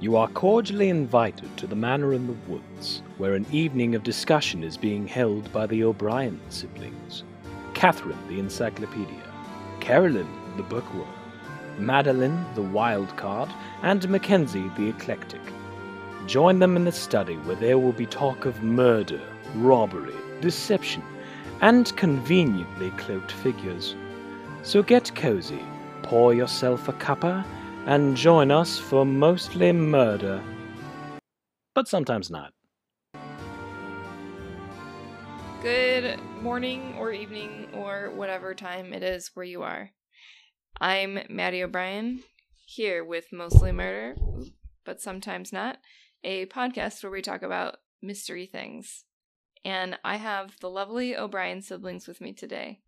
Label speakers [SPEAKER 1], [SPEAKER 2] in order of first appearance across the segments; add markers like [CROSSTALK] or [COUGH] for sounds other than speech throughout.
[SPEAKER 1] You are cordially invited to the manor in the woods, where an evening of discussion is being held by the O'Brien siblings Catherine, the encyclopedia, Carolyn, the bookworm, Madeline, the wild card, and Mackenzie, the eclectic. Join them in the study where there will be talk of murder, robbery, deception, and conveniently cloaked figures. So get cozy, pour yourself a cuppa, and join us for mostly murder. But sometimes not.
[SPEAKER 2] Good morning or evening or whatever time it is where you are. I'm Maddie O'Brien, here with Mostly Murder, but sometimes not, a podcast where we talk about mystery things. And I have the lovely O'Brien siblings with me today.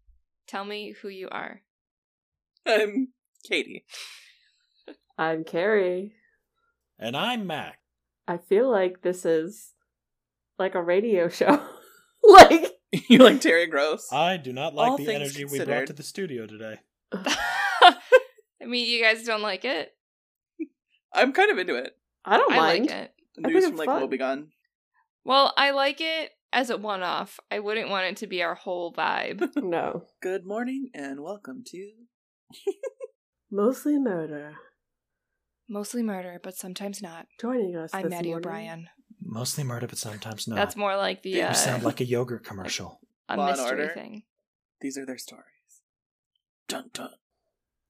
[SPEAKER 2] Tell me who you are. [LAUGHS]
[SPEAKER 3] I'm Katie. [LAUGHS]
[SPEAKER 4] I'm Carrie.
[SPEAKER 5] And I'm Mac.
[SPEAKER 4] I feel like this is like a radio [LAUGHS] show. like
[SPEAKER 3] you like Terry Gross?
[SPEAKER 5] I do not like
[SPEAKER 3] All
[SPEAKER 5] the
[SPEAKER 3] things
[SPEAKER 5] energy we
[SPEAKER 3] considered.
[SPEAKER 5] brought to the studio today.
[SPEAKER 2] I mean, you guys don't like it.
[SPEAKER 3] I'm kind of into it.
[SPEAKER 4] I don't
[SPEAKER 2] I
[SPEAKER 4] mind.
[SPEAKER 2] like it.
[SPEAKER 4] I
[SPEAKER 3] News
[SPEAKER 4] think
[SPEAKER 3] from
[SPEAKER 4] it's
[SPEAKER 3] like
[SPEAKER 4] fun.
[SPEAKER 3] Wobegon.
[SPEAKER 2] Well, I like it as a one off. I wouldn't want it to be our whole
[SPEAKER 4] [LAUGHS]
[SPEAKER 2] vibe.
[SPEAKER 4] No.
[SPEAKER 3] Good morning and welcome to.
[SPEAKER 4] Mostly murder.
[SPEAKER 2] Mostly murder, but sometimes not.
[SPEAKER 4] Joining us.
[SPEAKER 2] I'm
[SPEAKER 4] this
[SPEAKER 2] Maddie
[SPEAKER 4] morning.
[SPEAKER 2] O'Brien.
[SPEAKER 5] Mostly murder, but sometimes not.
[SPEAKER 2] That's more like the
[SPEAKER 3] You
[SPEAKER 2] uh,
[SPEAKER 5] you sound like a yogurt commercial.
[SPEAKER 2] a
[SPEAKER 3] Law and
[SPEAKER 2] mystery
[SPEAKER 3] Order.
[SPEAKER 2] thing.
[SPEAKER 3] These are their stories. Dun dun.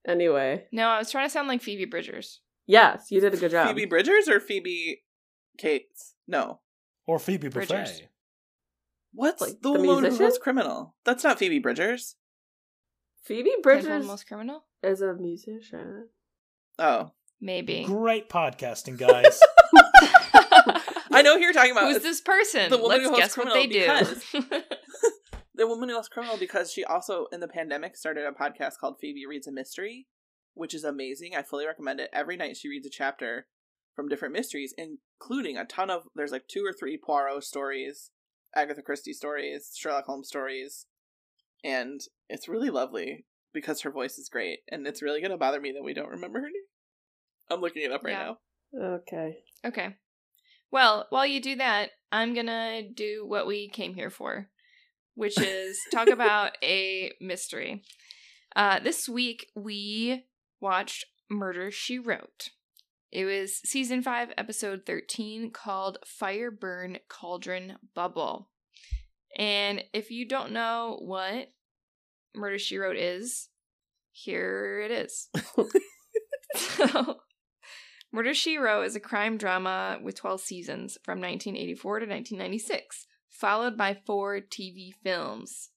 [SPEAKER 4] Anyway,
[SPEAKER 2] No, I was trying to sound like Phoebe Bridgers.
[SPEAKER 4] yes, you did a good job.
[SPEAKER 3] Phoebe Bridgers or Phoebe Cates? No.
[SPEAKER 5] Or Phoebe
[SPEAKER 2] Bridgers.
[SPEAKER 5] Buffet.
[SPEAKER 3] What's
[SPEAKER 4] Like,
[SPEAKER 3] the,
[SPEAKER 4] the
[SPEAKER 3] Lone
[SPEAKER 4] musician?
[SPEAKER 3] Homeless Criminal? That's not Phoebe Bridgers.
[SPEAKER 4] Phoebe
[SPEAKER 2] Bridgers.
[SPEAKER 4] Bridgers
[SPEAKER 2] Most criminal?
[SPEAKER 4] is a musician.
[SPEAKER 3] Oh,
[SPEAKER 2] Maybe. [LAUGHS]
[SPEAKER 5] Great podcasting, guys.
[SPEAKER 3] [LAUGHS] I know who you're talking about.
[SPEAKER 2] Who's
[SPEAKER 3] It's
[SPEAKER 2] this person?
[SPEAKER 3] the woman
[SPEAKER 2] Let's
[SPEAKER 3] who hosts
[SPEAKER 2] guess what they do.
[SPEAKER 3] Criminal
[SPEAKER 2] [LAUGHS]
[SPEAKER 3] [LAUGHS] The woman who lost criminal because she also in the pandemic started a podcast called Phoebe Reads a Mystery, which is amazing. I fully recommend it. Every night she reads a chapter from different mysteries, including a ton of there's like two or three Poirot stories, Agatha Christie stories, Sherlock Holmes stories, and it's really lovely because her voice is great, and it's really gonna bother me that we don't remember her name. I'm looking it up right
[SPEAKER 2] Yeah.
[SPEAKER 3] now.
[SPEAKER 4] Okay.
[SPEAKER 2] okay. Well, while you do that, I'm gonna do what we came here for, which is talk about a mystery. Uh, this week we watched Murder She Wrote. It was season five, episode thirteen, called "Fire Burn Cauldron Bubble." And if you don't know what Murder She Wrote is, here it is. [LAUGHS] so, Murder She Wrote is a crime drama with 12 seasons from 1984 to 1996, followed by four TV films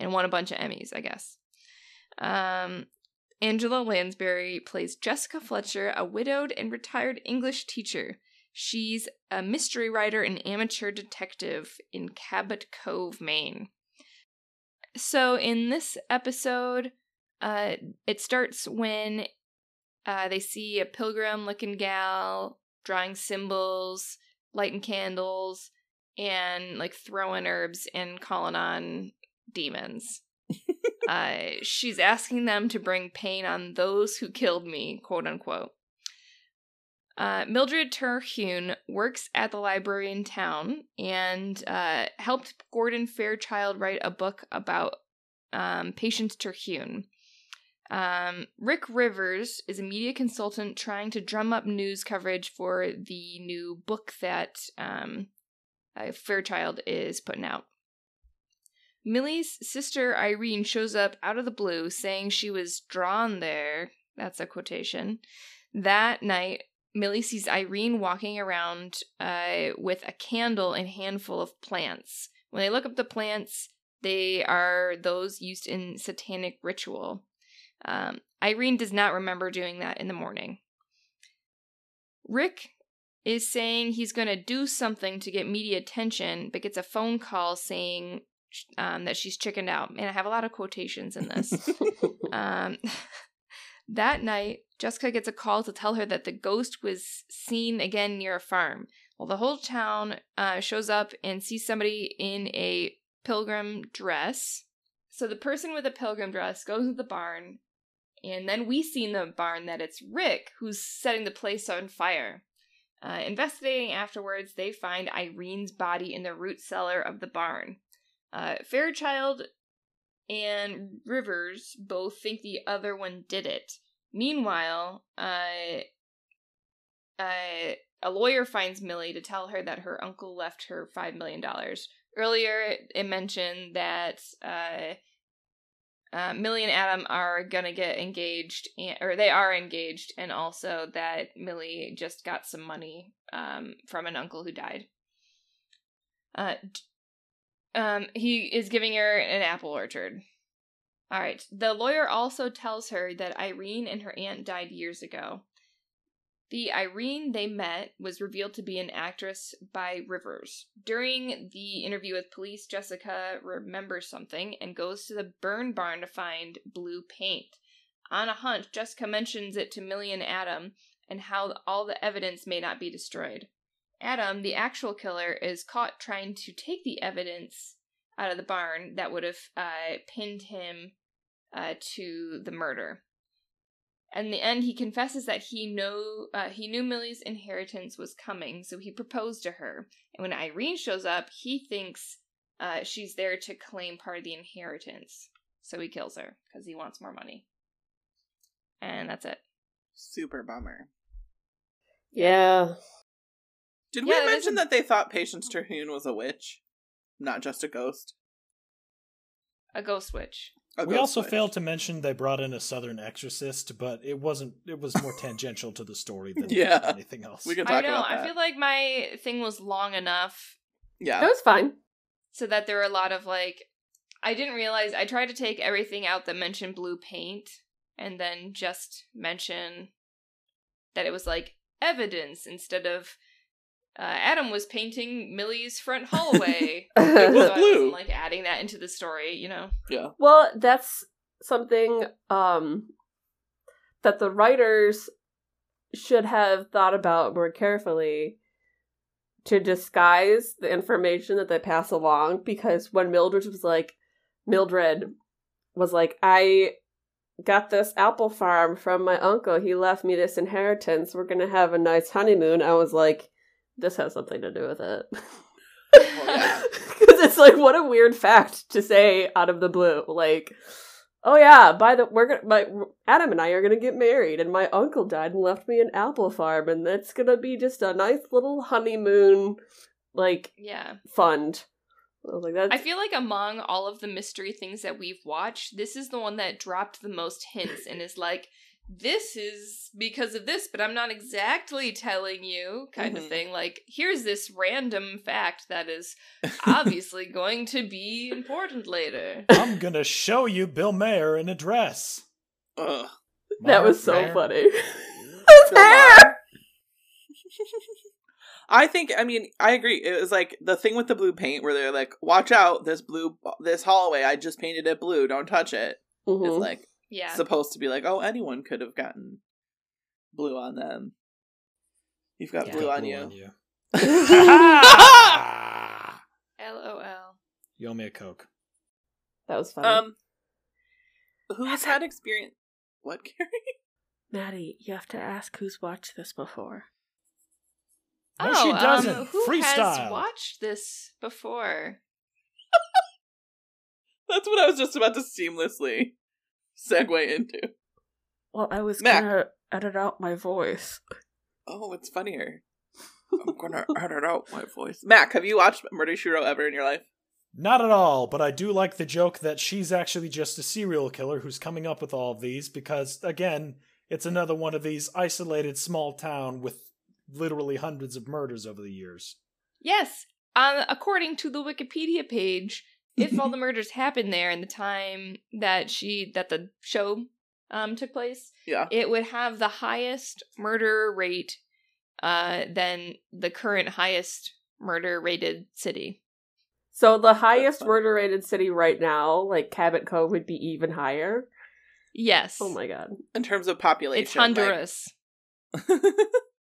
[SPEAKER 2] and won a bunch of Emmys, I guess. Um, Angela Lansbury plays Jessica Fletcher, a widowed and retired English teacher. She's a mystery writer and amateur detective in Cabot Cove, Maine. So, in this episode, uh, it starts when uh, they see a pilgrim looking gal drawing symbols, lighting candles, and like throwing herbs and calling on demons. uh, she's asking them to bring pain on those who killed me, quote unquote. Uh, Mildred Terhune works at the library in town and uh, helped Gordon Fairchild write a book about um, Patience Terhune. Um, Rick Rivers is a media consultant trying to drum up news coverage for the new book that um, uh, Fairchild is putting out. Millie's sister Irene shows up out of the blue saying she was drawn there. That's a quotation. That night, Millie sees Irene walking around uh, with a candle and handful of plants. When they look up the plants, they are those used in satanic ritual. Um, Irene does not remember doing that in the morning. Rick is saying he's going to do something to get media attention, but gets a phone call saying um, that she's chickened out. And I have a lot of quotations in this. Um, [LAUGHS] that night, Jessica gets a call to tell her that the ghost was seen again near a farm. Well, the whole town uh, shows up and sees somebody in a pilgrim dress. So the person with the pilgrim dress goes to the barn, and then we see in the barn that it's Rick who's setting the place on fire. Uh, investigating afterwards, they find Irene's body in the root cellar of the barn. Uh, Fairchild and Rivers both think the other one did it. Meanwhile, uh, uh, a lawyer finds Millie to tell her that her uncle left her $5 million. Earlier, it- it mentioned that uh, uh, Millie and Adam are going to get engaged, and, or they are engaged, and also that Millie just got some money um, from an uncle who died. Uh, d- um, he is giving her an apple orchard. All right. The lawyer also tells her that Irene and her aunt died years ago. The Irene they met was revealed to be an actress by Rivers. During the interview with police, Jessica remembers something and goes to the burn barn to find blue paint. On a hunch, Jessica mentions it to Millie and Adam and how all the evidence may not be destroyed. Adam, the actual killer, is caught trying to take the evidence out of the barn that would have uh, pinned him uh, to the murder. In the end, he confesses that he know uh, he knew Millie's inheritance was coming, so he proposed to her. And when Irene shows up, he thinks uh, she's there to claim part of the inheritance, so he kills her because he wants more money. And that's it.
[SPEAKER 3] Super bummer.
[SPEAKER 4] Yeah.
[SPEAKER 3] Did
[SPEAKER 2] Yeah, that
[SPEAKER 3] we mention
[SPEAKER 2] is a-
[SPEAKER 3] that they thought Patience Terhune was a witch, not just a ghost?
[SPEAKER 2] A ghost witch.
[SPEAKER 3] A
[SPEAKER 5] we
[SPEAKER 3] ghost
[SPEAKER 5] also
[SPEAKER 3] witch.
[SPEAKER 5] failed to mention they brought in a southern exorcist, but it wasn't. It was more tangential to the story than
[SPEAKER 3] Yeah.
[SPEAKER 5] anything else.
[SPEAKER 3] We could
[SPEAKER 2] I
[SPEAKER 3] talk
[SPEAKER 2] know.
[SPEAKER 3] about that.
[SPEAKER 2] I feel like my thing was long enough
[SPEAKER 4] That
[SPEAKER 3] yeah,
[SPEAKER 4] was fun.
[SPEAKER 2] so that there were a lot of like I didn't realize I tried to take everything out that mentioned blue paint and then just mention that it was like evidence instead of uh, Adam was painting Millie's front
[SPEAKER 3] [LAUGHS]
[SPEAKER 2] hallway. so
[SPEAKER 4] [LAUGHS]
[SPEAKER 3] was
[SPEAKER 2] I
[SPEAKER 3] blue.
[SPEAKER 2] wasn't like adding that into the story, you know.
[SPEAKER 4] Well, that's something um that the writers should have thought about more carefully to disguise the information that they pass along because when Mildred was like Mildred was like I got this apple farm from my uncle he left me this inheritance we're going to have a nice honeymoon I was like this has something to do with it [LAUGHS]
[SPEAKER 2] [LAUGHS]
[SPEAKER 3] yeah.
[SPEAKER 4] because it's like what a weird fact to say out of the blue like oh yeah by the we're gonna my adam and i are gonna get married and my uncle died and left me an apple farm and that's gonna be just a nice little honeymoon like
[SPEAKER 2] yeah.
[SPEAKER 4] fund i was like that's
[SPEAKER 2] I feel like among all of the mystery things that we've watched, this is the one that dropped the most hints and is like, this is because of this, but I'm not exactly telling you, kind
[SPEAKER 5] Mm-hmm.
[SPEAKER 3] Mhm.
[SPEAKER 2] of thing. Like, here's this random fact
[SPEAKER 5] [LAUGHS]
[SPEAKER 2] that is obviously going to be important later.
[SPEAKER 5] I'm gonna show you Bill Mayer in a dress.
[SPEAKER 2] [LAUGHS]
[SPEAKER 3] Ugh.
[SPEAKER 5] Mayer,
[SPEAKER 4] that was so
[SPEAKER 5] Mayer.
[SPEAKER 4] funny [LAUGHS] His hair!
[SPEAKER 3] I think I mean I agree. It was like the thing with the blue paint where they're like, "Watch out, this blue this hallway. I just painted it blue. Don't touch it."
[SPEAKER 4] Mhm.
[SPEAKER 3] It's like
[SPEAKER 2] Mm-hmm. Yeah.
[SPEAKER 3] supposed to be like, "Oh, anyone could have gotten blue on them. You've got
[SPEAKER 5] Yeah,
[SPEAKER 3] blue on you."
[SPEAKER 5] [LAUGHS]
[SPEAKER 2] [LAUGHS]
[SPEAKER 3] [LAUGHS]
[SPEAKER 5] Ah!
[SPEAKER 2] LOL.
[SPEAKER 5] you owe me a coke.
[SPEAKER 4] that was funny
[SPEAKER 3] um, who's had experience? What Carrie? [LAUGHS]
[SPEAKER 4] maddie you have to ask who's watched this before
[SPEAKER 5] No, she
[SPEAKER 2] um,
[SPEAKER 5] doesn't.
[SPEAKER 2] who
[SPEAKER 5] Freestyle.
[SPEAKER 2] has watched this before?
[SPEAKER 3] That's what I was just about to seamlessly segue into.
[SPEAKER 4] well i was
[SPEAKER 3] Mac.
[SPEAKER 4] gonna edit out my voice
[SPEAKER 3] Oh, it's funnier. I'm [LAUGHS] gonna edit out my voice. Mac, have you watched Murder She Wrote ever in your life?
[SPEAKER 5] Not at all, but I do like the joke that she's actually just a serial killer who's coming up with all of these because, again, it's another one of these isolated small town with literally hundreds of murders over the years.
[SPEAKER 2] Yes. Um, according to the Wikipedia page, if all the murders happened there in the time that she that the show um took place,
[SPEAKER 3] Yeah.
[SPEAKER 2] it would have the highest murder rate uh than the current highest murder rated city.
[SPEAKER 4] So the highest
[SPEAKER 3] fun.
[SPEAKER 4] murder rated city right now, like Cabot Cove, would be even higher.
[SPEAKER 2] Yes.
[SPEAKER 4] Oh my god.
[SPEAKER 3] In terms of population,
[SPEAKER 2] it's Honduras.
[SPEAKER 3] like- [LAUGHS]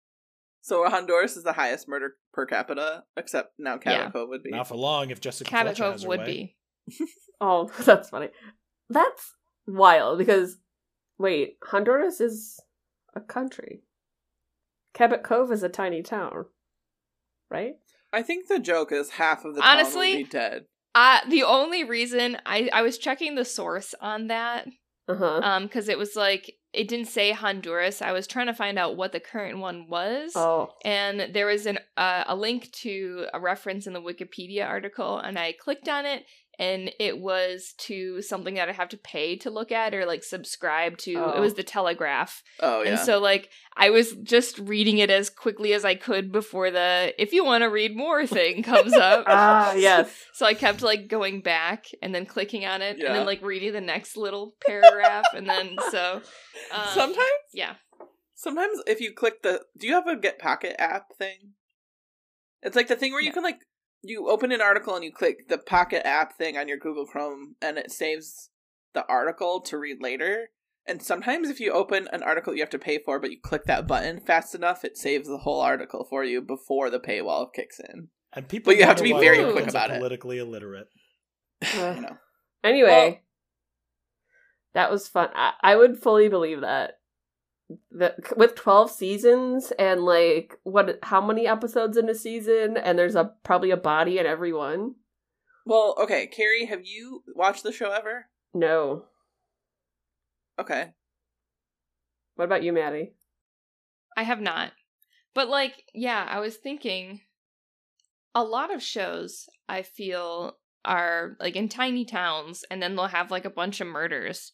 [SPEAKER 3] so Honduras is the highest murder per capita, except now
[SPEAKER 2] Yeah.
[SPEAKER 3] Calico would be.
[SPEAKER 5] Not for long if Jessica
[SPEAKER 2] Cabot
[SPEAKER 5] Fletcher
[SPEAKER 2] Cove
[SPEAKER 5] has her
[SPEAKER 2] would
[SPEAKER 5] way.
[SPEAKER 2] be.
[SPEAKER 4] Oh, [LAUGHS] that's funny. That's wild because wait, Honduras is a country. Cabot Cove is a tiny town, right?
[SPEAKER 3] I think the joke is half of the town
[SPEAKER 2] Honestly,
[SPEAKER 3] will be dead.
[SPEAKER 2] Uh, the only reason I, I was checking the source on that
[SPEAKER 4] Uh huh.
[SPEAKER 2] um because it was like it didn't say Honduras. I was trying to find out what the current one was.
[SPEAKER 4] Oh,
[SPEAKER 2] And there was an uh, a link to a reference in the Wikipedia article, and I clicked on it, and it was to something that I have to pay to look at or like subscribe to. It
[SPEAKER 4] Oh.
[SPEAKER 2] was the Telegraph,
[SPEAKER 3] Oh yeah.
[SPEAKER 2] and so like I was just reading it as quickly as I could before the "if you want to read more" thing comes up.
[SPEAKER 4] ah, yes.
[SPEAKER 2] So I kept like going back and then clicking on it and
[SPEAKER 3] Yeah.
[SPEAKER 2] then like reading the next little paragraph and then so um,
[SPEAKER 3] sometimes,
[SPEAKER 2] yeah
[SPEAKER 3] sometimes if you click the, do you have a Get Pocket app thing? It's like the thing where you
[SPEAKER 2] No.
[SPEAKER 3] can like you open an article and you click the Pocket app thing on your Google Chrome and it saves the article to read later. And sometimes if you open an article you have to pay for, but you click that button fast enough, it saves the whole article for you before the paywall kicks in. [LAUGHS]
[SPEAKER 5] And people
[SPEAKER 3] But you have to
[SPEAKER 5] wonder
[SPEAKER 3] be
[SPEAKER 5] why
[SPEAKER 2] very
[SPEAKER 5] Americans
[SPEAKER 2] quick
[SPEAKER 5] are
[SPEAKER 3] about it.
[SPEAKER 5] Politically illiterate.
[SPEAKER 3] you know.
[SPEAKER 4] Anyway, that was fun. I, I would fully believe that. The, with 12 seasons and like what how many episodes in a season and there's a probably a body in every one
[SPEAKER 3] Well, okay, Carrie, have you watched the show ever?
[SPEAKER 4] no
[SPEAKER 3] Okay.
[SPEAKER 4] what about you maddie
[SPEAKER 2] I have not but like yeah I was thinking a lot of shows I feel are like in tiny towns and then they'll have like a bunch of murders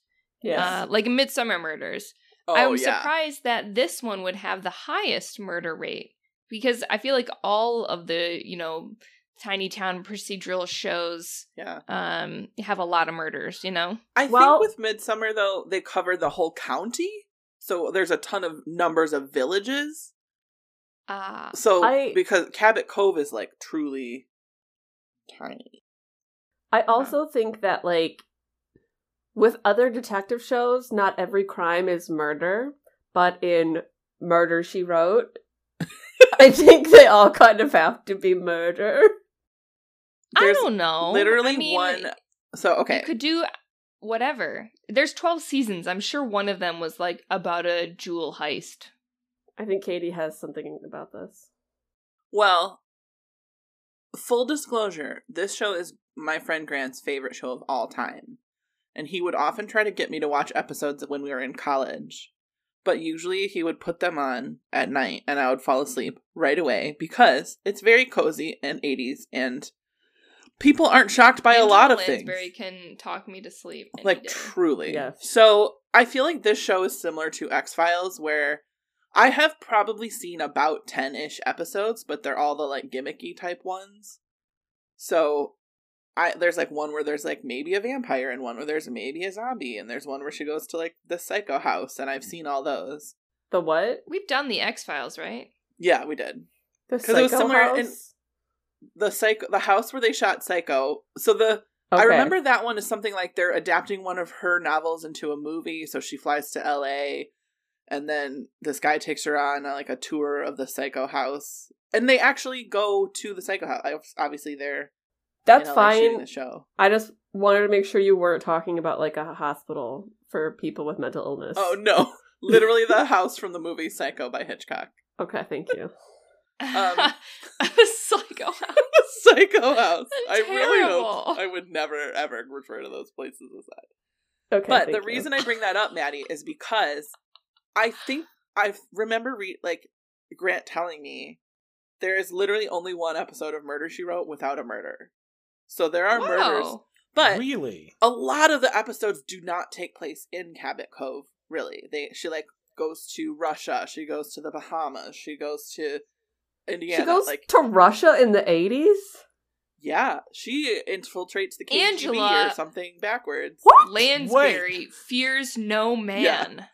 [SPEAKER 2] uh, like midsummer murders
[SPEAKER 3] Oh
[SPEAKER 2] I'm
[SPEAKER 3] yeah.
[SPEAKER 2] surprised that this one would have the highest murder rate because I feel like all of the you know tiny town procedural shows
[SPEAKER 3] Yeah.
[SPEAKER 2] um have a lot of murders you know
[SPEAKER 3] I
[SPEAKER 4] Well-
[SPEAKER 3] think with Midsummer though, they cover the whole county. So there's a ton of numbers of villages.
[SPEAKER 2] uh
[SPEAKER 3] So
[SPEAKER 4] I-
[SPEAKER 3] because Cabot Cove is like truly tiny.
[SPEAKER 4] I also think that like with other detective shows, not every crime is murder, but in Murder She Wrote, I think they all kind of have to be murder.
[SPEAKER 2] i
[SPEAKER 3] There's
[SPEAKER 2] don't know
[SPEAKER 3] Literally
[SPEAKER 2] I mean,
[SPEAKER 3] one so okay.
[SPEAKER 2] you could do whatever there's 12 seasons i'm sure one of them was like about a jewel heist
[SPEAKER 4] I think Katie has something about this.
[SPEAKER 3] Well, full disclosure, this show is my friend Grant's favorite show of all time. And he would often try to get me to watch episodes when we were in college. But usually he would put them on at night and I would fall asleep right away because it's very cozy and 80s and people aren't shocked by a
[SPEAKER 2] Angela
[SPEAKER 3] lot of things.
[SPEAKER 2] Lansbury can talk me to sleep any
[SPEAKER 3] Like
[SPEAKER 2] day.
[SPEAKER 3] truly.
[SPEAKER 4] Yes.
[SPEAKER 3] So I feel like this show is similar to X Files where I have probably seen about ten ish episodes, but they're all the like gimmicky type ones. So I there's like one where there's like maybe a vampire and one where there's maybe a zombie and there's one where she goes to like the psycho house and I've seen all those.
[SPEAKER 4] The what?
[SPEAKER 2] we've done the x-files right [LAUGHS]
[SPEAKER 3] Yeah, we did.
[SPEAKER 4] The
[SPEAKER 3] 'Cause it was
[SPEAKER 4] Psycho
[SPEAKER 3] somewhere in-
[SPEAKER 4] House?
[SPEAKER 3] The psycho the house where they shot psycho. So the I
[SPEAKER 4] Okay.
[SPEAKER 3] remember that one is something like they're adapting one of her novels into a movie, so she flies to LA and then this guy takes her on uh, like a tour of the psycho house. And they actually go to the psycho house. Ob- Obviously they're
[SPEAKER 4] That's
[SPEAKER 3] in LA shooting
[SPEAKER 4] fine.
[SPEAKER 3] the show.
[SPEAKER 4] I just wanted to make sure you weren't talking about like a hospital for people with mental illness.
[SPEAKER 3] Oh no.
[SPEAKER 4] [LAUGHS]
[SPEAKER 3] Literally the house from the movie Psycho by Hitchcock. [LAUGHS]
[SPEAKER 4] Okay, thank you.
[SPEAKER 3] Um,
[SPEAKER 2] psycho
[SPEAKER 3] psycho house. I really
[SPEAKER 2] Terrible.
[SPEAKER 3] hope I would never ever refer to those places as that.
[SPEAKER 4] Okay,
[SPEAKER 3] But
[SPEAKER 4] thank
[SPEAKER 3] the
[SPEAKER 4] you.
[SPEAKER 3] reason I bring that up, Maddie, is because I think I remember re- like Grant telling me there is literally only one episode of Murder She Wrote without a murder. So there are murders,
[SPEAKER 2] Whoa.
[SPEAKER 3] but
[SPEAKER 5] really?
[SPEAKER 3] a lot of the episodes do not take place in Cabot Cove. Really, they she like goes to Russia, she goes to the Bahamas, she goes to Indiana.
[SPEAKER 4] she goes
[SPEAKER 3] like,
[SPEAKER 4] to Russia in the eighties.
[SPEAKER 3] yeah, she infiltrates the KGB
[SPEAKER 2] Angela-
[SPEAKER 3] or something backwards.
[SPEAKER 4] What?
[SPEAKER 2] Lansbury fears no man.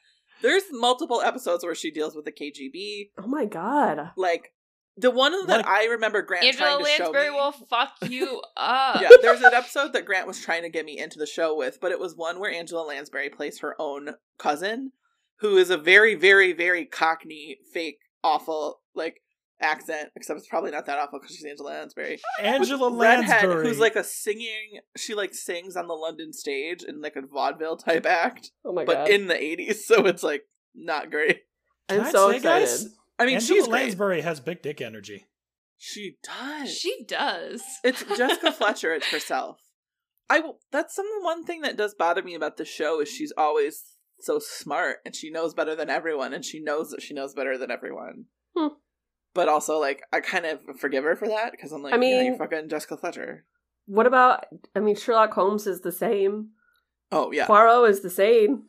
[SPEAKER 3] There's multiple episodes where she deals with the KGB.
[SPEAKER 4] Oh my god.
[SPEAKER 3] like the one that
[SPEAKER 5] Like-
[SPEAKER 3] I remember Grant
[SPEAKER 2] Angela
[SPEAKER 3] trying to
[SPEAKER 2] Lansbury
[SPEAKER 3] show me.
[SPEAKER 2] will
[SPEAKER 3] [LAUGHS]
[SPEAKER 2] fuck you up.
[SPEAKER 3] yeah, there's an episode that Grant was trying to get me into the show with, but it was one where Angela Lansbury plays her own cousin, who is a very, very, very cockney, fake, awful like accent. Except it's probably not that awful because she's Angela Lansbury. [LAUGHS] With
[SPEAKER 5] Angela
[SPEAKER 3] redhead,
[SPEAKER 5] Lansbury.
[SPEAKER 3] who's like a singing. She like sings on the London stage in like a vaudeville type act,
[SPEAKER 4] Oh my
[SPEAKER 3] but
[SPEAKER 4] god.
[SPEAKER 3] in the '80s, so it's like not great.
[SPEAKER 5] Can
[SPEAKER 4] I'm
[SPEAKER 5] I
[SPEAKER 4] so
[SPEAKER 5] say, guys,
[SPEAKER 4] excited.
[SPEAKER 3] I mean,
[SPEAKER 5] Angela
[SPEAKER 3] she's great.
[SPEAKER 5] Lansbury has big dick energy.
[SPEAKER 3] She does.
[SPEAKER 2] She does.
[SPEAKER 3] It's Jessica Fletcher. It's herself. I will. That's some one thing that does bother me about the show is she's always so smart and she knows better than everyone and she knows that she knows better than everyone.
[SPEAKER 4] Hmm.
[SPEAKER 3] But also, like, I kind of forgive her for that because I'm like,
[SPEAKER 4] I
[SPEAKER 3] yeah,
[SPEAKER 4] mean-
[SPEAKER 3] you're fucking Jessica Fletcher.
[SPEAKER 4] What about? I mean, Sherlock Holmes is the same.
[SPEAKER 3] Oh yeah,
[SPEAKER 4] Poirot is the [LAUGHS] same.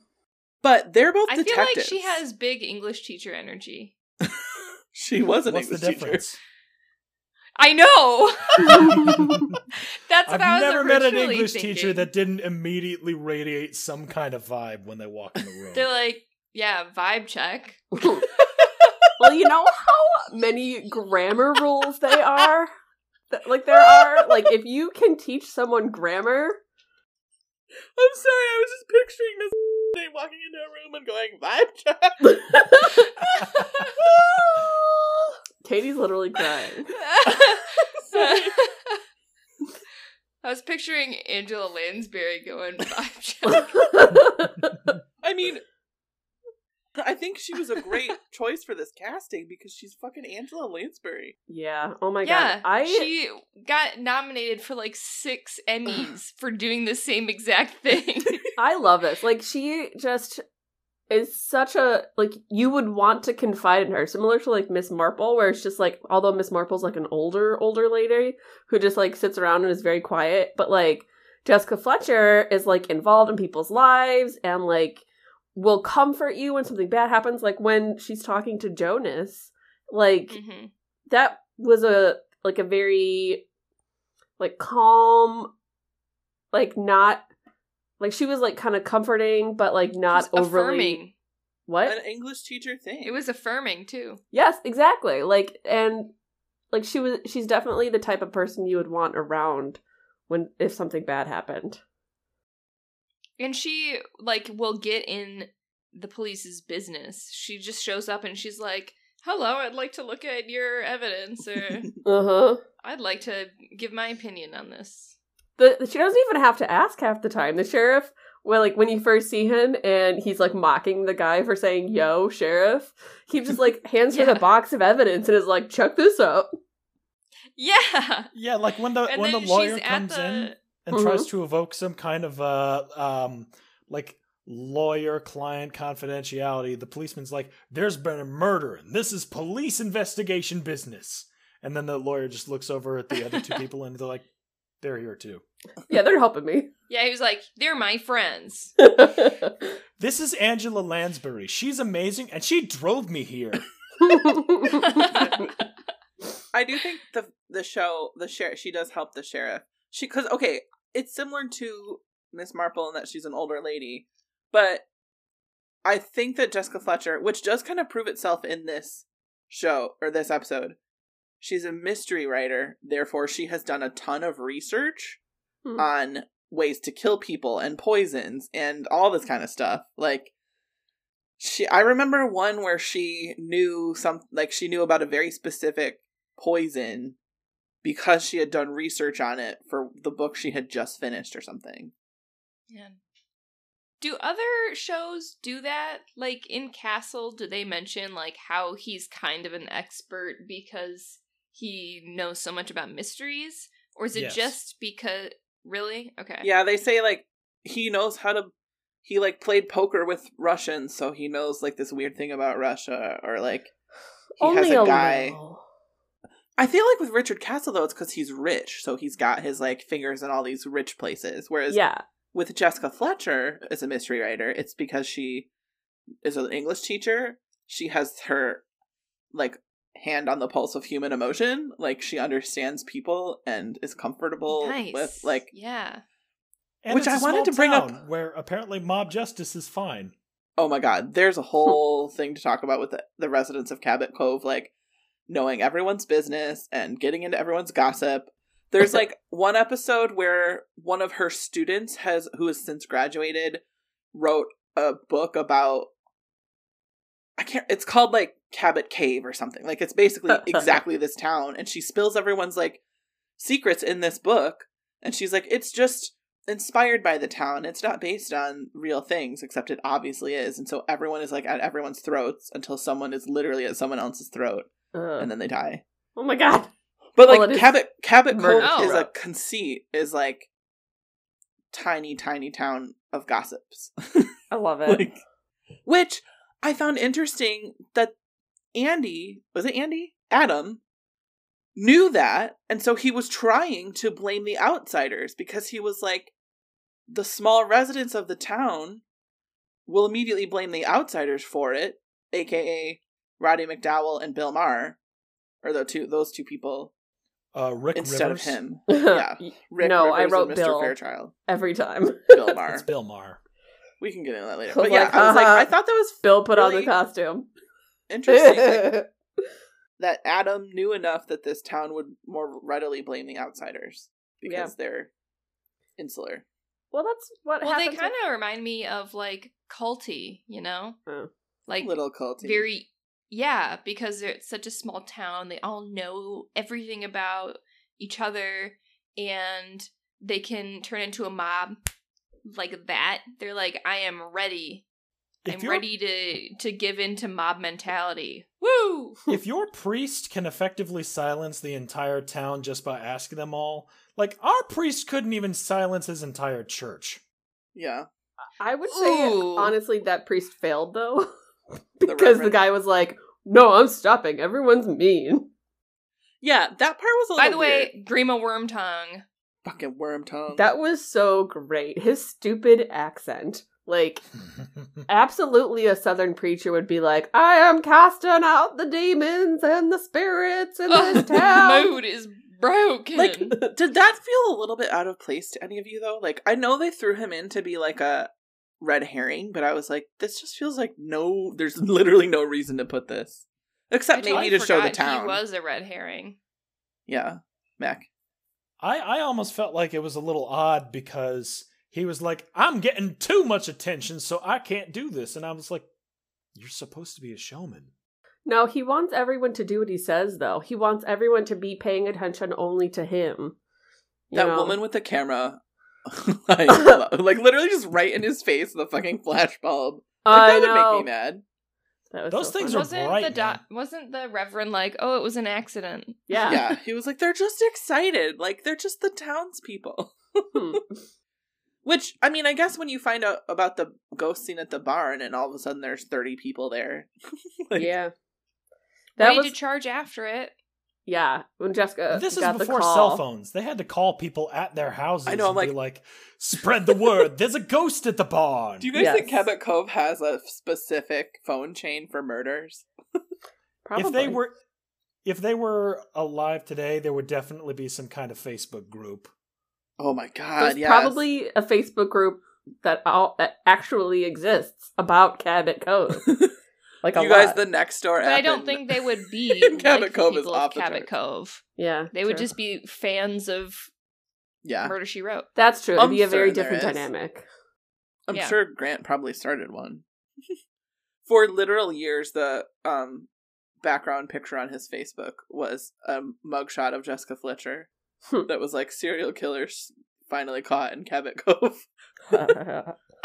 [SPEAKER 3] but they're both
[SPEAKER 2] I
[SPEAKER 3] detectives.
[SPEAKER 2] feel like she has big English teacher energy.
[SPEAKER 3] She was an
[SPEAKER 5] What's the
[SPEAKER 3] English teacher.
[SPEAKER 5] difference?
[SPEAKER 2] I know. [LAUGHS]
[SPEAKER 3] [LAUGHS]
[SPEAKER 2] That's what I
[SPEAKER 5] I've
[SPEAKER 2] was
[SPEAKER 5] never met an
[SPEAKER 2] originally
[SPEAKER 5] English teacher
[SPEAKER 2] thinking.
[SPEAKER 5] that didn't immediately radiate some kind of vibe when they walk in the room.
[SPEAKER 2] they're like, yeah, vibe
[SPEAKER 4] [LAUGHS]
[SPEAKER 2] check. [LAUGHS]
[SPEAKER 4] Well, you know how many grammar rules they are. That- Like there are. Like if you can teach someone grammar,
[SPEAKER 3] I'm sorry, I was just picturing this [LAUGHS] day walking into a room and going vibe check.
[SPEAKER 4] Katie's
[SPEAKER 2] [LAUGHS]
[SPEAKER 4] literally crying. [LAUGHS]
[SPEAKER 2] I was picturing Angela Lansbury going
[SPEAKER 4] [LAUGHS]
[SPEAKER 2] vibe
[SPEAKER 4] Oh
[SPEAKER 2] check.
[SPEAKER 4] I
[SPEAKER 3] I mean, I think she was a great choice for this casting because she's fucking Angela Lansbury.
[SPEAKER 4] yeah. Oh my
[SPEAKER 2] yeah,
[SPEAKER 4] god. I
[SPEAKER 2] she got nominated for like six Emmys for doing the same exact
[SPEAKER 4] [LAUGHS]
[SPEAKER 2] thing.
[SPEAKER 4] I love this. Like she just is such a like you would want to confide in her, similar to like Miss Marple, where it's just like although Miss Marple's like an older older lady who just like sits around and is very quiet, but like Jessica Fletcher is like involved in people's lives and like will comfort you when something bad happens, like when she's talking to Jonas, like
[SPEAKER 2] Mhm.
[SPEAKER 4] that was a like a very like calm like not like she was like kind of comforting but like not
[SPEAKER 2] Just
[SPEAKER 4] overly
[SPEAKER 2] affirming.
[SPEAKER 4] what
[SPEAKER 3] An English teacher thing.
[SPEAKER 2] It was affirming too.
[SPEAKER 4] yes exactly like and like she was she's definitely the type of person you would want around when if something bad happened
[SPEAKER 2] And she like will get in the police's business. She just shows up and she's like, "Hello, I'd like to look at your evidence
[SPEAKER 4] [LAUGHS]
[SPEAKER 2] or
[SPEAKER 4] uh-huh
[SPEAKER 2] I'd like to give my opinion on this."
[SPEAKER 4] the she doesn't even have to ask half the time the sheriff well, like when you first see him and he's like mocking the guy for saying yo sheriff he
[SPEAKER 2] [LAUGHS]
[SPEAKER 4] just like hands her
[SPEAKER 2] Yeah.
[SPEAKER 4] the box of evidence and is like check this out
[SPEAKER 5] [LAUGHS]
[SPEAKER 2] Yeah.
[SPEAKER 5] yeah, like when the
[SPEAKER 2] And
[SPEAKER 5] when the
[SPEAKER 2] then
[SPEAKER 5] lawyer
[SPEAKER 2] she's at
[SPEAKER 5] comes
[SPEAKER 2] the
[SPEAKER 5] in and tries to evoke some kind of uh um like lawyer client confidentiality the policeman's like there's been a murder and this is police investigation business and then the lawyer just looks over at the other
[SPEAKER 2] [LAUGHS]
[SPEAKER 5] two people and they're like they're here too
[SPEAKER 4] yeah they're helping
[SPEAKER 2] [LAUGHS]
[SPEAKER 3] [LAUGHS]
[SPEAKER 4] me
[SPEAKER 2] Yeah, he was like, "They're
[SPEAKER 5] [LAUGHS]
[SPEAKER 2] my friends."
[SPEAKER 5] this is angela lansbury she's amazing and she drove me here
[SPEAKER 3] I do think the the show the sheriff she does help the sheriff. She because okay, it's similar to Miss Marple in that she's an older lady, but I think that Jessica Fletcher, which does kind of prove itself in this show or this episode, she's a mystery writer. Therefore, she has done a ton of research
[SPEAKER 4] Hmm.
[SPEAKER 3] on ways to kill people and poisons and all this kind of stuff. Like she, I remember one where she knew some, like she knew about a very specific poison because she had done research on it for the book she had just finished or something.
[SPEAKER 2] Yeah. Do other shows do that? Like in Castle, do they mention like how he's kind of an expert because he knows so much about mysteries? Or is it
[SPEAKER 5] Yes.
[SPEAKER 2] just because really? Okay.
[SPEAKER 3] Yeah, they say like he knows how to he like played poker with Russians, so he knows like this weird thing about Russia or like he has a, guy.
[SPEAKER 4] little.
[SPEAKER 3] I feel like with Richard Castle though it's cuz he's rich, so he's got his like fingers in all these rich places. Whereas
[SPEAKER 4] yeah
[SPEAKER 3] with Jessica Fletcher as a mystery writer, it's because she is an English teacher. She has her like hand on the pulse of human emotion. Like she understands people and is comfortable
[SPEAKER 2] Nice.
[SPEAKER 3] with like
[SPEAKER 2] Yeah.
[SPEAKER 5] and
[SPEAKER 3] Which
[SPEAKER 5] it's a
[SPEAKER 3] I
[SPEAKER 5] small
[SPEAKER 3] wanted to bring up-
[SPEAKER 5] town where apparently mob justice is fine
[SPEAKER 3] oh my god, there's a whole thing to talk about with the, the residents of Cabot Cove, like knowing everyone's business and getting into everyone's gossip. There's like one episode where one of her students has, who has since graduated, wrote a book about. I can't. It's called like Cabot Cave or something. Like it's basically exactly this town, and she spills everyone's like secrets in this book, and she's like, it's just inspired by the town. It's not based on real things, except it obviously is. And so everyone is like at everyone's throats until someone is literally at someone else's throat
[SPEAKER 4] Uh,
[SPEAKER 3] and then they die.
[SPEAKER 4] oh my god.
[SPEAKER 3] But like
[SPEAKER 4] Well, it is
[SPEAKER 3] Cabot Cabot Cove
[SPEAKER 4] murder
[SPEAKER 3] is a
[SPEAKER 4] throat.
[SPEAKER 3] conceit is like tiny tiny town of gossips. [LAUGHS]
[SPEAKER 4] I love it.
[SPEAKER 3] like which I found interesting that Andy, was it Andy? Adam knew that and so he was trying to blame the outsiders because he was like the small residents of the town will immediately blame the outsiders for it, aka Roddy McDowell and Bill Maher, or the two those two people
[SPEAKER 5] Uh, Rick
[SPEAKER 3] instead
[SPEAKER 5] Rivers.
[SPEAKER 3] of him. Yeah. Rick
[SPEAKER 4] no, I
[SPEAKER 3] Rivers
[SPEAKER 4] wrote
[SPEAKER 3] and Mr.
[SPEAKER 4] Bill
[SPEAKER 3] Fairchild,
[SPEAKER 4] [LAUGHS] every time.
[SPEAKER 3] Bill
[SPEAKER 5] [LAUGHS]
[SPEAKER 3] Maher.
[SPEAKER 5] It's Bill Maher.
[SPEAKER 3] we can get into that later.
[SPEAKER 4] I was
[SPEAKER 3] But yeah,
[SPEAKER 4] like,
[SPEAKER 3] I was like,
[SPEAKER 4] uh-huh.
[SPEAKER 3] I thought that was
[SPEAKER 4] Bill put on the
[SPEAKER 3] Really?
[SPEAKER 4] costume.
[SPEAKER 3] interesting.
[SPEAKER 4] [LAUGHS]
[SPEAKER 3] like, that Adam knew enough that this town would more readily blame the outsiders because they're insular.
[SPEAKER 4] well, that's what
[SPEAKER 2] Well, they
[SPEAKER 4] happened.
[SPEAKER 2] kind of remind me of like culty, you know,
[SPEAKER 4] Oh.
[SPEAKER 2] like
[SPEAKER 3] Little culty.
[SPEAKER 2] very yeah, because they're- it's such a small town. They all know everything about each other, and they can turn into a mob like that. They're like, I am ready.
[SPEAKER 5] If
[SPEAKER 2] I'm
[SPEAKER 5] you're-
[SPEAKER 2] ready to to give in to mob mentality. Woo!
[SPEAKER 5] [LAUGHS] if your priest can effectively silence the entire town just by asking them all, like our priest couldn't even silence his entire church. [LAUGHS]
[SPEAKER 3] yeah.
[SPEAKER 4] I would say
[SPEAKER 2] Ooh.
[SPEAKER 4] honestly that priest failed though, [LAUGHS]
[SPEAKER 3] The
[SPEAKER 4] because the
[SPEAKER 3] reverend.
[SPEAKER 4] guy was like, "No, I'm stopping. Everyone's mean."
[SPEAKER 3] Yeah, that part was a
[SPEAKER 2] By
[SPEAKER 3] little
[SPEAKER 2] the
[SPEAKER 3] weird.
[SPEAKER 2] way, Grima Wormtongue.
[SPEAKER 3] fucking worm tongue.
[SPEAKER 4] That was so great. His stupid accent, like absolutely a southern preacher would be like, "I am casting out the demons and the spirits
[SPEAKER 2] [LAUGHS]
[SPEAKER 3] [LAUGHS]
[SPEAKER 4] in this
[SPEAKER 2] Ugh,
[SPEAKER 4] town."
[SPEAKER 2] mood is broken.
[SPEAKER 3] like [LAUGHS] did that feel a little bit out of place to any of you though? Like I know they threw him in to be like a red herring, but I was like this just feels like no there's [LAUGHS] literally no reason to put this.
[SPEAKER 2] I
[SPEAKER 3] Except
[SPEAKER 2] totally
[SPEAKER 3] maybe to show the
[SPEAKER 2] forgot
[SPEAKER 3] town.
[SPEAKER 2] He was a red herring.
[SPEAKER 3] Yeah. Mac.
[SPEAKER 5] I I almost felt like it was a little odd because he was like, "I'm getting too much attention, so I can't do this," and I was like, "You're supposed to be a showman."
[SPEAKER 4] no, he wants everyone to do what he says, though. He wants everyone to be paying attention only to him. You
[SPEAKER 3] That
[SPEAKER 4] know?
[SPEAKER 3] woman with the camera, [LAUGHS] like, lo- like literally just right in his face, the fucking flash bulb. Like,
[SPEAKER 4] I
[SPEAKER 3] that would
[SPEAKER 4] know.
[SPEAKER 3] make me mad.
[SPEAKER 4] That was
[SPEAKER 5] Those
[SPEAKER 4] so
[SPEAKER 5] things
[SPEAKER 4] funny.
[SPEAKER 5] are
[SPEAKER 2] Wasn't
[SPEAKER 5] bright,
[SPEAKER 2] the
[SPEAKER 5] man.
[SPEAKER 2] wasn't the reverend like, oh, it was an accident?
[SPEAKER 4] yeah.
[SPEAKER 3] Yeah, he was like, they're just excited. Like they're just the townspeople.
[SPEAKER 5] [LAUGHS]
[SPEAKER 4] Hmm.
[SPEAKER 3] Which I mean, I guess when you find out about the ghost scene at the barn, and all of a sudden there's thirty people there. Like,
[SPEAKER 4] yeah.
[SPEAKER 2] That
[SPEAKER 4] That
[SPEAKER 2] Ready
[SPEAKER 4] was
[SPEAKER 2] to charge after it.
[SPEAKER 4] yeah. When
[SPEAKER 2] uh,
[SPEAKER 4] Jessica
[SPEAKER 5] this is
[SPEAKER 4] got
[SPEAKER 5] before
[SPEAKER 4] the call,
[SPEAKER 5] cell phones. They had to call people at their houses
[SPEAKER 3] I know, I'm
[SPEAKER 5] and be like, "Spread the word. There's a ghost at the barn."
[SPEAKER 3] Do you guys think
[SPEAKER 4] Yes.
[SPEAKER 3] Cabot Cove has a specific phone chain for murders?
[SPEAKER 4] Probably.
[SPEAKER 5] if they were if they were alive today, there would definitely be some kind of Facebook group.
[SPEAKER 3] Oh my
[SPEAKER 4] there's
[SPEAKER 3] god! Yeah,
[SPEAKER 4] probably a Facebook group that all that actually exists about Cabot Cove. [LAUGHS] like a
[SPEAKER 3] you guys,
[SPEAKER 4] lot.
[SPEAKER 3] the next door.
[SPEAKER 2] But I don't think they would be
[SPEAKER 3] In Cabot
[SPEAKER 2] like
[SPEAKER 3] Cove
[SPEAKER 2] the
[SPEAKER 3] is
[SPEAKER 2] people
[SPEAKER 3] off
[SPEAKER 2] of
[SPEAKER 3] the
[SPEAKER 2] Cabot
[SPEAKER 3] charts.
[SPEAKER 2] Cove.
[SPEAKER 4] yeah,
[SPEAKER 2] They would
[SPEAKER 4] true.
[SPEAKER 2] just be fans of
[SPEAKER 3] [LAUGHS] Yeah,
[SPEAKER 2] Murder She
[SPEAKER 3] [LAUGHS]
[SPEAKER 2] Wrote.
[SPEAKER 4] That's true. It'd be a
[SPEAKER 3] I'm
[SPEAKER 4] very
[SPEAKER 3] certain there
[SPEAKER 4] different
[SPEAKER 3] is.
[SPEAKER 4] dynamic.
[SPEAKER 3] I'm
[SPEAKER 2] Yeah.
[SPEAKER 3] sure Grant probably started one. [LAUGHS] For literal years, the um, background picture on his Facebook was a mugshot of Jessica Fletcher
[SPEAKER 4] Hmm.
[SPEAKER 3] that was like serial killers finally caught in Cabot Cove. [LAUGHS]
[SPEAKER 4] [LAUGHS]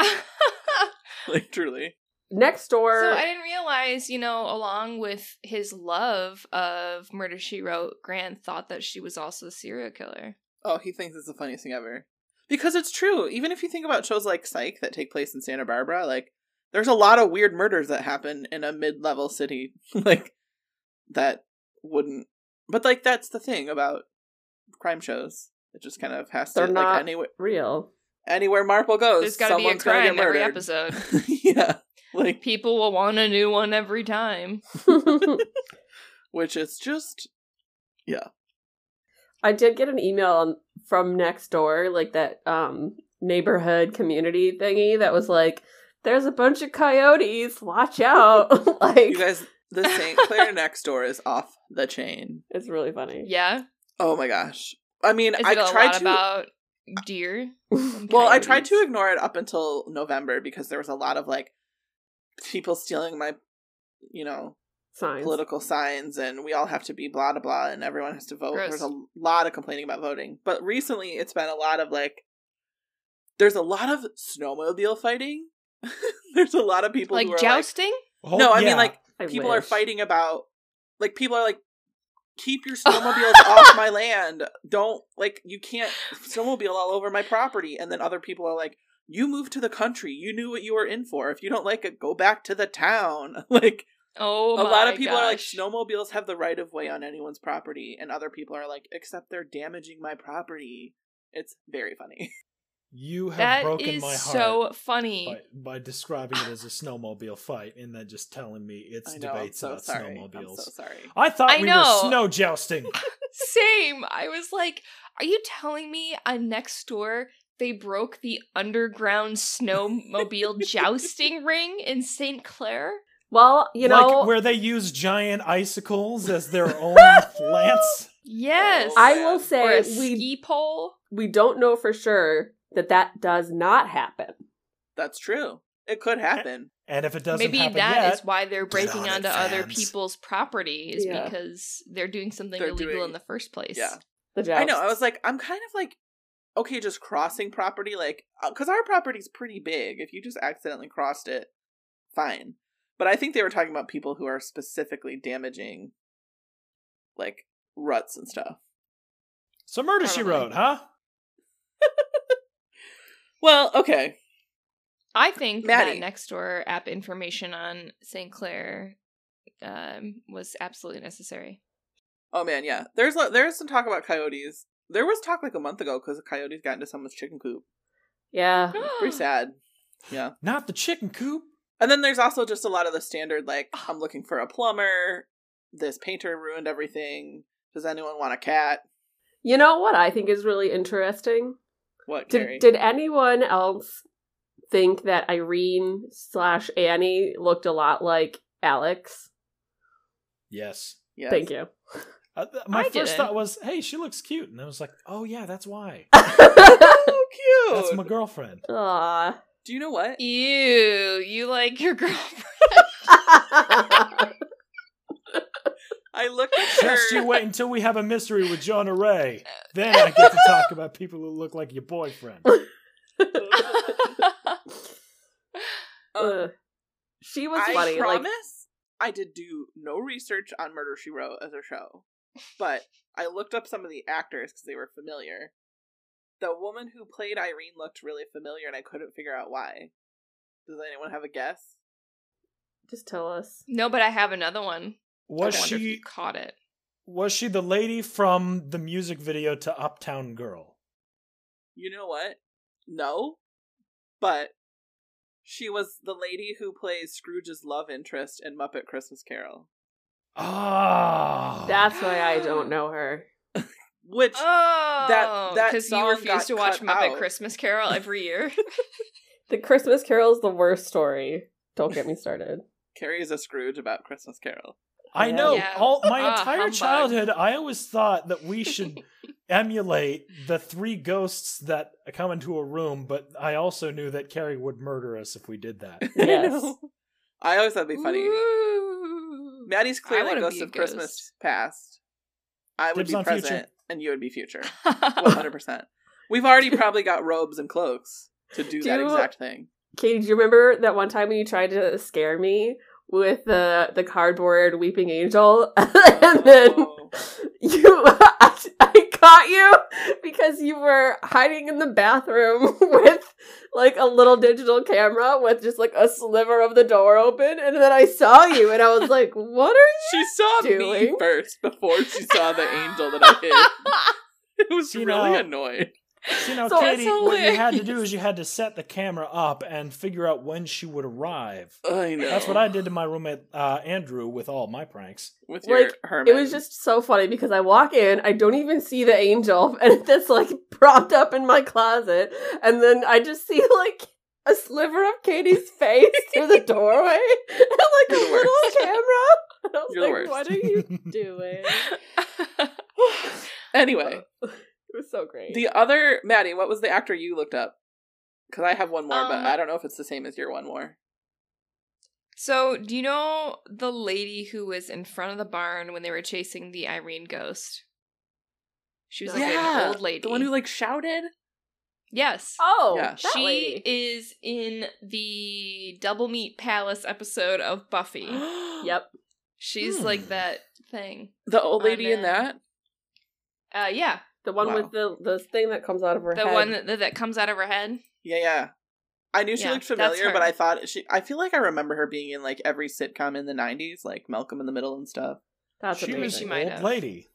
[SPEAKER 3] like truly,
[SPEAKER 4] Next door.
[SPEAKER 2] so I didn't realize, you know, along with his love of Murder She Wrote, Grant thought that she was also a serial killer.
[SPEAKER 3] oh, he thinks it's the funniest thing ever because it's true. Even if you think about shows like Psych that take place in Santa Barbara, like there's a lot of weird murders that happen in a mid-level city, [LAUGHS] like that wouldn't. But like that's the thing about crime shows. It just kind of has
[SPEAKER 4] They're
[SPEAKER 3] to
[SPEAKER 4] not-
[SPEAKER 3] like anywhere [LAUGHS]
[SPEAKER 4] real. [LAUGHS]
[SPEAKER 3] anywhere Marple goes,
[SPEAKER 2] There's got to be a
[SPEAKER 3] someone's gonna
[SPEAKER 2] crime
[SPEAKER 3] get
[SPEAKER 2] every
[SPEAKER 3] murdered.
[SPEAKER 2] episode.
[SPEAKER 3] [LAUGHS] yeah, like
[SPEAKER 2] People will want a new one every time.
[SPEAKER 3] which is just
[SPEAKER 4] I did get an email on, from next door, like that um neighborhood community thingy that was like, "There's a bunch of coyotes. Watch out!" [LAUGHS] like
[SPEAKER 3] you guys. The St.
[SPEAKER 2] [LAUGHS]
[SPEAKER 3] Clair next door is off the chain.
[SPEAKER 4] it's really funny.
[SPEAKER 2] Yeah.
[SPEAKER 3] Oh my gosh! I mean,
[SPEAKER 2] Is
[SPEAKER 3] I
[SPEAKER 2] it a
[SPEAKER 3] tried
[SPEAKER 2] lot
[SPEAKER 3] to.
[SPEAKER 2] about deer? and
[SPEAKER 3] well, I tried to
[SPEAKER 2] coyotes?
[SPEAKER 3] ignore it up until November because there was a lot of like people stealing my, you know,
[SPEAKER 4] [LAUGHS] Signs.
[SPEAKER 3] political signs and we all have to be blah blah blah and everyone has to vote.
[SPEAKER 2] Gross.
[SPEAKER 3] There's a lot of complaining about voting. But recently it's been a lot of like There's a lot of snowmobile fighting. [LAUGHS] There's a lot of people who
[SPEAKER 2] like
[SPEAKER 3] are
[SPEAKER 2] jousting?
[SPEAKER 5] Oh,
[SPEAKER 3] no, I
[SPEAKER 5] yeah.
[SPEAKER 3] mean like
[SPEAKER 4] I
[SPEAKER 3] people are
[SPEAKER 4] wish.
[SPEAKER 3] fighting about like people are like keep
[SPEAKER 2] [LAUGHS]
[SPEAKER 3] your snowmobiles off my land don't like you can't snowmobile all over my property and then other people are like you moved to the country you knew what you were in for if you don't like it go back to the town [LAUGHS] like
[SPEAKER 2] oh,
[SPEAKER 3] a lot of
[SPEAKER 2] my
[SPEAKER 3] people are like
[SPEAKER 2] gosh.
[SPEAKER 3] snowmobiles have the right of way on anyone's property and other people are like except they're damaging my property it's very funny [LAUGHS]
[SPEAKER 5] you have
[SPEAKER 2] That
[SPEAKER 5] broken
[SPEAKER 2] is
[SPEAKER 5] my heart.
[SPEAKER 2] so funny.
[SPEAKER 5] by, by describing it as a snowmobile fight and then just telling me it's
[SPEAKER 3] i know i'm
[SPEAKER 5] debates
[SPEAKER 3] so
[SPEAKER 5] about
[SPEAKER 3] sorry i'm
[SPEAKER 5] snowmobiles.
[SPEAKER 3] so sorry
[SPEAKER 5] I thought
[SPEAKER 2] I
[SPEAKER 5] we
[SPEAKER 2] know.
[SPEAKER 5] were snow
[SPEAKER 2] [LAUGHS]
[SPEAKER 5] jousting.
[SPEAKER 2] Same. I was like, are you telling me on next door they broke the
[SPEAKER 5] [LAUGHS]
[SPEAKER 2] underground snowmobile jousting ring in St. Clair?
[SPEAKER 4] Well, you know,
[SPEAKER 5] like where they use giant icicles as
[SPEAKER 2] [LAUGHS]
[SPEAKER 5] their own lance.
[SPEAKER 2] Yes.
[SPEAKER 3] Oh,
[SPEAKER 4] I
[SPEAKER 3] man.
[SPEAKER 4] will
[SPEAKER 2] or
[SPEAKER 4] say
[SPEAKER 2] a
[SPEAKER 4] we
[SPEAKER 2] ski pole.
[SPEAKER 4] we don't know for sure that that does not happen.
[SPEAKER 3] that's true it
[SPEAKER 5] Eh,
[SPEAKER 3] could happen
[SPEAKER 5] And if it doesn't
[SPEAKER 2] Maybe that
[SPEAKER 5] happen
[SPEAKER 2] is
[SPEAKER 5] yet,
[SPEAKER 2] why they're breaking
[SPEAKER 5] on it,
[SPEAKER 2] onto other
[SPEAKER 5] fans.
[SPEAKER 2] people's property is
[SPEAKER 4] Yeah.
[SPEAKER 2] because they're doing something
[SPEAKER 3] They're
[SPEAKER 2] illegal
[SPEAKER 3] doing-
[SPEAKER 2] in the first place.
[SPEAKER 3] yeah
[SPEAKER 4] The
[SPEAKER 3] I know. I
[SPEAKER 4] jousts.
[SPEAKER 3] was like, I'm kind of like, okay, just crossing property, like, because our property's pretty big. If you just accidentally crossed it, fine. But I think they were talking about people who are specifically damaging, like, ruts and stuff.
[SPEAKER 5] so murder she
[SPEAKER 2] Probably.
[SPEAKER 5] wrote, huh?
[SPEAKER 3] Well, okay.
[SPEAKER 2] I think
[SPEAKER 3] Maddie.
[SPEAKER 2] that next door app information on St. Clair um, was absolutely necessary.
[SPEAKER 3] Oh man, yeah. There's lo- there's some talk about coyotes. There was talk like a month ago because coyotes got into someone's chicken coop.
[SPEAKER 4] yeah.
[SPEAKER 2] [GASPS]
[SPEAKER 3] Pretty sad. Yeah.
[SPEAKER 5] Not the chicken coop.
[SPEAKER 3] And then there's also just a lot of the standard like I'm looking for a plumber. This painter ruined everything. Does anyone want a cat?
[SPEAKER 4] You know what I think is really interesting?
[SPEAKER 3] What? Carrie?
[SPEAKER 4] Did did anyone else think that Irene slash Annie looked a lot like Alex?
[SPEAKER 5] Yes.
[SPEAKER 3] Yes. [LAUGHS]
[SPEAKER 4] Thank you.
[SPEAKER 5] Uh, th- my
[SPEAKER 2] I
[SPEAKER 5] 1st
[SPEAKER 2] didn't.
[SPEAKER 5] thought was, "Hey, she looks cute," and I was like, "Oh yeah, that's why.
[SPEAKER 3] so
[SPEAKER 4] [LAUGHS]
[SPEAKER 2] Oh,
[SPEAKER 3] cute.
[SPEAKER 5] That's my girlfriend."
[SPEAKER 3] [LAUGHS]
[SPEAKER 4] Aw.
[SPEAKER 3] Do you know what?
[SPEAKER 2] Ew, you like your [LAUGHS] girlfriend.
[SPEAKER 3] I looked at her.
[SPEAKER 5] Just you wait until we have a mystery with John
[SPEAKER 2] [LAUGHS]
[SPEAKER 5] Array. Then I get to talk about people who look like your boyfriend.
[SPEAKER 3] [LAUGHS] Um,
[SPEAKER 4] [LAUGHS] Ugh. she was
[SPEAKER 3] I
[SPEAKER 4] funny.
[SPEAKER 3] promise
[SPEAKER 4] Like
[SPEAKER 3] I did do no research on Murder She Wrote as a show, but I looked up some of the actors because they were familiar. The woman who played Irene looked really familiar, and I couldn't figure out why. Does anyone have a guess?
[SPEAKER 4] just tell us.
[SPEAKER 2] [LAUGHS] no, but I have another one.
[SPEAKER 5] Was
[SPEAKER 2] I wonder if
[SPEAKER 5] she
[SPEAKER 2] you caught it?
[SPEAKER 5] was she the lady from the music video to Uptown Girl?
[SPEAKER 3] You know what? No, but she was the lady who plays Scrooge's love interest in Muppet Christmas Carol,
[SPEAKER 5] Ah,
[SPEAKER 4] That's why I don't
[SPEAKER 3] [GASPS]
[SPEAKER 4] know her.
[SPEAKER 3] which
[SPEAKER 2] Oh,
[SPEAKER 3] that
[SPEAKER 2] because you
[SPEAKER 3] song
[SPEAKER 2] refuse
[SPEAKER 3] got
[SPEAKER 2] to watch
[SPEAKER 3] cut
[SPEAKER 2] Muppet
[SPEAKER 3] out.
[SPEAKER 2] Christmas Carol every
[SPEAKER 3] [LAUGHS]
[SPEAKER 2] year.
[SPEAKER 4] The Christmas Carol is the worst story. Don't get me started.
[SPEAKER 3] carries a Scrooge about Christmas Carol.
[SPEAKER 5] I
[SPEAKER 4] Yeah.
[SPEAKER 5] know.
[SPEAKER 2] Yeah.
[SPEAKER 5] All my
[SPEAKER 2] [LAUGHS] Ah,
[SPEAKER 5] entire
[SPEAKER 2] humbug.
[SPEAKER 5] childhood, I always thought that
[SPEAKER 2] [LAUGHS]
[SPEAKER 5] we should emulate the three ghosts that come into a room, but I also knew that Carrie would murder us if we did that.
[SPEAKER 2] [LAUGHS]
[SPEAKER 4] Yes.
[SPEAKER 3] [LAUGHS] I, know. I always thought it'd be funny.
[SPEAKER 2] Ooh.
[SPEAKER 3] Maddie's
[SPEAKER 2] I
[SPEAKER 3] clearly
[SPEAKER 2] wanna
[SPEAKER 3] Ghost
[SPEAKER 2] be a
[SPEAKER 3] of Christmas
[SPEAKER 2] ghost.
[SPEAKER 3] past. I would
[SPEAKER 5] Dibs
[SPEAKER 3] be
[SPEAKER 5] on future.
[SPEAKER 3] present, and you would be future. One hundred percent. We've already probably got robes and cloaks to do, that
[SPEAKER 4] Do-
[SPEAKER 3] exact thing. [LAUGHS]
[SPEAKER 4] Katie, do you remember that one time when you tried to scare me with the the cardboard weeping angel, [LAUGHS] and then
[SPEAKER 3] Oh.
[SPEAKER 4] you [LAUGHS] I, I caught you because you were hiding in the bathroom [LAUGHS] with like a little digital camera with just like a sliver of the door open, and then I saw you and I was like, "What are
[SPEAKER 3] She saw me
[SPEAKER 4] Doing?
[SPEAKER 3] first before she saw the angel that I hid. It was
[SPEAKER 5] See,
[SPEAKER 3] really
[SPEAKER 5] now-
[SPEAKER 3] annoyed.
[SPEAKER 5] You know,
[SPEAKER 4] So
[SPEAKER 5] Katie,
[SPEAKER 2] that's
[SPEAKER 5] what you had to do is you had to set the camera up and figure out when she would arrive.
[SPEAKER 3] I know.
[SPEAKER 5] That's what I did to my roommate uh, Andrew with all my
[SPEAKER 2] [LAUGHS]
[SPEAKER 5] pranks.
[SPEAKER 3] with your
[SPEAKER 4] Like,
[SPEAKER 3] hermit.
[SPEAKER 4] It was just so funny because I walk in, I don't even see the angel, [LAUGHS] and that's like propped up in my closet, and then I just see like a sliver of
[SPEAKER 3] [LAUGHS]
[SPEAKER 4] Katie's face through the doorway, [LAUGHS] and like
[SPEAKER 3] You're
[SPEAKER 4] a
[SPEAKER 3] the
[SPEAKER 4] little
[SPEAKER 3] worst.
[SPEAKER 4] camera. [LAUGHS] And I was
[SPEAKER 3] You're the worst.
[SPEAKER 4] like, "What are
[SPEAKER 5] [LAUGHS]
[SPEAKER 3] [LAUGHS]
[SPEAKER 4] you doing?"
[SPEAKER 3] anyway.
[SPEAKER 4] [LAUGHS] It was so great.
[SPEAKER 3] The other Maddie, what was the actor you looked up? Because I have one more, but
[SPEAKER 2] Um,
[SPEAKER 3] I don't know if it's the same as your one more.
[SPEAKER 2] [LAUGHS] so, do you know the lady who was in front of the barn when they were chasing the Irene ghost? She was like
[SPEAKER 3] Yeah,
[SPEAKER 2] an old lady.
[SPEAKER 3] The one who like shouted.
[SPEAKER 2] Yes.
[SPEAKER 4] Oh,
[SPEAKER 3] Yeah.
[SPEAKER 4] that
[SPEAKER 2] she
[SPEAKER 4] lady.
[SPEAKER 2] is in the Double Meat Palace episode of Buffy.
[SPEAKER 3] [GASPS]
[SPEAKER 4] [GASPS] Yep.
[SPEAKER 2] She's
[SPEAKER 5] Hmm.
[SPEAKER 2] like that thing.
[SPEAKER 3] The old
[SPEAKER 2] Oh,
[SPEAKER 3] lady in
[SPEAKER 2] no.
[SPEAKER 3] that?
[SPEAKER 2] Uh, yeah,
[SPEAKER 4] The one
[SPEAKER 3] Wow.
[SPEAKER 4] with the the thing that comes out of her
[SPEAKER 2] the
[SPEAKER 4] head.
[SPEAKER 2] one that, that comes out of her head.
[SPEAKER 3] Yeah, yeah. I knew she
[SPEAKER 2] Yeah,
[SPEAKER 3] looked
[SPEAKER 2] that's
[SPEAKER 3] familiar, but
[SPEAKER 2] her.
[SPEAKER 3] I thought she I feel like I remember her being in like every sitcom in the 90s, like Malcolm in the Middle and stuff.
[SPEAKER 4] That's
[SPEAKER 5] she
[SPEAKER 4] amazing.
[SPEAKER 5] was
[SPEAKER 2] She
[SPEAKER 5] an
[SPEAKER 2] might
[SPEAKER 5] old
[SPEAKER 2] have.
[SPEAKER 5] lady.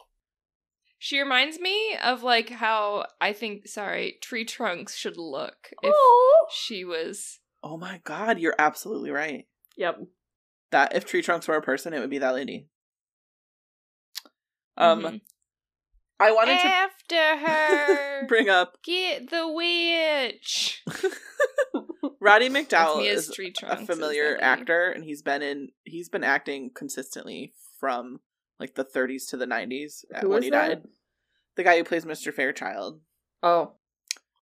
[SPEAKER 2] She reminds me of like how I think sorry, Tree Trunks should look if
[SPEAKER 4] Oh.
[SPEAKER 2] she was
[SPEAKER 3] Oh my god, you're absolutely right.
[SPEAKER 4] Yep.
[SPEAKER 3] That if Tree Trunks were a person, it would be that lady. Um
[SPEAKER 2] Mhm.
[SPEAKER 3] I wanted [LAUGHS]
[SPEAKER 2] after
[SPEAKER 3] to
[SPEAKER 2] her.
[SPEAKER 3] bring up
[SPEAKER 2] Get the witch.
[SPEAKER 3] Roddy
[SPEAKER 2] That's
[SPEAKER 3] McDowell
[SPEAKER 2] me
[SPEAKER 3] is
[SPEAKER 2] as Tree Trunks.
[SPEAKER 3] a
[SPEAKER 2] is that
[SPEAKER 3] familiar
[SPEAKER 2] lady.
[SPEAKER 3] actor and he's been in he's been acting consistently from like the 30s to the 90s uh,
[SPEAKER 4] Who
[SPEAKER 3] when
[SPEAKER 4] is
[SPEAKER 3] he
[SPEAKER 4] that?
[SPEAKER 3] died the guy who plays mr fairchild
[SPEAKER 4] Oh.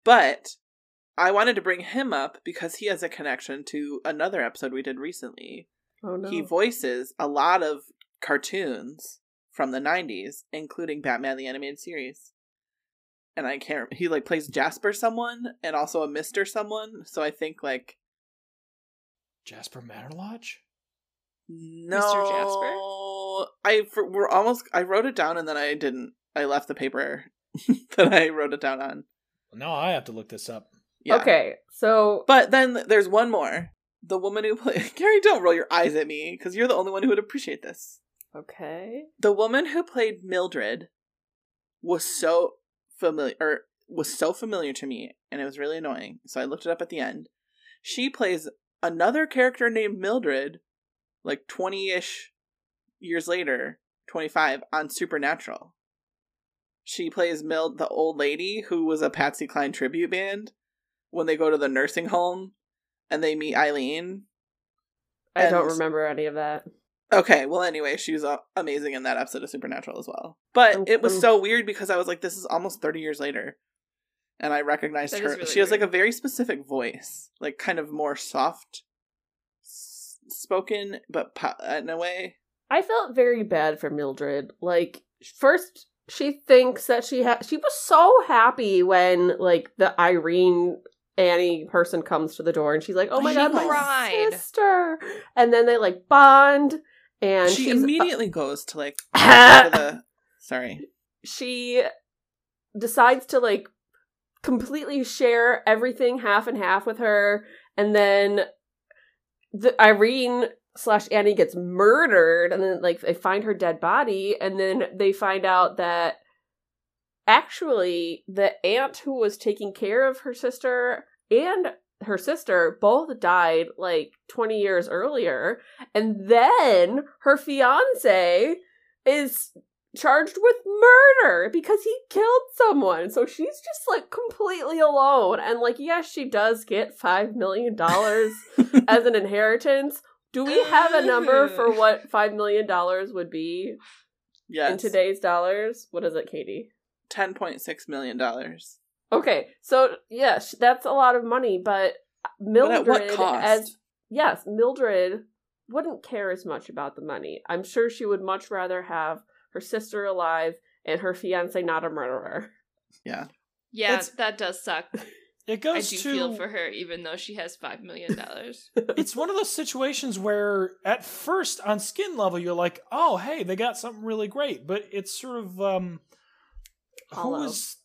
[SPEAKER 3] but i wanted to bring him up because he has a connection to another episode we did recently
[SPEAKER 4] Oh no.
[SPEAKER 3] he voices a lot of cartoons from the 90s including batman the animated series and i can't he like plays jasper someone and also a mr someone so i think like
[SPEAKER 5] Jasper Matterlodge?
[SPEAKER 3] No,
[SPEAKER 2] Jasper?
[SPEAKER 3] I for, we're almost. I wrote it down and then I didn't. I left the paper [LAUGHS] that I wrote it down on.
[SPEAKER 5] No, I have to look this up.
[SPEAKER 3] Yeah.
[SPEAKER 4] Okay. So
[SPEAKER 3] but then there's one more. The woman who [LAUGHS] played Gary, don't roll your eyes at me because you're the only one who would appreciate this.
[SPEAKER 4] okay.
[SPEAKER 3] The woman who played Mildred was so familiar, or was so familiar to me, and it was really annoying. So I looked it up at the end. She plays another character named Mildred, like twenty ish years later, twenty five on Supernatural. She plays Mild, the old lady who was a Patsy Cline tribute band, when they go to the nursing home, and they meet Eileen.
[SPEAKER 4] I don't
[SPEAKER 3] And-
[SPEAKER 4] remember any of that.
[SPEAKER 3] Okay, well, anyway, she was uh, amazing in that episode of Supernatural as well. But
[SPEAKER 4] Um,
[SPEAKER 3] it was
[SPEAKER 4] um.
[SPEAKER 3] so weird because I was like, this is almost 30 years later. And I recognized
[SPEAKER 2] That
[SPEAKER 3] her.
[SPEAKER 2] is really
[SPEAKER 3] she has like a
[SPEAKER 2] weird.
[SPEAKER 3] very specific voice, like kind of more soft s- spoken, but po- in a way.
[SPEAKER 4] I felt very bad for Mildred. Like first she thinks that she ha- she was so happy when like the Irene Annie person comes to the door and she's like, "Oh my
[SPEAKER 3] She
[SPEAKER 4] god, my
[SPEAKER 2] cried.
[SPEAKER 4] sister!" And then they like bond, and
[SPEAKER 3] she
[SPEAKER 4] she's- uh,
[SPEAKER 3] immediately goes to like. to the- sorry.
[SPEAKER 4] she decides to like completely share everything half and half with her and then the irene slash annie gets murdered and then like they find her dead body and then they find out that actually the aunt who was taking care of her sister and her sister both died like 20 years earlier and then her fiance is charged with murder because he killed someone. So she's just like completely alone. And like, yes, she does get $5 million
[SPEAKER 3] [LAUGHS]
[SPEAKER 4] as an inheritance. Do we have
[SPEAKER 3] [LAUGHS]
[SPEAKER 4] a number for what $5 million would be
[SPEAKER 3] yes.
[SPEAKER 4] in today's dollars? What is it, Katie?
[SPEAKER 3] $10.6 million. dollars.
[SPEAKER 4] Okay, so yes, that's a lot of money, but
[SPEAKER 3] But
[SPEAKER 4] Mildred
[SPEAKER 3] at what cost?
[SPEAKER 4] as yes, Mildred wouldn't care as much about the money. I'm sure she would much rather have her sister alive and her fiance not a murderer.
[SPEAKER 2] Yeah,
[SPEAKER 5] It's-
[SPEAKER 2] that does
[SPEAKER 3] [LAUGHS]
[SPEAKER 2] suck.
[SPEAKER 5] It
[SPEAKER 2] I
[SPEAKER 5] goes
[SPEAKER 2] do
[SPEAKER 5] to
[SPEAKER 2] feel for her, even though she has five million
[SPEAKER 3] [LAUGHS]
[SPEAKER 2] dollars.
[SPEAKER 5] it's one of those situations where at first on skin level you're like oh hey they got something really great but it's sort of um who
[SPEAKER 4] Hollow.
[SPEAKER 5] was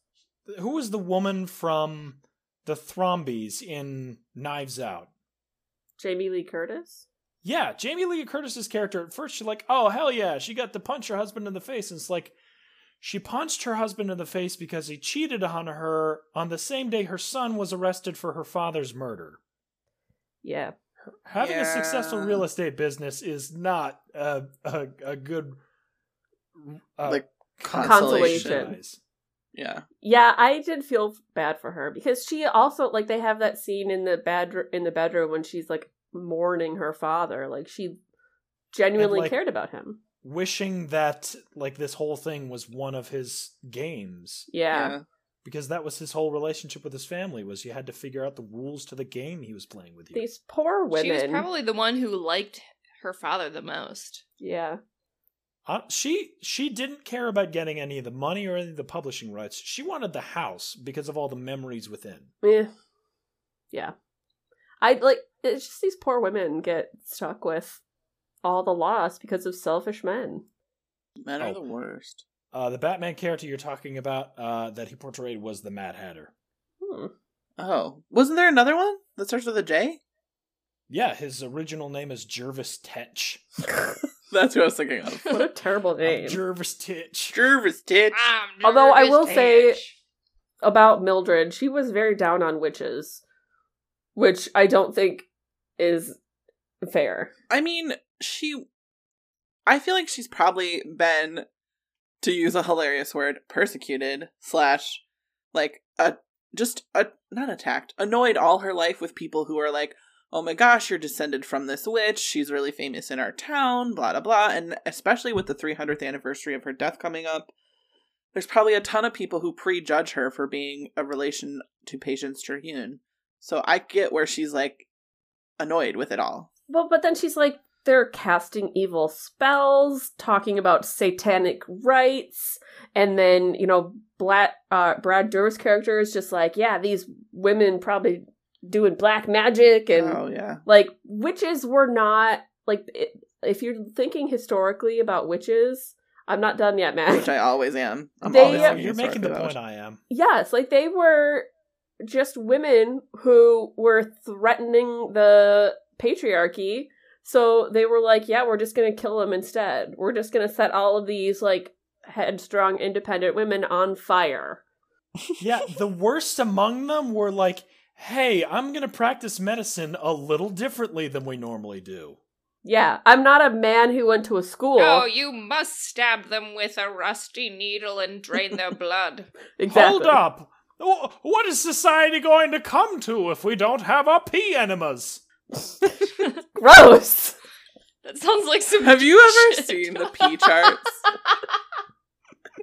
[SPEAKER 5] who was the woman from the thrombies in knives out
[SPEAKER 4] Jamie Lee Curtis?
[SPEAKER 5] yeah jamie lee curtis's character at first she's like oh hell yeah she got to punch her husband in the face and it's like she punched her husband in the face because he cheated on her on the same day her son was arrested for her father's murder
[SPEAKER 4] Yeah.
[SPEAKER 5] having a successful
[SPEAKER 3] Yeah.
[SPEAKER 5] real estate business is not a a, a good uh,
[SPEAKER 3] Like,
[SPEAKER 4] Consolation.
[SPEAKER 5] compromise.
[SPEAKER 3] Yeah.
[SPEAKER 4] Yeah, I did feel bad for her because she also like they have that scene in the bed in the bedroom when she's like mourning her father. Like she genuinely
[SPEAKER 5] like-
[SPEAKER 4] cared about him.
[SPEAKER 5] Wishing that like this whole thing was one of his games
[SPEAKER 4] Yeah.
[SPEAKER 5] because that was his whole relationship with his family was you had to figure out the rules to the game he was playing with you.
[SPEAKER 4] These poor women.
[SPEAKER 2] She was probably the one who liked her father the most.
[SPEAKER 4] Yeah.
[SPEAKER 5] Uh, she she didn't care about getting any of the money or any of the publishing rights. She wanted the house because of all the memories within.
[SPEAKER 4] Yeah. Yeah. I like it's just these poor women get stuck with all the loss because of selfish men.
[SPEAKER 3] Men are
[SPEAKER 5] Oh.
[SPEAKER 3] the worst.
[SPEAKER 5] Uh, the Batman character you're talking about uh, that he portrayed was the Mad Hatter.
[SPEAKER 4] Hmm.
[SPEAKER 3] Oh, wasn't there another one that starts with a J?
[SPEAKER 5] Yeah, his original name is Jervis Tetch.
[SPEAKER 3] That's who I was thinking of.
[SPEAKER 4] What a terrible name.
[SPEAKER 5] Jervis Titch.
[SPEAKER 3] Jervis Titch.
[SPEAKER 2] I'm
[SPEAKER 4] Although I will
[SPEAKER 2] nervous,
[SPEAKER 4] say-
[SPEAKER 2] bitch.
[SPEAKER 4] About Mildred, she was very down on witches, which I don't think is fair.
[SPEAKER 3] I mean, she. I feel like she's probably been, to use a hilarious word, persecuted slash, like a just a not attacked, annoyed all her life with people who are like, oh my gosh, you're descended from this witch. She's really famous in our town. Blah blah blah. And especially with the 300th anniversary of her death coming up, there's probably a ton of people who prejudge her for being a relation to Patience Terhune. So I get where she's like annoyed with it all.
[SPEAKER 4] Well, but then she's like, they're casting evil spells, talking about satanic rites, and then you know, Bla- uh, Brad Dourif's character is just like, yeah, these women probably doing black magic, and
[SPEAKER 3] oh yeah.
[SPEAKER 4] like witches were not like it, if you're thinking historically about witches. I'm not done yet,
[SPEAKER 3] [LAUGHS]
[SPEAKER 4] Matt.
[SPEAKER 3] which I always am. I'm
[SPEAKER 4] They-
[SPEAKER 3] always
[SPEAKER 5] Oh,
[SPEAKER 3] thinking
[SPEAKER 5] you're making the
[SPEAKER 3] historically
[SPEAKER 5] point
[SPEAKER 3] about
[SPEAKER 5] I am.
[SPEAKER 4] Yes, like they were just women who were threatening the patriarchy. So they were like, yeah, we're just going to kill them instead. We're just going to set all of these like headstrong independent women on fire.
[SPEAKER 5] yeah, the worst among them were like, hey, I'm going to practice medicine a little differently than we normally do.
[SPEAKER 4] Yeah, I'm not a man who went to a school.
[SPEAKER 2] Oh, you must stab them with a rusty needle and
[SPEAKER 5] [LAUGHS]
[SPEAKER 2] drain their blood.
[SPEAKER 4] exactly.
[SPEAKER 5] Hold up! Wh- What is society going to come to if we don't have our pea enemas?
[SPEAKER 4] Gross.
[SPEAKER 2] That sounds like some.
[SPEAKER 3] it. Have you ever [LAUGHS]
[SPEAKER 2] Shit.
[SPEAKER 3] seen the P charts? [LAUGHS]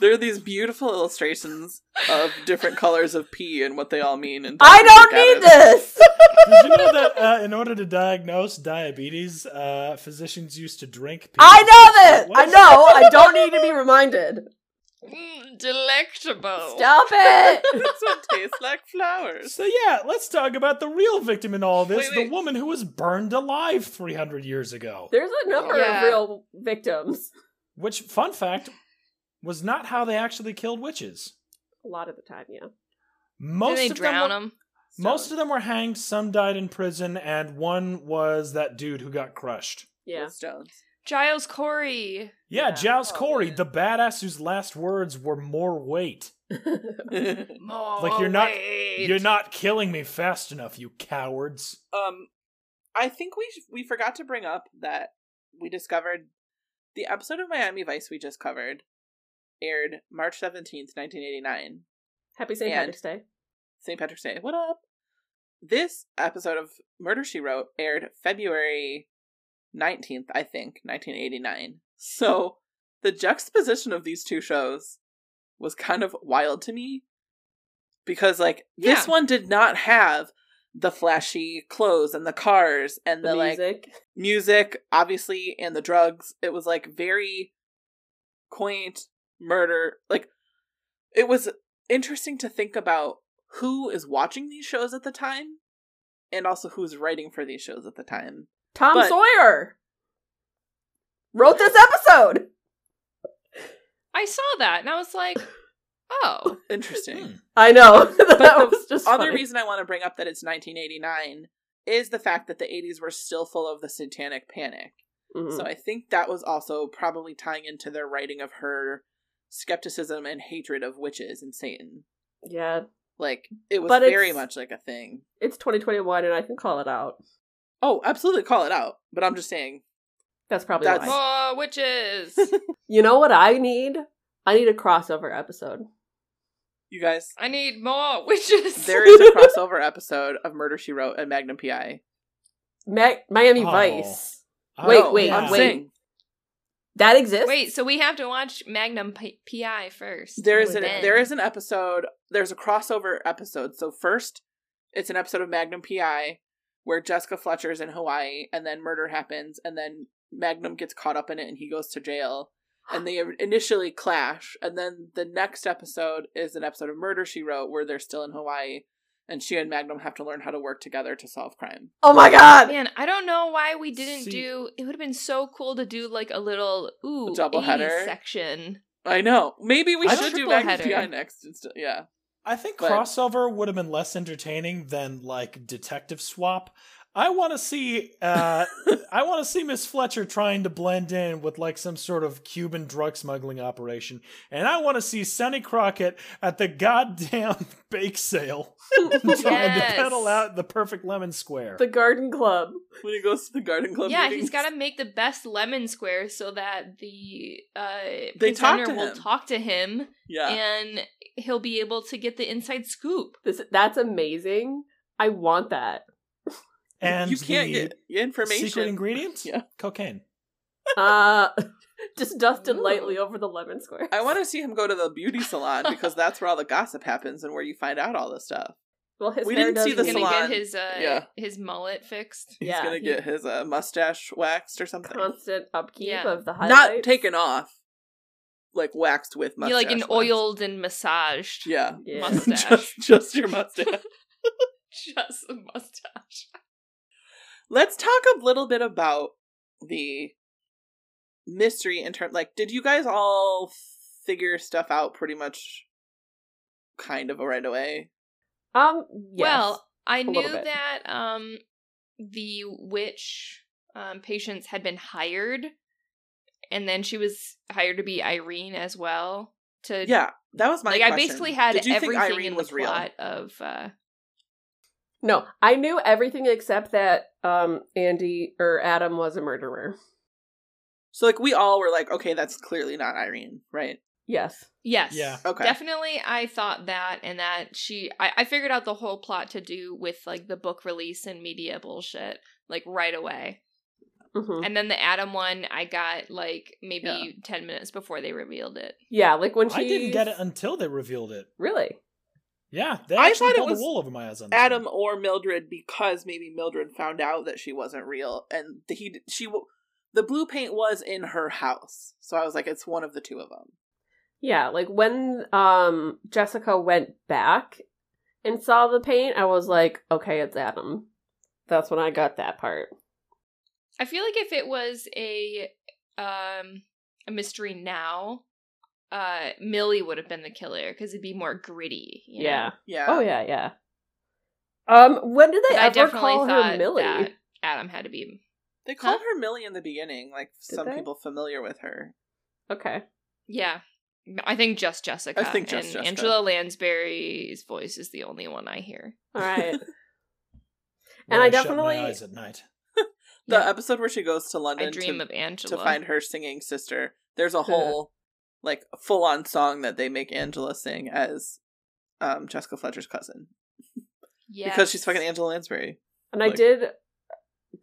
[SPEAKER 3] there are these beautiful illustrations of different colors of P and what they all mean. And
[SPEAKER 4] I
[SPEAKER 3] look
[SPEAKER 4] don't
[SPEAKER 3] at
[SPEAKER 4] need
[SPEAKER 3] it. [LAUGHS]
[SPEAKER 4] this.
[SPEAKER 5] Did you know that uh, in order to diagnose diabetes, uh, physicians used to drink pea?
[SPEAKER 4] I know that.
[SPEAKER 5] What
[SPEAKER 4] I
[SPEAKER 5] is-
[SPEAKER 4] know. I don't need to be reminded.
[SPEAKER 2] [LAUGHS] Mm, delectable.
[SPEAKER 4] Stop
[SPEAKER 2] [LAUGHS]
[SPEAKER 4] it.
[SPEAKER 3] That's what tastes like flowers.
[SPEAKER 5] So yeah, let's talk about the real victim in all this,
[SPEAKER 3] Wait, wait.
[SPEAKER 5] the woman who was burned alive 300 years ago.
[SPEAKER 4] There's a number
[SPEAKER 2] Yeah.
[SPEAKER 4] of real victims
[SPEAKER 5] Which, fun fact, was not how they actually killed witches.
[SPEAKER 4] a lot of the time, yeah.
[SPEAKER 5] Most
[SPEAKER 2] they
[SPEAKER 5] of
[SPEAKER 2] drown
[SPEAKER 5] them were-
[SPEAKER 2] them.
[SPEAKER 5] Most of them were hanged, some died in prison, and one was that dude who got crushed.
[SPEAKER 4] Yeah.
[SPEAKER 3] Stones. [LAUGHS]
[SPEAKER 2] Giles Corey.
[SPEAKER 5] Yeah,
[SPEAKER 4] Yeah.
[SPEAKER 5] Giles
[SPEAKER 3] Oh,
[SPEAKER 5] Corey,
[SPEAKER 3] yeah.
[SPEAKER 5] the badass whose last words were more weight.
[SPEAKER 3] um,
[SPEAKER 2] More
[SPEAKER 5] Like, you're not-
[SPEAKER 2] weight.
[SPEAKER 5] You're not killing me fast enough, you cowards.
[SPEAKER 3] Um, I think we we forgot to bring up that we discovered the episode of Miami Vice we just covered aired March seventeenth, nineteen eighty nine.
[SPEAKER 4] Happy St.
[SPEAKER 3] And-
[SPEAKER 4] Patrick's Day.
[SPEAKER 3] St. Patrick's Day. What up? This episode of Murder She Wrote aired February 19th, I think, 1989. So the juxtaposition of these two shows was kind of wild to me because, like, this
[SPEAKER 2] Yeah.
[SPEAKER 3] one did not have the flashy clothes and the cars and the,
[SPEAKER 4] The
[SPEAKER 3] like
[SPEAKER 4] music.
[SPEAKER 3] music, obviously, and the drugs. It was like very quaint murder. Like it was interesting to think about who is watching these shows at the time and also who's writing for these shows at the time.
[SPEAKER 4] Tom
[SPEAKER 3] but-
[SPEAKER 4] Sawyer wrote this episode.
[SPEAKER 2] I saw that and I was like, oh.
[SPEAKER 3] [LAUGHS] Interesting.
[SPEAKER 5] Hmm.
[SPEAKER 3] [LAUGHS]
[SPEAKER 4] I know. that
[SPEAKER 3] But the
[SPEAKER 4] was just
[SPEAKER 3] Other
[SPEAKER 4] funny.
[SPEAKER 3] reason I want to bring up that it's 1989 is the fact that the 80s were still full of the satanic panic.
[SPEAKER 4] Mhm.
[SPEAKER 3] So I think that was also probably tying into their writing of her skepticism and hatred of witches and Satan.
[SPEAKER 4] yeah,
[SPEAKER 3] Like it was
[SPEAKER 4] But it's-
[SPEAKER 3] very much like a thing.
[SPEAKER 4] it's 2021, and I can call it out.
[SPEAKER 3] Oh, absolutely call it out. But I'm just saying.
[SPEAKER 4] That's probably
[SPEAKER 3] That's-
[SPEAKER 4] why.
[SPEAKER 2] More witches.
[SPEAKER 3] [LAUGHS]
[SPEAKER 4] You know what I need? I need a crossover episode.
[SPEAKER 3] You guys,
[SPEAKER 2] I need more [LAUGHS] witches.
[SPEAKER 3] there is [LAUGHS] a crossover episode of Murder She Wrote and Magnum PI.
[SPEAKER 4] Ma- Miami
[SPEAKER 5] Oh.
[SPEAKER 4] Vice.
[SPEAKER 5] I
[SPEAKER 4] Wait,
[SPEAKER 5] know,
[SPEAKER 4] wait,
[SPEAKER 5] Oh, yeah.
[SPEAKER 3] Oh, I'm
[SPEAKER 4] wait.
[SPEAKER 3] saying
[SPEAKER 4] That exists.
[SPEAKER 2] Wait, so we have to watch Magnum P- PI first. Oh,
[SPEAKER 3] there is an
[SPEAKER 2] Then.
[SPEAKER 3] there is an episode. There's a crossover episode. So first, it's an episode of Magnum PI where Jessica Fletcher's in Hawaii, and then murder happens, and then Magnum gets caught up in it and he goes to jail. And they
[SPEAKER 2] [GASPS]
[SPEAKER 3] initially clash. And then the next episode is an episode of Murder She Wrote where they're still in Hawaii and she and Magnum have to learn how to work together to solve crime.
[SPEAKER 4] Oh my god!
[SPEAKER 2] Man, I don't know why we didn't
[SPEAKER 5] See-
[SPEAKER 2] do. It would have been so cool to do like a little ooh
[SPEAKER 3] A double
[SPEAKER 2] 80s
[SPEAKER 3] header?
[SPEAKER 2] section.
[SPEAKER 3] I know. Maybe we
[SPEAKER 5] I
[SPEAKER 3] should do
[SPEAKER 2] triple
[SPEAKER 3] Magnum
[SPEAKER 2] header.
[SPEAKER 3] PI next. Instead. Yeah.
[SPEAKER 5] I think
[SPEAKER 3] But-
[SPEAKER 5] crossover would have been less entertaining than like detective swap. I want to see
[SPEAKER 3] [LAUGHS]
[SPEAKER 5] uh I want to see Miss Fletcher trying to blend in with like some sort of Cuban drug smuggling operation, and I want to see Sonny Crockett at the goddamn [LAUGHS] bake sale [LAUGHS] trying to
[SPEAKER 2] Yes.
[SPEAKER 5] peddle out the perfect lemon square.
[SPEAKER 4] the Garden Club.
[SPEAKER 3] When he goes to the garden club.
[SPEAKER 2] Yeah,
[SPEAKER 3] meetings.
[SPEAKER 2] he's got to make the best lemon square so that the uh,
[SPEAKER 3] They talk
[SPEAKER 2] presenter
[SPEAKER 3] to
[SPEAKER 2] will
[SPEAKER 3] him.
[SPEAKER 2] talk to him
[SPEAKER 3] Yeah.
[SPEAKER 2] and he'll be able to get the inside scoop.
[SPEAKER 4] This that's amazing. I
[SPEAKER 3] [LAUGHS]
[SPEAKER 4] want that.
[SPEAKER 5] and
[SPEAKER 3] you can't
[SPEAKER 5] the
[SPEAKER 3] get information.
[SPEAKER 5] secret ingredient?
[SPEAKER 3] Yeah.
[SPEAKER 5] cocaine.
[SPEAKER 4] Uh [LAUGHS] just dusted
[SPEAKER 2] Ooh.
[SPEAKER 4] lightly over the lemon square.
[SPEAKER 3] I want to see him go to the beauty salon because that's where all the gossip happens and where you find out all this stuff.
[SPEAKER 4] Well, his
[SPEAKER 3] We
[SPEAKER 4] hair
[SPEAKER 3] didn't
[SPEAKER 4] does
[SPEAKER 3] see the
[SPEAKER 2] He's gonna
[SPEAKER 3] salon.
[SPEAKER 2] get his uh,
[SPEAKER 3] Yeah.
[SPEAKER 2] his mullet fixed.
[SPEAKER 3] He's
[SPEAKER 4] Yeah,
[SPEAKER 3] gonna
[SPEAKER 4] he-
[SPEAKER 3] get his uh, mustache waxed or something.
[SPEAKER 4] constant upkeep
[SPEAKER 2] Yeah.
[SPEAKER 4] of the highlight.
[SPEAKER 3] Not taken off, like waxed with
[SPEAKER 2] Yeah,
[SPEAKER 3] mustache.
[SPEAKER 2] like an
[SPEAKER 3] waxed.
[SPEAKER 2] oiled and massaged.
[SPEAKER 3] [LAUGHS] Yeah,
[SPEAKER 4] Yeah.
[SPEAKER 2] Mustache.
[SPEAKER 3] just just your mustache.
[SPEAKER 2] Just the mustache.
[SPEAKER 3] Let's talk a little bit about the mystery in terms. Like, did you guys all figure stuff out pretty much, kind of right away?
[SPEAKER 4] Um yes.
[SPEAKER 2] Well, I
[SPEAKER 4] little
[SPEAKER 2] knew
[SPEAKER 4] bit.
[SPEAKER 2] that um the witch um patients had been hired and then she was hired to be Irene as well to
[SPEAKER 3] Yeah, that was my.
[SPEAKER 2] like I
[SPEAKER 3] question.
[SPEAKER 2] basically had
[SPEAKER 3] Did you think
[SPEAKER 2] everything
[SPEAKER 3] Irene
[SPEAKER 2] in the
[SPEAKER 3] was real?
[SPEAKER 2] plot of uh
[SPEAKER 4] No, I knew everything except that um Andy or Adam was a murderer.
[SPEAKER 3] So like we all were like, okay, that's clearly not Irene, right?
[SPEAKER 4] Yes.
[SPEAKER 2] yes.
[SPEAKER 5] Yeah.
[SPEAKER 3] Okay.
[SPEAKER 2] Definitely I thought that and that she I, I figured out the whole plot to do with like the book release and media bullshit like right away.
[SPEAKER 4] hmm
[SPEAKER 2] And then the Adam one I got like maybe
[SPEAKER 3] Mm-hmm. Yeah.
[SPEAKER 2] 10 minutes before they revealed it.
[SPEAKER 4] Yeah, like when she
[SPEAKER 5] I didn't get it until they revealed it.
[SPEAKER 4] Really?
[SPEAKER 5] Yeah, they
[SPEAKER 3] I
[SPEAKER 5] actually
[SPEAKER 3] thought it
[SPEAKER 5] pulled the
[SPEAKER 3] was
[SPEAKER 5] wool over my eyes on this
[SPEAKER 3] Adam
[SPEAKER 5] one.
[SPEAKER 3] or Mildred because maybe Mildred found out that she wasn't real and the- he she w- the blue paint was in her house. So I was like it's one of the two of them.
[SPEAKER 4] Yeah, like when um Jessica went back and saw the paint, I was like, okay, it's Adam. That's when I got that part.
[SPEAKER 2] I feel like if it was a um a mystery now, uh Millie would have been the killer because it'd be more gritty. you know?
[SPEAKER 4] Yeah.
[SPEAKER 3] Yeah.
[SPEAKER 4] Oh yeah, yeah. Um, when did they
[SPEAKER 2] But I
[SPEAKER 4] ever
[SPEAKER 2] definitely
[SPEAKER 4] call
[SPEAKER 2] thought
[SPEAKER 4] her Millie?
[SPEAKER 2] that Adam had to be.
[SPEAKER 3] They called her Millie in the beginning like
[SPEAKER 4] Did
[SPEAKER 3] some
[SPEAKER 4] they?
[SPEAKER 3] people familiar with her.
[SPEAKER 4] Okay.
[SPEAKER 2] Yeah, I think just Jessica.
[SPEAKER 3] I think just
[SPEAKER 2] and
[SPEAKER 3] Jessica.
[SPEAKER 2] Angela Lansbury's voice is the only one I hear.
[SPEAKER 4] All right.
[SPEAKER 5] When
[SPEAKER 4] I
[SPEAKER 5] shut
[SPEAKER 4] definitely-
[SPEAKER 5] my eyes at night.
[SPEAKER 3] The
[SPEAKER 2] Yeah.
[SPEAKER 3] episode where she goes to London
[SPEAKER 2] I dream
[SPEAKER 3] to,
[SPEAKER 2] of Angela.
[SPEAKER 3] to find her singing sister. There's
[SPEAKER 4] [LAUGHS]
[SPEAKER 3] a whole like full on song that they make Angela sing as um, Jessica Fletcher's cousin
[SPEAKER 2] Yes.
[SPEAKER 3] because she's fucking Angela Lansbury.
[SPEAKER 4] And I
[SPEAKER 3] Like-
[SPEAKER 4] did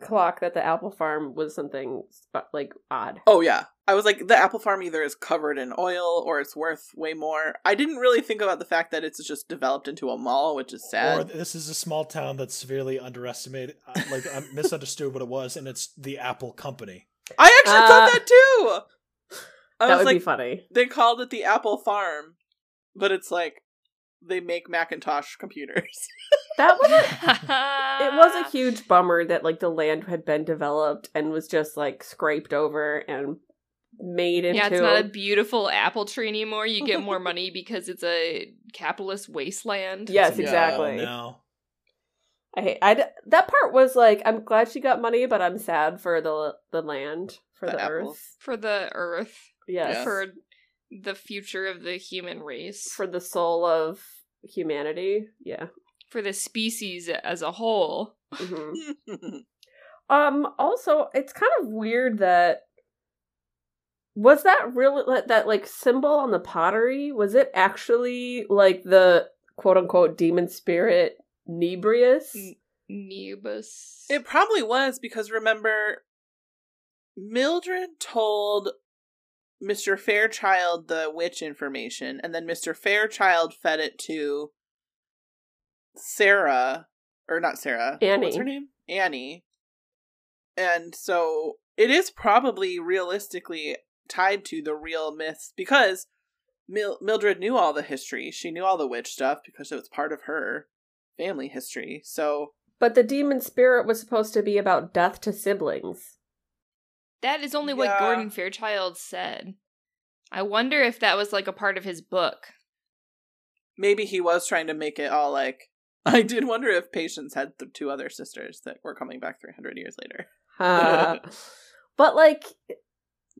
[SPEAKER 4] clock that the apple farm was something sp- like odd.
[SPEAKER 3] Oh yeah. I was like, the apple farm either is covered in oil or it's worth way more. I didn't really think about the fact that it's just developed into a mall, which is
[SPEAKER 5] or
[SPEAKER 3] sad.
[SPEAKER 5] this is a small town that's severely underestimated, uh, like
[SPEAKER 4] [LAUGHS]
[SPEAKER 5] I misunderstood what it was, and it's the Apple Company.
[SPEAKER 3] I actually thought
[SPEAKER 4] Uh,
[SPEAKER 3] that too. I
[SPEAKER 4] that
[SPEAKER 3] was
[SPEAKER 4] would
[SPEAKER 3] like,
[SPEAKER 4] be funny.
[SPEAKER 3] they called it the apple farm, but it's like they make Macintosh computers. [LAUGHS]
[SPEAKER 4] That
[SPEAKER 2] [LAUGHS]
[SPEAKER 4] was a- [LAUGHS] it
[SPEAKER 2] it [LAUGHS]
[SPEAKER 4] was a huge bummer that like the land had been developed and was just like scraped over and made into
[SPEAKER 2] Yeah, it's not a beautiful apple tree anymore. You get
[SPEAKER 3] [LAUGHS]
[SPEAKER 2] more money because it's a capitalist wasteland.
[SPEAKER 5] It's
[SPEAKER 4] Yes,
[SPEAKER 5] a mall
[SPEAKER 4] exactly.
[SPEAKER 5] Now.
[SPEAKER 4] I hate. I d- that part was like, I'm glad she got money, but I'm sad for the the land for
[SPEAKER 3] The
[SPEAKER 4] the,
[SPEAKER 3] apples.
[SPEAKER 4] earth.
[SPEAKER 2] for the earth.
[SPEAKER 4] Yes.
[SPEAKER 3] Yeah.
[SPEAKER 2] for the future of the human race, for,
[SPEAKER 4] for the soul of humanity. Yeah.
[SPEAKER 2] the species as a whole.
[SPEAKER 4] Mhm. um. Also, it's kind of weird that was that really like, that like symbol on the pottery was it actually like the quote unquote demon spirit Nebrius?
[SPEAKER 2] Mm. Nebus.
[SPEAKER 3] it probably was because remember, Mildred told Mr. Fairchild the witch information, and then Mr. Fairchild fed it to Sarah, or not Sarah.
[SPEAKER 4] Annie.
[SPEAKER 3] What's her name? Annie. And so it is probably realistically tied to the real myths because Mil- Mildred knew all the history. She knew all the witch stuff because it was part of her family history. So
[SPEAKER 4] But the demon spirit was supposed to be about death to siblings.
[SPEAKER 2] That is only what
[SPEAKER 3] Yeah.
[SPEAKER 2] Gordon Fairchild said. I wonder if that was like a part of his book.
[SPEAKER 3] maybe he was trying to make it all like. [LAUGHS] I did wonder if Patience had the two other sisters that were coming back 300 years later.
[SPEAKER 2] [LAUGHS]
[SPEAKER 4] Uh, but like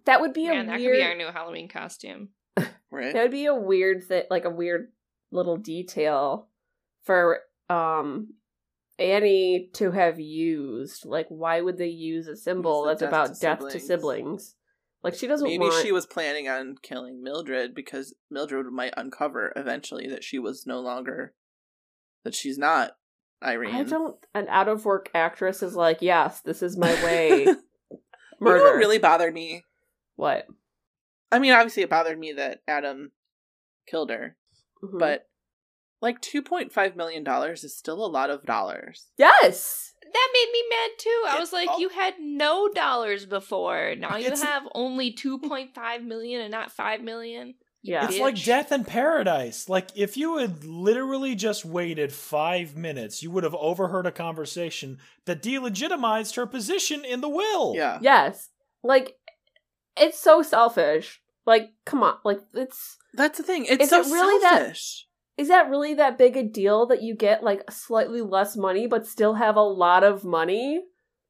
[SPEAKER 4] that would be
[SPEAKER 2] Man,
[SPEAKER 4] a
[SPEAKER 2] that could
[SPEAKER 4] weird
[SPEAKER 2] be our new Halloween costume.
[SPEAKER 3] Right?
[SPEAKER 4] That would be a weird that like a weird little detail for um Annie to have used. Like why would they use a symbol
[SPEAKER 3] the
[SPEAKER 4] that's
[SPEAKER 3] death
[SPEAKER 4] about
[SPEAKER 3] to
[SPEAKER 4] death to
[SPEAKER 3] siblings.
[SPEAKER 4] siblings? Like she doesn't
[SPEAKER 3] Maybe
[SPEAKER 4] want
[SPEAKER 3] she was planning on killing Mildred because Mildred might uncover eventually that she was no longer that she's not Irene.
[SPEAKER 4] I don't an out of work actress is like, yes, this is my way.
[SPEAKER 3] [LAUGHS] You You know
[SPEAKER 4] [LAUGHS] Murder.
[SPEAKER 3] what really bothered me?
[SPEAKER 4] what?
[SPEAKER 3] I mean, obviously it bothered me that Adam killed her,
[SPEAKER 4] Mhm.
[SPEAKER 3] but like two point five million dollars is still a lot of dollars.
[SPEAKER 4] Yes.
[SPEAKER 2] That made me mad too. I
[SPEAKER 3] It-
[SPEAKER 2] was like,
[SPEAKER 3] oh.
[SPEAKER 2] you had no dollars before. Now you
[SPEAKER 5] It's-
[SPEAKER 2] have [LAUGHS] only two point five million and not five million.
[SPEAKER 4] Yeah.
[SPEAKER 5] It's like
[SPEAKER 2] Bitch.
[SPEAKER 5] death in paradise. Like if you had literally just waited five minutes, you would have overheard a conversation that delegitimized her position in the will.
[SPEAKER 3] Yeah.
[SPEAKER 4] Yes. Like it's so selfish. Like come on. Like it's
[SPEAKER 3] That's the thing. It's
[SPEAKER 4] Is
[SPEAKER 3] so
[SPEAKER 4] it really that-
[SPEAKER 3] selfish.
[SPEAKER 4] is that really that big a deal that you get like slightly less money but still have a lot of money?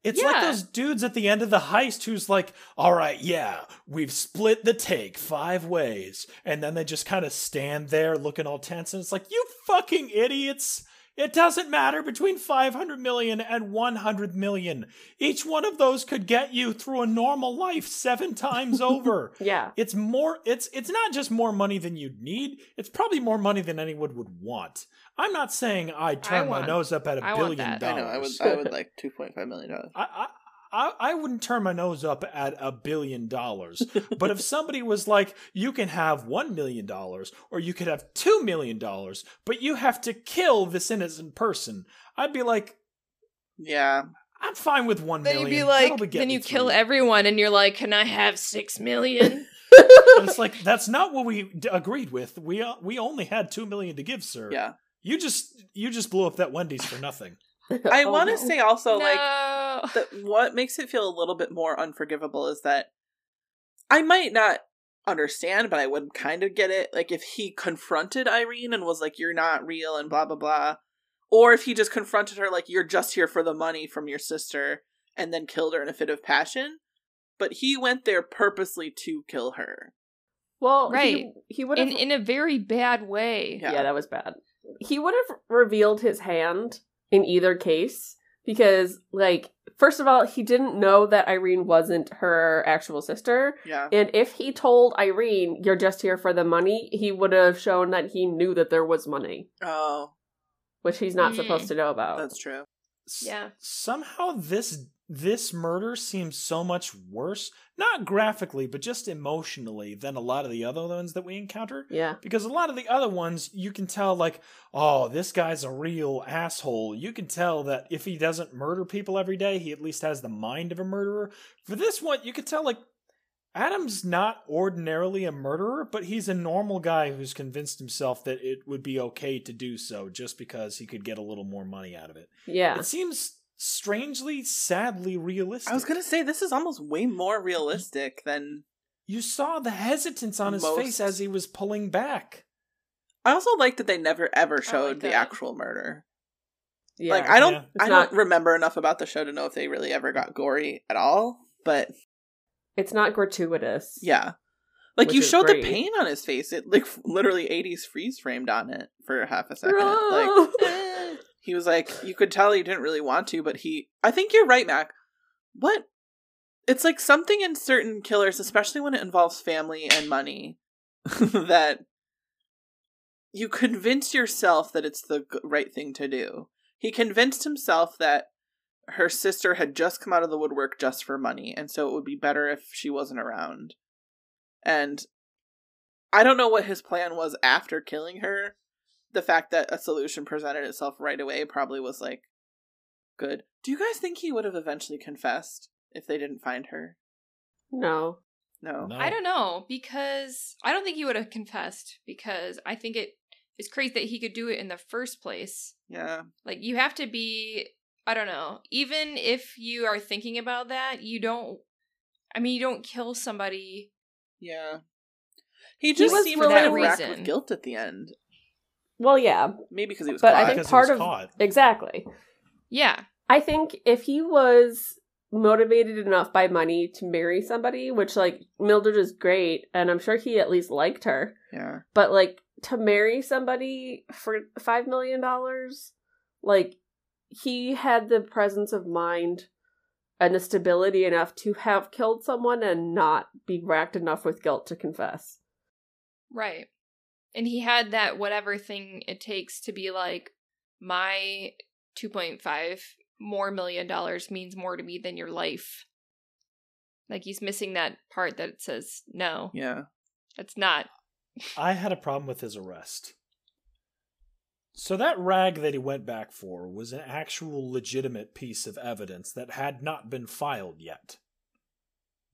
[SPEAKER 5] It's
[SPEAKER 2] Yeah.
[SPEAKER 5] like those dudes at the end of the heist who's like, all right, yeah, we've split the take five ways. And then they just kind of stand there looking all tense. And it's like, you fucking idiots. It doesn't matter between 500 million and 100 million. Each one of those could get you through a normal life seven
[SPEAKER 2] [LAUGHS]
[SPEAKER 5] times over.
[SPEAKER 4] Yeah.
[SPEAKER 5] It's more it's it's not just more money than you'd need. It's probably more money than anyone would want. I'm not saying I turn
[SPEAKER 2] want-
[SPEAKER 5] my nose up at a
[SPEAKER 2] I want
[SPEAKER 5] billion
[SPEAKER 2] that.
[SPEAKER 5] dollars.
[SPEAKER 3] I know. I would. I would like two point five million dollars.
[SPEAKER 5] I, I, I wouldn't turn my nose up at a billion
[SPEAKER 2] [LAUGHS]
[SPEAKER 5] dollars. but if somebody was like, you can have one million dollars or you could have two million dollars, but you have to kill this innocent person, I'd be like,
[SPEAKER 4] [LAUGHS]
[SPEAKER 3] Yeah.
[SPEAKER 5] I'm fine with one
[SPEAKER 2] Then
[SPEAKER 5] million.
[SPEAKER 2] you'd be
[SPEAKER 5] That'll
[SPEAKER 2] like,
[SPEAKER 5] get
[SPEAKER 2] then
[SPEAKER 5] me
[SPEAKER 2] you kill
[SPEAKER 5] through."
[SPEAKER 2] everyone, and you're like, can I have six [LAUGHS] million?
[SPEAKER 5] And it's like that's not what we d- agreed with. We uh, we only had two million to give, sir.
[SPEAKER 3] Yeah.
[SPEAKER 5] You just you just blew up that Wendy's for nothing.
[SPEAKER 3] I
[SPEAKER 4] [LAUGHS] Oh,
[SPEAKER 3] want
[SPEAKER 4] no.
[SPEAKER 3] to say also
[SPEAKER 2] no.
[SPEAKER 3] like the, what makes it feel a little bit more unforgivable is that I might not understand, but I would kind of get it. Like if he confronted Irene and was like, "You're not real," and blah blah blah, or if he just confronted her like, "You're just here for the money from your sister," and then killed her in a fit of passion. But he went there purposely to kill her.
[SPEAKER 4] Well,
[SPEAKER 2] Right.
[SPEAKER 4] He, he would have.
[SPEAKER 2] in in a very bad way.
[SPEAKER 4] yeah.
[SPEAKER 3] Yeah.
[SPEAKER 4] that was bad. He would have revealed his hand in either case because, like, first of all, he didn't know that Irene wasn't her actual sister,
[SPEAKER 3] Yeah,
[SPEAKER 4] and if he told Irene, "You're just here for the money," he would have shown that he knew that there was money,
[SPEAKER 3] oh,
[SPEAKER 4] which he's not
[SPEAKER 2] Mm.
[SPEAKER 4] supposed to know about.
[SPEAKER 3] that's true.
[SPEAKER 5] S-
[SPEAKER 2] Yeah.
[SPEAKER 5] Somehow this this murder seems so much worse, not graphically, but just emotionally than a lot of the other ones that we encounter.
[SPEAKER 4] yeah.
[SPEAKER 5] Because a lot of the other ones, you can tell, like, oh, this guy's a real asshole. You can tell that if he doesn't murder people every day, he at least has the mind of a murderer. For this one, you can tell, like, Adam's not ordinarily a murderer, but he's a normal guy who's convinced himself that it would be okay to do so just because he could get a little more money out of it.
[SPEAKER 4] Yeah.
[SPEAKER 5] It seems strangely, sadly realistic.
[SPEAKER 3] I was gonna say this is almost way more realistic than
[SPEAKER 5] You saw the hesitance on his
[SPEAKER 3] Most-
[SPEAKER 5] face as he was pulling back.
[SPEAKER 3] I also like that they never ever showed the
[SPEAKER 2] that.
[SPEAKER 3] actual murder.
[SPEAKER 4] Yeah.
[SPEAKER 3] Like I don't
[SPEAKER 5] Yeah.
[SPEAKER 4] It's
[SPEAKER 3] I
[SPEAKER 4] not-
[SPEAKER 3] don't remember enough about the show to know if they really ever got gory at all, but
[SPEAKER 4] it's not gratuitous.
[SPEAKER 3] yeah. Like
[SPEAKER 4] Which
[SPEAKER 3] you
[SPEAKER 4] is
[SPEAKER 3] showed
[SPEAKER 4] great.
[SPEAKER 3] the pain on his face. It like literally 80s freeze framed on it for half a second. Like
[SPEAKER 4] [LAUGHS] No. eh.
[SPEAKER 3] he was like you could tell he didn't really want to, but he I think you're right, Mac. What it's like something in certain killers, especially when it involves family and money, that you convince yourself that it's the g- right thing to do. He convinced himself that her sister had just come out of the woodwork just for money, and so it would be better if she wasn't around. And I don't know what his plan was after killing her. The fact that a solution presented itself right away probably was like good. Do you guys think he would have eventually confessed if they didn't find her?
[SPEAKER 4] No.
[SPEAKER 3] No.
[SPEAKER 5] No.
[SPEAKER 2] I don't know because I don't think he would have confessed because I think it is crazy that he could do it in the first place.
[SPEAKER 3] Yeah.
[SPEAKER 2] Like you have to be I don't know. Even if you are thinking about that, you don't I mean you don't kill somebody.
[SPEAKER 3] Yeah. He just
[SPEAKER 4] was
[SPEAKER 3] seemed
[SPEAKER 4] for
[SPEAKER 3] kind
[SPEAKER 4] that
[SPEAKER 3] of racked
[SPEAKER 2] reason.
[SPEAKER 3] with guilt at the end.
[SPEAKER 4] Well, yeah,
[SPEAKER 3] Maybe because he was
[SPEAKER 4] But
[SPEAKER 3] caught.
[SPEAKER 4] I think
[SPEAKER 5] Because he
[SPEAKER 4] part
[SPEAKER 5] was
[SPEAKER 4] of-
[SPEAKER 5] caught.
[SPEAKER 4] exactly.
[SPEAKER 2] Yeah.
[SPEAKER 4] I think if he was motivated enough by money to marry somebody, which like Mildred is great, and I'm sure he at least liked her,
[SPEAKER 3] yeah.
[SPEAKER 4] but like to marry somebody for five million dollars, like he had the presence of mind and the stability enough to have killed someone and not be racked enough with guilt to confess.
[SPEAKER 2] Right. And he had that whatever thing it takes to be like, my 2.5 more million dollars means more to me than your life. Like he's missing that part that says, no,
[SPEAKER 3] Yeah.
[SPEAKER 2] that's not.
[SPEAKER 5] I had a problem with his arrest. So that rag that he went back for was an actual legitimate piece of evidence that had not been filed yet.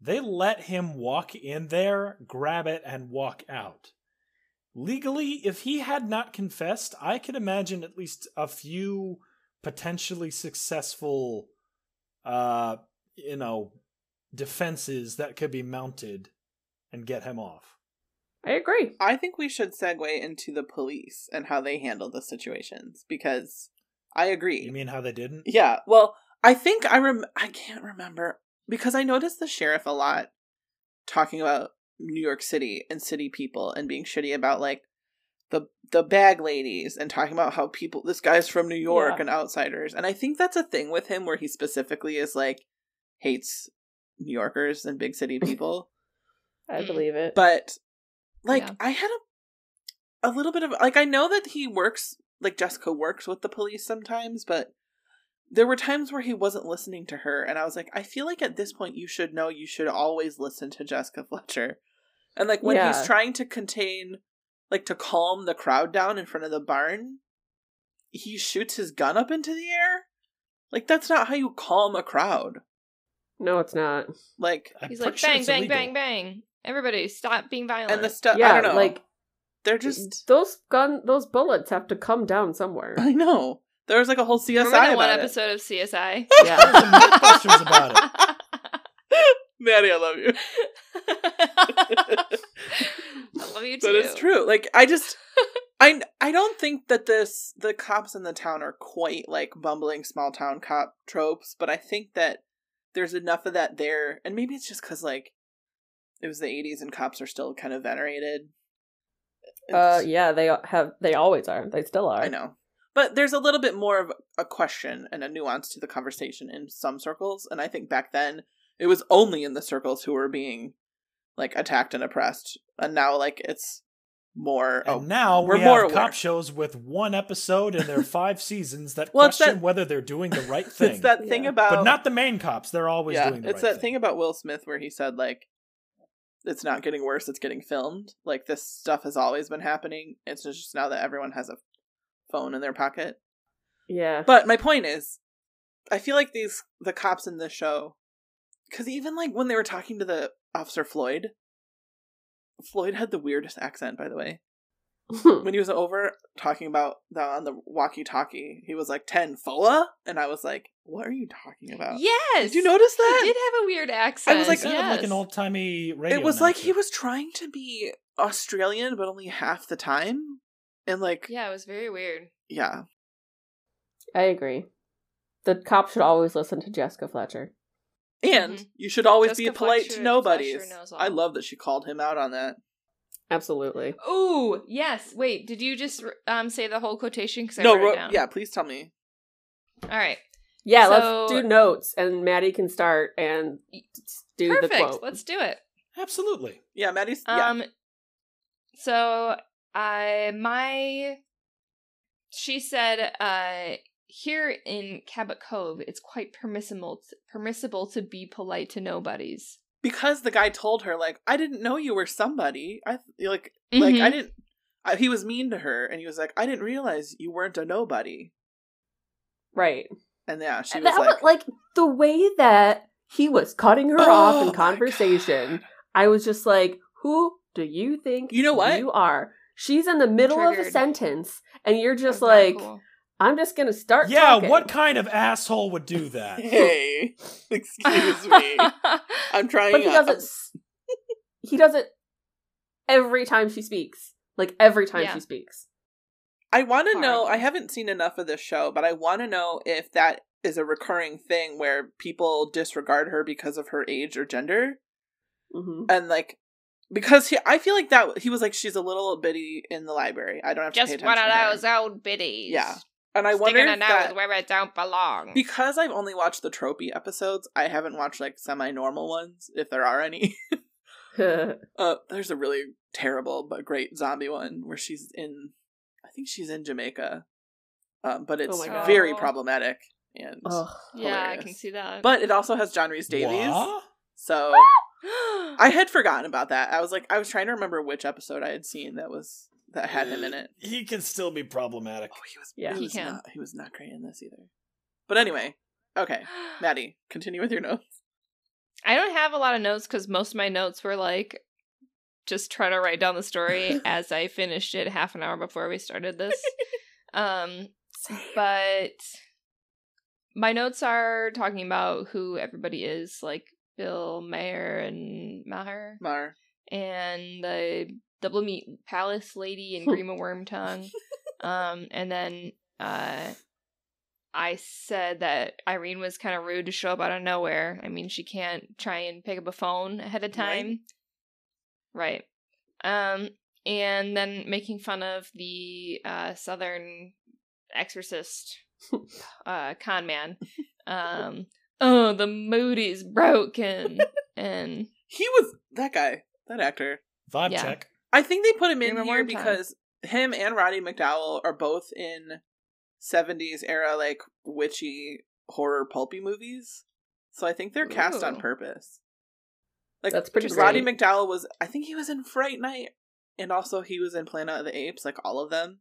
[SPEAKER 5] They let him walk in there, grab it, and walk out. Legally, if he had not confessed, I could imagine at least a few potentially successful uh you know defenses that could be mounted and get him off.
[SPEAKER 4] I agree.
[SPEAKER 3] I think we should segue into the police and how they handle the situations because I agree.
[SPEAKER 5] You mean how they didn't?
[SPEAKER 3] Yeah. Well, I think I rem I can't remember because I noticed the sheriff a lot talking about New York City and city people and being shitty about like the the bag ladies and talking about how people this guy's from New York
[SPEAKER 4] Yeah.
[SPEAKER 3] and outsiders. And I think that's a thing with him where he specifically is like hates New Yorkers and big city people.
[SPEAKER 4] I
[SPEAKER 2] Mm.
[SPEAKER 4] believe it.
[SPEAKER 3] But like
[SPEAKER 2] Yeah.
[SPEAKER 3] I had a a little bit of like I know that he works like Jessica works with the police sometimes, but there were times where he wasn't listening to her and I was like, I feel like at this point you should know you should always listen to Jessica [LAUGHS] Fletcher. And like when
[SPEAKER 4] Yeah.
[SPEAKER 3] he's trying to contain like to calm the crowd down in front of the barn, he shoots his gun up into the air. Like that's not how you calm a crowd.
[SPEAKER 4] no, it's not.
[SPEAKER 3] Like
[SPEAKER 5] I'm
[SPEAKER 2] He's
[SPEAKER 5] pretty
[SPEAKER 2] like,
[SPEAKER 5] sure
[SPEAKER 2] bang,
[SPEAKER 5] it's
[SPEAKER 2] bang,
[SPEAKER 5] illegal.
[SPEAKER 2] bang, bang. Everybody, stop being violent.
[SPEAKER 3] and the stuff [LAUGHS] I
[SPEAKER 4] yeah,
[SPEAKER 3] don't know.
[SPEAKER 4] like
[SPEAKER 3] Like they're just
[SPEAKER 4] those gun those bullets have to come down somewhere.
[SPEAKER 3] [LAUGHS] I know. There was like a whole CSI
[SPEAKER 2] Remember that
[SPEAKER 3] about
[SPEAKER 2] one
[SPEAKER 3] it.
[SPEAKER 2] episode of CSI?
[SPEAKER 4] yeah.
[SPEAKER 5] [LAUGHS]
[SPEAKER 2] [LAUGHS]
[SPEAKER 3] [LAUGHS]
[SPEAKER 5] Mythbusters about
[SPEAKER 3] Maddie, I
[SPEAKER 2] [LAUGHS]
[SPEAKER 3] love you.
[SPEAKER 2] I love you too.
[SPEAKER 3] That is true. Like
[SPEAKER 2] [LAUGHS]
[SPEAKER 3] I just, I I don't think that this the cops in the town are quite like bumbling small town cop tropes, but I think that there's enough of that there, and maybe it's just because like it was the '80s and cops are still kind of venerated.
[SPEAKER 4] Uh,
[SPEAKER 3] It's-
[SPEAKER 4] yeah, they have. They always are. They still are.
[SPEAKER 3] I know. But there's a little bit more of a question and a nuance to the conversation in some circles. And I think back then it was only in the circles who were being like attacked and oppressed. And now like it's more
[SPEAKER 5] And now
[SPEAKER 3] Oh, we're
[SPEAKER 5] we
[SPEAKER 3] more
[SPEAKER 5] have
[SPEAKER 3] aware.
[SPEAKER 5] cop shows with one episode and their five seasons that
[SPEAKER 3] Well, it's
[SPEAKER 5] question
[SPEAKER 3] that-
[SPEAKER 5] whether they're doing the right thing.
[SPEAKER 3] [LAUGHS] it's that thing
[SPEAKER 4] Yeah.
[SPEAKER 3] about
[SPEAKER 5] but not the main cops. They're always
[SPEAKER 3] yeah,
[SPEAKER 5] doing the
[SPEAKER 3] it's
[SPEAKER 5] right
[SPEAKER 3] that thing about Will Smith where he said like it's not getting worse, it's getting filmed. Like this stuff has always been happening. It's just now that everyone has a phone in their pocket.
[SPEAKER 4] Yeah.
[SPEAKER 3] But my point is, I feel like these the cops in this show, because even like when they were talking to the officer Floyd, Floyd had the weirdest accent. By the way,
[SPEAKER 4] [LAUGHS]
[SPEAKER 3] when he was over talking about the, on the walkie-talkie, he was like ten foa, and I was like, "What are you talking about?"
[SPEAKER 2] Yes.
[SPEAKER 3] Did you notice
[SPEAKER 2] He
[SPEAKER 3] that?
[SPEAKER 2] did have a weird accent.
[SPEAKER 3] I was like,
[SPEAKER 5] It sounded like
[SPEAKER 2] yes.
[SPEAKER 5] an old timey radio.
[SPEAKER 3] it was like he
[SPEAKER 5] announcer.
[SPEAKER 3] was trying to be Australian, but only half the time, and like, yeah,
[SPEAKER 2] Yeah, it was very weird.
[SPEAKER 4] I agree. The cop should always listen to Jessica Fletcher.
[SPEAKER 3] and
[SPEAKER 2] Mhm.
[SPEAKER 3] you should always be
[SPEAKER 2] Jessica
[SPEAKER 3] polite
[SPEAKER 2] Fletcher-
[SPEAKER 3] to nobodies.
[SPEAKER 2] Fletcher knows all.
[SPEAKER 3] I love that she called him out on that.
[SPEAKER 4] Absolutely.
[SPEAKER 2] Oh, yes. Wait, did you just um say the whole quotation? Because I
[SPEAKER 3] no,
[SPEAKER 2] wrote
[SPEAKER 3] ro-
[SPEAKER 2] it down.
[SPEAKER 3] yeah, please tell me.
[SPEAKER 2] All right.
[SPEAKER 4] Yeah,
[SPEAKER 2] So-
[SPEAKER 4] let's do notes, and Maddie can start and do the
[SPEAKER 2] Perfect.
[SPEAKER 4] quote.
[SPEAKER 2] Let's do it.
[SPEAKER 5] absolutely.
[SPEAKER 3] Yeah, Maddie's. yeah.
[SPEAKER 2] Um, so I my she said uh here in Cabot Cove it's quite permissible permissible to be polite to nobodies.
[SPEAKER 3] Because the guy told her, like, I didn't know you were somebody. I like, like
[SPEAKER 2] Mm-hmm.
[SPEAKER 3] I didn't. I, he was mean to her, and he was like, I didn't realize you weren't a nobody.
[SPEAKER 4] Right.
[SPEAKER 3] And yeah, she
[SPEAKER 4] That
[SPEAKER 3] was like,
[SPEAKER 4] was- like the way that He was cutting her
[SPEAKER 3] Oh
[SPEAKER 4] off in
[SPEAKER 3] my
[SPEAKER 4] conversation. I was just like, who do you think
[SPEAKER 3] You know what?
[SPEAKER 4] you are? She's in the middle of a
[SPEAKER 2] Triggered.
[SPEAKER 4] sentence, and you're just
[SPEAKER 2] That was
[SPEAKER 4] like,
[SPEAKER 2] not cool.
[SPEAKER 4] I'm just gonna start.
[SPEAKER 5] yeah,
[SPEAKER 4] talking."
[SPEAKER 5] what kind of asshole would do
[SPEAKER 3] [LAUGHS]
[SPEAKER 5] that?
[SPEAKER 3] Hey, [LAUGHS]
[SPEAKER 2] [LAUGHS]
[SPEAKER 3] excuse [LAUGHS] me. I'm trying.
[SPEAKER 4] But he
[SPEAKER 3] uh,
[SPEAKER 4] does it. s- he does it every time she speaks. Like every time
[SPEAKER 2] Yeah.
[SPEAKER 4] she speaks.
[SPEAKER 3] I want to know.
[SPEAKER 2] Horrible.
[SPEAKER 3] I haven't seen enough of this show, but I want to know if that is a recurring thing where people disregard her because of her age or gender,
[SPEAKER 4] hmm
[SPEAKER 3] and like because he, I feel like that he was like she's a little bitty in the library. I don't have to pay
[SPEAKER 2] Just
[SPEAKER 3] attention
[SPEAKER 2] one
[SPEAKER 3] to
[SPEAKER 2] of
[SPEAKER 3] her.
[SPEAKER 2] those old biddies.
[SPEAKER 3] Yeah. and I wonder
[SPEAKER 2] Sticking a
[SPEAKER 3] if
[SPEAKER 2] nose
[SPEAKER 3] that,
[SPEAKER 2] where it don't belong.
[SPEAKER 3] because I've only watched the tropey episodes. I haven't watched like semi-normal ones, if there are any. [LAUGHS] Uh, there's a really terrible but great zombie one where she's in, I think she's in Jamaica, um, but it's
[SPEAKER 4] my God.
[SPEAKER 3] very
[SPEAKER 2] Oh.
[SPEAKER 3] problematic and.
[SPEAKER 4] [LAUGHS] Ugh.
[SPEAKER 2] yeah, I
[SPEAKER 3] hilarious.
[SPEAKER 2] can see [GASPS] that.
[SPEAKER 3] But it also has John Reese Davies.
[SPEAKER 5] What?
[SPEAKER 3] So I had forgotten about that. I was like, I was trying to remember which episode I had seen that was that had him in it.
[SPEAKER 5] He can still be problematic.
[SPEAKER 3] Oh, he was.
[SPEAKER 4] Yeah.
[SPEAKER 3] he
[SPEAKER 2] He
[SPEAKER 3] was
[SPEAKER 2] can.
[SPEAKER 3] Not, he was not great in this either. But anyway,
[SPEAKER 2] [GASPS]
[SPEAKER 3] okay, Maddie, continue with your notes.
[SPEAKER 2] I don't have a lot of notes because most of my notes were like just trying to write down the story as I finished it half an hour before we started this. um, but my notes are talking about who everybody is, like Bill Mayer and Maher
[SPEAKER 3] Mar,
[SPEAKER 2] and the double meat palace lady and Grima Wormtongue. Um, and then uh, I said that Irene was kind of rude to show up out of nowhere. I mean, she can't try and pick up a phone ahead of time. Right. Um, and then making fun of the uh, Southern exorcist uh, con man. Um, oh, the mood is broken. and
[SPEAKER 3] he was that guy, that actor.
[SPEAKER 5] Vibe
[SPEAKER 2] Yeah.
[SPEAKER 5] check.
[SPEAKER 3] I think they put him in
[SPEAKER 2] Give him
[SPEAKER 3] here
[SPEAKER 2] more time.
[SPEAKER 3] because him and Roddy McDowell are both in 70s era like witchy horror pulpy movies. So I think they're cast on
[SPEAKER 2] Ooh.
[SPEAKER 3] purpose. Like
[SPEAKER 4] That's pretty
[SPEAKER 3] Roddy
[SPEAKER 4] great.
[SPEAKER 3] McDowell was I think he was in Fright Night and also he was in Planet of the Apes like all of them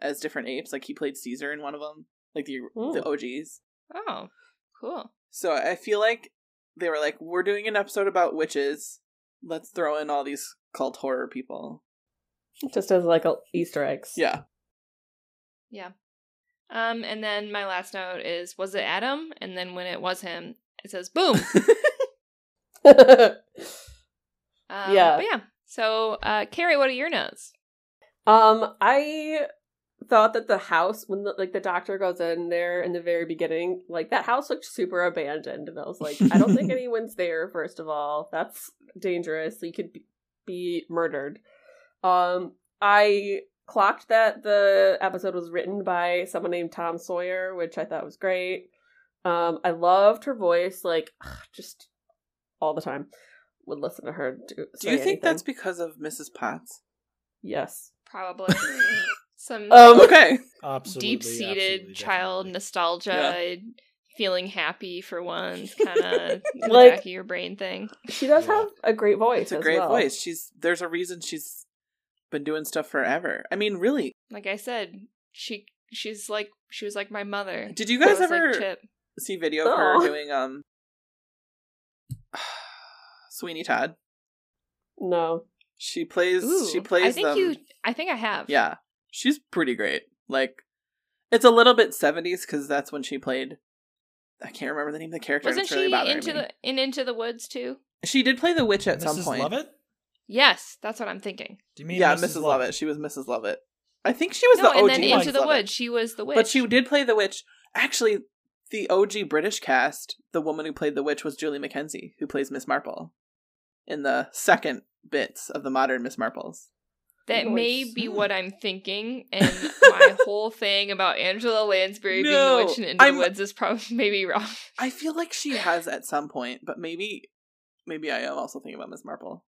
[SPEAKER 3] as different apes like he played Caesar in one of them like the the OGs.
[SPEAKER 2] oh, cool.
[SPEAKER 3] So I feel like they were like we're doing an episode about witches. Let's throw in all these cult horror people.
[SPEAKER 4] Just as like a Easter eggs.
[SPEAKER 3] Yeah.
[SPEAKER 2] [LAUGHS] Um, and then my last note is, was it Adam? And then when it was him, it says
[SPEAKER 4] [LAUGHS]
[SPEAKER 2] boom. Um,
[SPEAKER 4] Yeah.
[SPEAKER 2] But yeah. So, uh, Carrie, what are your notes?
[SPEAKER 4] Um, I thought that the house when the, like the doctor goes in there in the very beginning, like that house looked super abandoned, and I was like, I
[SPEAKER 3] [LAUGHS]
[SPEAKER 4] don't think anyone's there. First of all, that's dangerous. You could be, be murdered. Um, I clocked that the episode was written by someone named Tom Sawyer, which I thought was great. Um, I loved her voice, like just all the time. Would listen to her. Do,
[SPEAKER 3] Do you think that's because of Mrs. Potts?
[SPEAKER 4] yes? [LAUGHS]
[SPEAKER 2] Probably some [LAUGHS]
[SPEAKER 4] Um,
[SPEAKER 3] Okay.
[SPEAKER 5] Absolutely. absolutely,
[SPEAKER 2] deep seated child
[SPEAKER 5] definitely.
[SPEAKER 2] nostalgia, feeling happy for
[SPEAKER 4] [LAUGHS]
[SPEAKER 2] once, kind of
[SPEAKER 4] Like-
[SPEAKER 2] back of your brain thing.
[SPEAKER 4] She does
[SPEAKER 5] Yeah.
[SPEAKER 4] have a great voice.
[SPEAKER 3] It's a
[SPEAKER 4] as
[SPEAKER 3] great
[SPEAKER 4] well.
[SPEAKER 3] voice. She's there's a reason she's been doing stuff forever. I mean, really.
[SPEAKER 2] Like I said, she she's like she was like my mother.
[SPEAKER 3] Did you
[SPEAKER 2] I
[SPEAKER 3] guys
[SPEAKER 2] was like
[SPEAKER 3] ever
[SPEAKER 2] Chip.
[SPEAKER 3] see video of her
[SPEAKER 2] [LAUGHS]
[SPEAKER 4] Oh.
[SPEAKER 3] doing um [SIGHS] Sweeney Todd?
[SPEAKER 4] No.
[SPEAKER 3] She plays
[SPEAKER 2] Ooh,
[SPEAKER 3] she plays
[SPEAKER 2] I think
[SPEAKER 3] them.
[SPEAKER 2] you. I think I have.
[SPEAKER 3] Yeah. She's pretty great. Like it's a little bit 70s cuz that's when she played I can't remember the name of the character. and
[SPEAKER 2] Wasn't
[SPEAKER 3] it's really
[SPEAKER 2] she
[SPEAKER 3] bothering
[SPEAKER 2] into
[SPEAKER 3] me.
[SPEAKER 2] the in Into the Woods too?
[SPEAKER 3] She did play the witch at
[SPEAKER 5] Mrs.
[SPEAKER 3] some point.
[SPEAKER 5] Lovett?
[SPEAKER 2] Yes, that's what I'm thinking.
[SPEAKER 5] Do you mean
[SPEAKER 3] yeah,
[SPEAKER 5] Mrs.
[SPEAKER 3] Mrs. Lovett. She was Mrs. Lovett. I think she was
[SPEAKER 2] no,
[SPEAKER 3] the
[SPEAKER 2] and
[SPEAKER 3] OG
[SPEAKER 2] then
[SPEAKER 5] Mrs.
[SPEAKER 2] Into the
[SPEAKER 3] Lovett.
[SPEAKER 2] Woods, she was the witch.
[SPEAKER 3] But she did play the witch. Actually, the OG British cast, the woman who played the witch was Julie Mackenzie, who plays Miss Marple in the second bits of the modern Miss Marples.
[SPEAKER 2] that may
[SPEAKER 4] voice.
[SPEAKER 2] be what I'm thinking,
[SPEAKER 3] [LAUGHS]
[SPEAKER 2] and my whole thing about Angela Lansbury
[SPEAKER 3] No,
[SPEAKER 2] being the witch and Into
[SPEAKER 3] I'm-
[SPEAKER 2] the Woods is probably [LAUGHS] maybe wrong.
[SPEAKER 3] I feel like she has at some point, but maybe maybe I am also thinking about Miss Marple.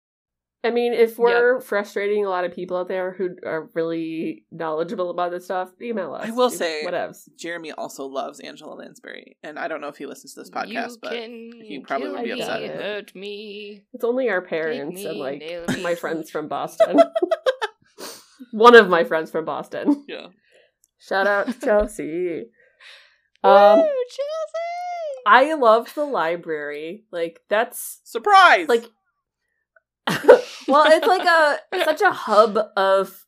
[SPEAKER 4] I mean, if we're frustrating a lot of people out there who are really knowledgeable about this stuff, email us.
[SPEAKER 3] I will say-
[SPEAKER 4] Whatevs.
[SPEAKER 3] Jeremy also loves Angela Lansbury, and I don't know if he listens to this podcast,
[SPEAKER 2] you
[SPEAKER 3] but
[SPEAKER 2] can
[SPEAKER 3] he probably
[SPEAKER 2] kill
[SPEAKER 3] would be
[SPEAKER 2] me,
[SPEAKER 4] upset.
[SPEAKER 2] Hurt me.
[SPEAKER 4] It's only our parents
[SPEAKER 2] Take me,
[SPEAKER 4] and like
[SPEAKER 2] nail me.
[SPEAKER 4] [LAUGHS] my friends
[SPEAKER 2] [LAUGHS]
[SPEAKER 4] from Boston. [LAUGHS] One of my friends from Boston.
[SPEAKER 3] yeah. [LAUGHS]
[SPEAKER 4] Shout out to Chelsea.
[SPEAKER 2] Woo,
[SPEAKER 4] Um
[SPEAKER 2] Chelsea!
[SPEAKER 4] I love the library. Like that's
[SPEAKER 3] Surprise! [LAUGHS]
[SPEAKER 4] like [LAUGHS] well, it's like a such a hub of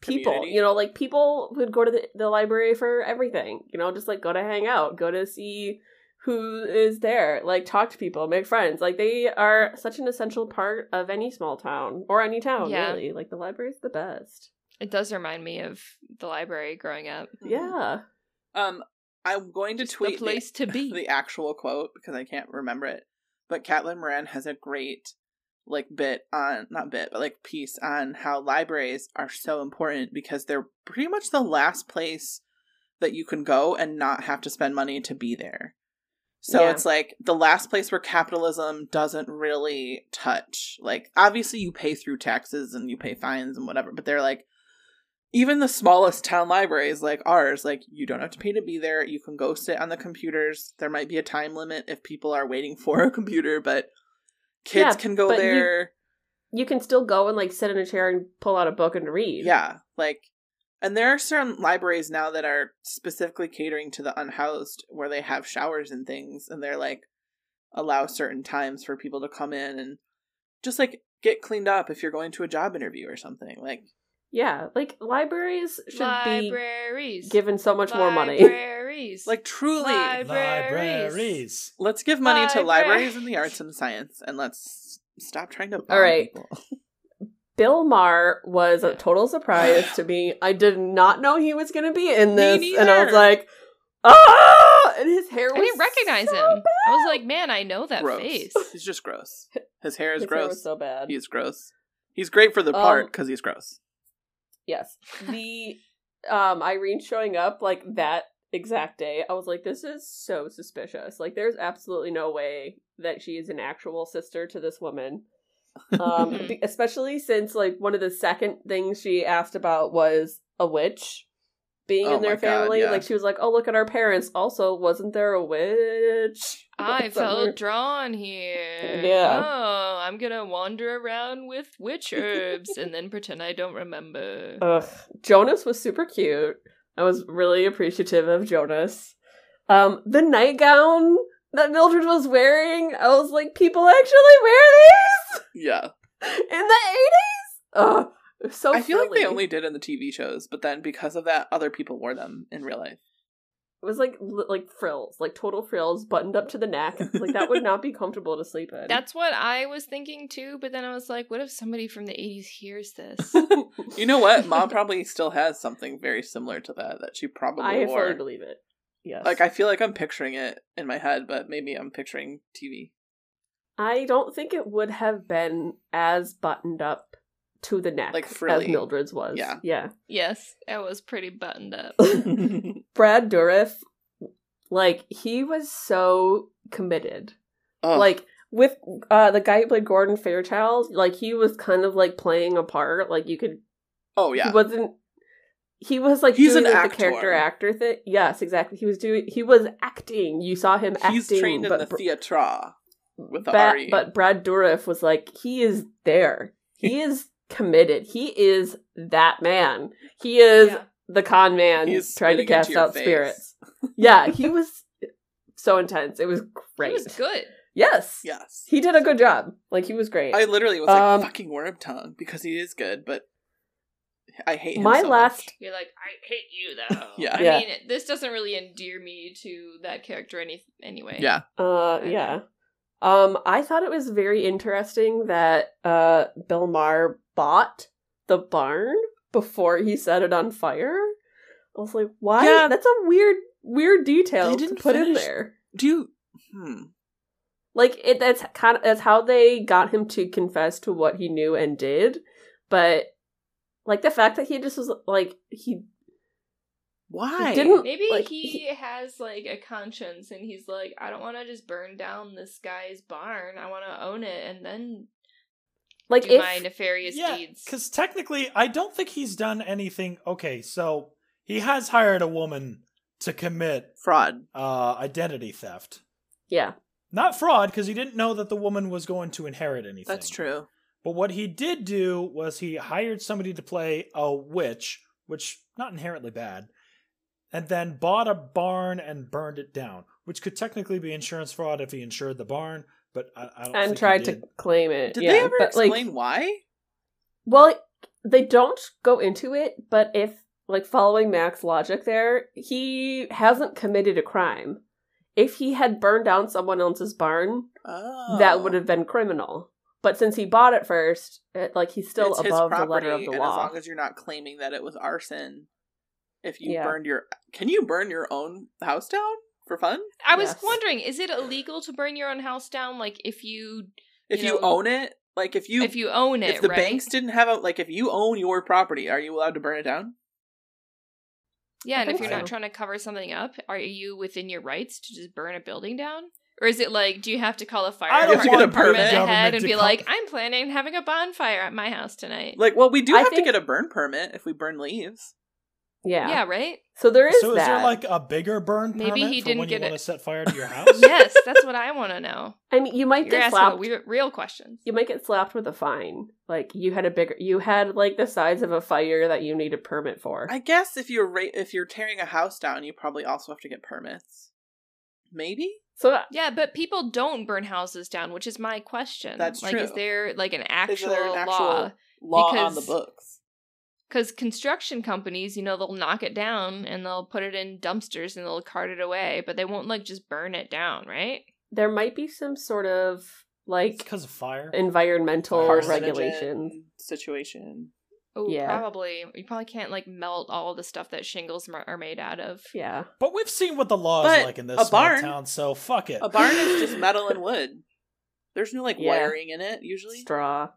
[SPEAKER 4] people.
[SPEAKER 3] Community.
[SPEAKER 4] You know, like people would go to the, the library for everything. You know, just like go to hang out, go to see who is there, like talk to people, make friends. Like they are such an essential part of any small town or any town,
[SPEAKER 2] Yeah.
[SPEAKER 4] really. Like the library's the best.
[SPEAKER 2] It does remind me of the library growing up.
[SPEAKER 4] Yeah.
[SPEAKER 3] Um, I'm going to tweet
[SPEAKER 2] Mm-hmm. the place to be.
[SPEAKER 3] [LAUGHS] the actual quote because I can't remember it. But Catelyn Moran has a great like bit on not bit but like piece on how libraries are so important because they're pretty much the last place that you can go and not have to spend money to be there. So
[SPEAKER 4] Yeah.
[SPEAKER 3] it's like the last place where capitalism doesn't really touch. Like obviously you pay through taxes and you pay fines and whatever, but they're like even the smallest town libraries like ours, like you don't have to pay to be there. You can go sit on the computers. There might be a time limit if people are waiting for a computer, but kids
[SPEAKER 4] Yeah,
[SPEAKER 3] can go
[SPEAKER 4] but you-
[SPEAKER 3] there.
[SPEAKER 4] You can still go and like sit in a chair and pull out a book and read.
[SPEAKER 3] Yeah, like, and there are certain libraries now that are specifically catering to the unhoused, where they have showers and things, and they're like allow certain times for people to come in and just like get cleaned up if you're going to a job interview or something. Like,
[SPEAKER 4] Yeah. Like libraries should
[SPEAKER 2] libraries.
[SPEAKER 4] be given so much
[SPEAKER 2] [LAUGHS]
[SPEAKER 4] more money.
[SPEAKER 2] Libraries.
[SPEAKER 3] like truly,
[SPEAKER 2] Lib- Libraries.
[SPEAKER 5] Libraries.
[SPEAKER 3] let's give money to
[SPEAKER 2] Libra-
[SPEAKER 3] libraries and the arts and science, and let's stop trying to. All
[SPEAKER 4] right. Bill Maher was a total surprise to me. I did not know he was going to be in this,
[SPEAKER 3] Me
[SPEAKER 4] and I was
[SPEAKER 3] neither.
[SPEAKER 4] like, "Oh!" And his hair
[SPEAKER 2] I
[SPEAKER 4] was
[SPEAKER 2] didn't recognize
[SPEAKER 4] so
[SPEAKER 2] him. I was
[SPEAKER 4] bad.
[SPEAKER 2] like, man, I know that
[SPEAKER 3] gross. [LAUGHS]
[SPEAKER 2] face.
[SPEAKER 3] He's just gross. His hair is
[SPEAKER 4] his hair
[SPEAKER 3] gross.
[SPEAKER 4] was so bad.
[SPEAKER 3] he's gross. He's great for the
[SPEAKER 4] Um,
[SPEAKER 3] part because he's gross. [LAUGHS]
[SPEAKER 4] yes, the um Irene showing up like that exact day. I was like, "This is so suspicious. Like, there's absolutely no way that she is an actual sister to this woman." Um,
[SPEAKER 3] [LAUGHS]
[SPEAKER 2] Mhm.
[SPEAKER 4] be- especially since like one of the second things she asked about was a witch being
[SPEAKER 3] Oh
[SPEAKER 4] in their
[SPEAKER 3] my God,
[SPEAKER 4] family.
[SPEAKER 3] yeah.
[SPEAKER 4] Like she was like, "Oh, look at our parents. Also, wasn't there a witch?" [LAUGHS]
[SPEAKER 2] I
[SPEAKER 4] Somewhere.
[SPEAKER 2] felt drawn here.
[SPEAKER 4] Yeah.
[SPEAKER 2] Oh, I'm gonna wander around with witch herbs and then pretend I don't
[SPEAKER 4] [LAUGHS]
[SPEAKER 2] remember.
[SPEAKER 4] Ugh. Jonas was super cute. I was really appreciative of Jonas. Um, the nightgown that Mildred was wearing, I was like, people actually wear
[SPEAKER 3] Yeah.
[SPEAKER 4] these in the eighties. Ugh, it was so
[SPEAKER 2] Oh,
[SPEAKER 3] I feel like they
[SPEAKER 4] frilly.
[SPEAKER 3] only did in the TV shows, but then because of that, other people wore them in real life.
[SPEAKER 4] it was like li- like frills, like total frills, buttoned up to the neck. Like that would not be comfortable to sleep in. [LAUGHS]
[SPEAKER 2] That's what I was thinking too, but then I was like, what if somebody from the 80s hears
[SPEAKER 4] [LAUGHS]
[SPEAKER 2] this?
[SPEAKER 3] You know what? Mom probably still has something very similar to that that she probably
[SPEAKER 4] I
[SPEAKER 3] wore.
[SPEAKER 4] fully believe it. Yes,
[SPEAKER 3] Like I feel like I'm picturing it in my head, but maybe I'm picturing
[SPEAKER 4] [LAUGHS]
[SPEAKER 3] TV.
[SPEAKER 4] I don't think it would have been as buttoned up to the neck
[SPEAKER 3] Like
[SPEAKER 4] as
[SPEAKER 3] frilly.
[SPEAKER 4] Mildred's was.
[SPEAKER 3] Yeah.
[SPEAKER 4] yeah.
[SPEAKER 2] yes, I was pretty buttoned up.
[SPEAKER 3] [LAUGHS]
[SPEAKER 4] Brad Dourif, like he was so committed.
[SPEAKER 3] Oh,
[SPEAKER 4] Like with uh the guy who played Gordon Fairchild, like he was kind of like playing a part. Like you could,
[SPEAKER 3] oh
[SPEAKER 4] he
[SPEAKER 3] yeah,
[SPEAKER 4] wasn't. He was like
[SPEAKER 3] He's
[SPEAKER 4] doing
[SPEAKER 3] an
[SPEAKER 4] like,
[SPEAKER 3] actor.
[SPEAKER 4] the character actor thing. Yes, exactly. He was doing. He was acting. You saw him
[SPEAKER 3] he's
[SPEAKER 4] acting,
[SPEAKER 3] trained in
[SPEAKER 4] but
[SPEAKER 3] the
[SPEAKER 4] Br-
[SPEAKER 3] theatre. with the E.
[SPEAKER 4] Ba-
[SPEAKER 3] RE.
[SPEAKER 4] but Brad Dourif was like, he is there.
[SPEAKER 3] [LAUGHS]
[SPEAKER 4] He is committed. He is that man. He is
[SPEAKER 2] Yeah.
[SPEAKER 4] the con man
[SPEAKER 3] He's
[SPEAKER 4] trying to
[SPEAKER 3] spitting into
[SPEAKER 4] cast
[SPEAKER 3] your
[SPEAKER 4] out
[SPEAKER 3] face.
[SPEAKER 4] spirits. yeah, he was so intense. It was great.
[SPEAKER 2] It was good.
[SPEAKER 4] Yes.
[SPEAKER 3] Yes,
[SPEAKER 4] He did a good job. Like he was great.
[SPEAKER 3] I literally was like
[SPEAKER 4] Um,
[SPEAKER 3] fucking worm tongue because he is good, but I hate him
[SPEAKER 4] My
[SPEAKER 3] so
[SPEAKER 4] last
[SPEAKER 2] You're like, I hate you though.
[SPEAKER 3] Yeah.
[SPEAKER 2] I
[SPEAKER 4] [LAUGHS] Yeah.
[SPEAKER 2] mean, this doesn't really endear me to that character any anyway.
[SPEAKER 3] Much. Yeah,
[SPEAKER 4] uh
[SPEAKER 2] Okay.
[SPEAKER 4] yeah. Um I thought it was very interesting that uh Bill Maher bought the barn before he set it on fire. I was like, why?
[SPEAKER 3] Yeah.
[SPEAKER 4] That's a weird weird detail
[SPEAKER 3] They
[SPEAKER 4] to
[SPEAKER 3] didn't
[SPEAKER 4] put in
[SPEAKER 3] finish-
[SPEAKER 4] there.
[SPEAKER 3] do you? Hmm.
[SPEAKER 4] Like it that's kind of that's how they got him to confess to what he knew and did, but like the fact that he just was like he
[SPEAKER 3] Why
[SPEAKER 4] didn't-
[SPEAKER 2] Maybe
[SPEAKER 4] Like,
[SPEAKER 2] he has like a conscience and he's like, I don't want to just burn down this guy's barn. I want to own it and then
[SPEAKER 4] like
[SPEAKER 2] do
[SPEAKER 4] if,
[SPEAKER 2] my nefarious deeds.
[SPEAKER 5] Because technically, I don't think he's done anything. Okay, so he has hired a woman to commit
[SPEAKER 3] fraud?
[SPEAKER 5] uh, identity theft.
[SPEAKER 4] yeah.
[SPEAKER 5] Not fraud, because he didn't know that the woman was going to inherit anything.
[SPEAKER 3] That's true.
[SPEAKER 5] But what he did do was he hired somebody to play a witch, which not inherently bad, and then bought a barn and burned it down, which could technically be insurance fraud if he insured the barn, but I, I don't. think
[SPEAKER 4] and
[SPEAKER 5] he
[SPEAKER 4] tried to
[SPEAKER 5] did.
[SPEAKER 4] claim it.
[SPEAKER 3] Did
[SPEAKER 4] yeah,
[SPEAKER 3] they ever
[SPEAKER 4] but, like,
[SPEAKER 3] explain why?
[SPEAKER 4] Well, they don't go into it, but if like following Mac's logic there, he hasn't committed a crime. If he had burned down someone else's barn,
[SPEAKER 3] Oh.
[SPEAKER 4] that would have been criminal. But since he bought it first, it, like he's still
[SPEAKER 3] It's his
[SPEAKER 4] above the letter of
[SPEAKER 3] property,
[SPEAKER 4] the
[SPEAKER 3] and As
[SPEAKER 4] law.
[SPEAKER 3] long as you're not claiming that it was arson, if you
[SPEAKER 4] Yeah.
[SPEAKER 3] burned your, can you burn your own house down for fun?
[SPEAKER 2] I was
[SPEAKER 4] Yes.
[SPEAKER 2] wondering, is it illegal to burn your own house down? Like if you
[SPEAKER 3] If
[SPEAKER 2] You
[SPEAKER 3] you,
[SPEAKER 2] know,
[SPEAKER 3] own it, like if you,
[SPEAKER 2] if you own it,
[SPEAKER 3] if the
[SPEAKER 2] right?
[SPEAKER 3] banks didn't have a, like if you own your property, are you allowed to burn it down?
[SPEAKER 2] yeah, and if
[SPEAKER 4] think
[SPEAKER 2] you're not
[SPEAKER 4] so.
[SPEAKER 2] trying to cover something up, are you within your rights to just burn a building down? Or is it like, do you have to call a fire
[SPEAKER 5] I
[SPEAKER 3] don't
[SPEAKER 2] department
[SPEAKER 3] want the
[SPEAKER 2] ahead
[SPEAKER 5] government
[SPEAKER 2] and
[SPEAKER 5] to
[SPEAKER 2] be
[SPEAKER 5] come-
[SPEAKER 2] like, I'm planning on having a bonfire at my house tonight?
[SPEAKER 3] Like, well, we do
[SPEAKER 4] I
[SPEAKER 3] have
[SPEAKER 4] think-
[SPEAKER 3] to get a burn permit if we burn leaves.
[SPEAKER 4] yeah.
[SPEAKER 2] yeah,
[SPEAKER 3] [LAUGHS]
[SPEAKER 2] right?
[SPEAKER 4] So there is
[SPEAKER 5] So is
[SPEAKER 4] that.
[SPEAKER 5] there like a bigger burn
[SPEAKER 2] Maybe
[SPEAKER 5] permit
[SPEAKER 2] he
[SPEAKER 5] for
[SPEAKER 2] didn't
[SPEAKER 5] when
[SPEAKER 2] get
[SPEAKER 5] you want
[SPEAKER 2] it.
[SPEAKER 5] to set fire
[SPEAKER 4] [LAUGHS]
[SPEAKER 5] to your house?
[SPEAKER 2] yes, that's what I want to know.
[SPEAKER 4] I mean, you might
[SPEAKER 2] You're
[SPEAKER 4] get
[SPEAKER 2] asking
[SPEAKER 4] slapped.
[SPEAKER 2] the weird, real questions.
[SPEAKER 4] You might get slapped with a fine. Like you had a bigger, you had like the size of a fire that you need a permit for.
[SPEAKER 3] I guess if you're ra- if you're tearing a house down, you probably also have to get permits. Maybe
[SPEAKER 4] so
[SPEAKER 2] Yeah, but people don't burn houses down, which is my question.
[SPEAKER 3] That's
[SPEAKER 2] like, Is
[SPEAKER 3] true.
[SPEAKER 2] there like an
[SPEAKER 3] Is
[SPEAKER 2] actual,
[SPEAKER 3] there an actual
[SPEAKER 2] law?
[SPEAKER 3] law on
[SPEAKER 2] Because-
[SPEAKER 3] the books.
[SPEAKER 2] Because construction companies, you know, they'll knock it down and they'll put it in dumpsters and they'll cart it away, but they won't like just burn it down, right?
[SPEAKER 4] there might be some sort of
[SPEAKER 5] It's
[SPEAKER 4] like
[SPEAKER 5] because of fire.
[SPEAKER 4] environmental
[SPEAKER 5] Carcinogen.
[SPEAKER 4] regulations.
[SPEAKER 3] situation.
[SPEAKER 2] Oh,
[SPEAKER 4] Yeah.
[SPEAKER 2] probably. You probably can't like melt all the stuff that shingles mar- are made out of.
[SPEAKER 4] Yeah.
[SPEAKER 5] But we've seen what the law is
[SPEAKER 3] But
[SPEAKER 5] like in
[SPEAKER 3] a
[SPEAKER 5] this small
[SPEAKER 3] barn-
[SPEAKER 5] town, so fuck it.
[SPEAKER 3] A barn is just metal and wood. There's no like
[SPEAKER 4] Yeah.
[SPEAKER 3] wiring in it usually.
[SPEAKER 4] Straw.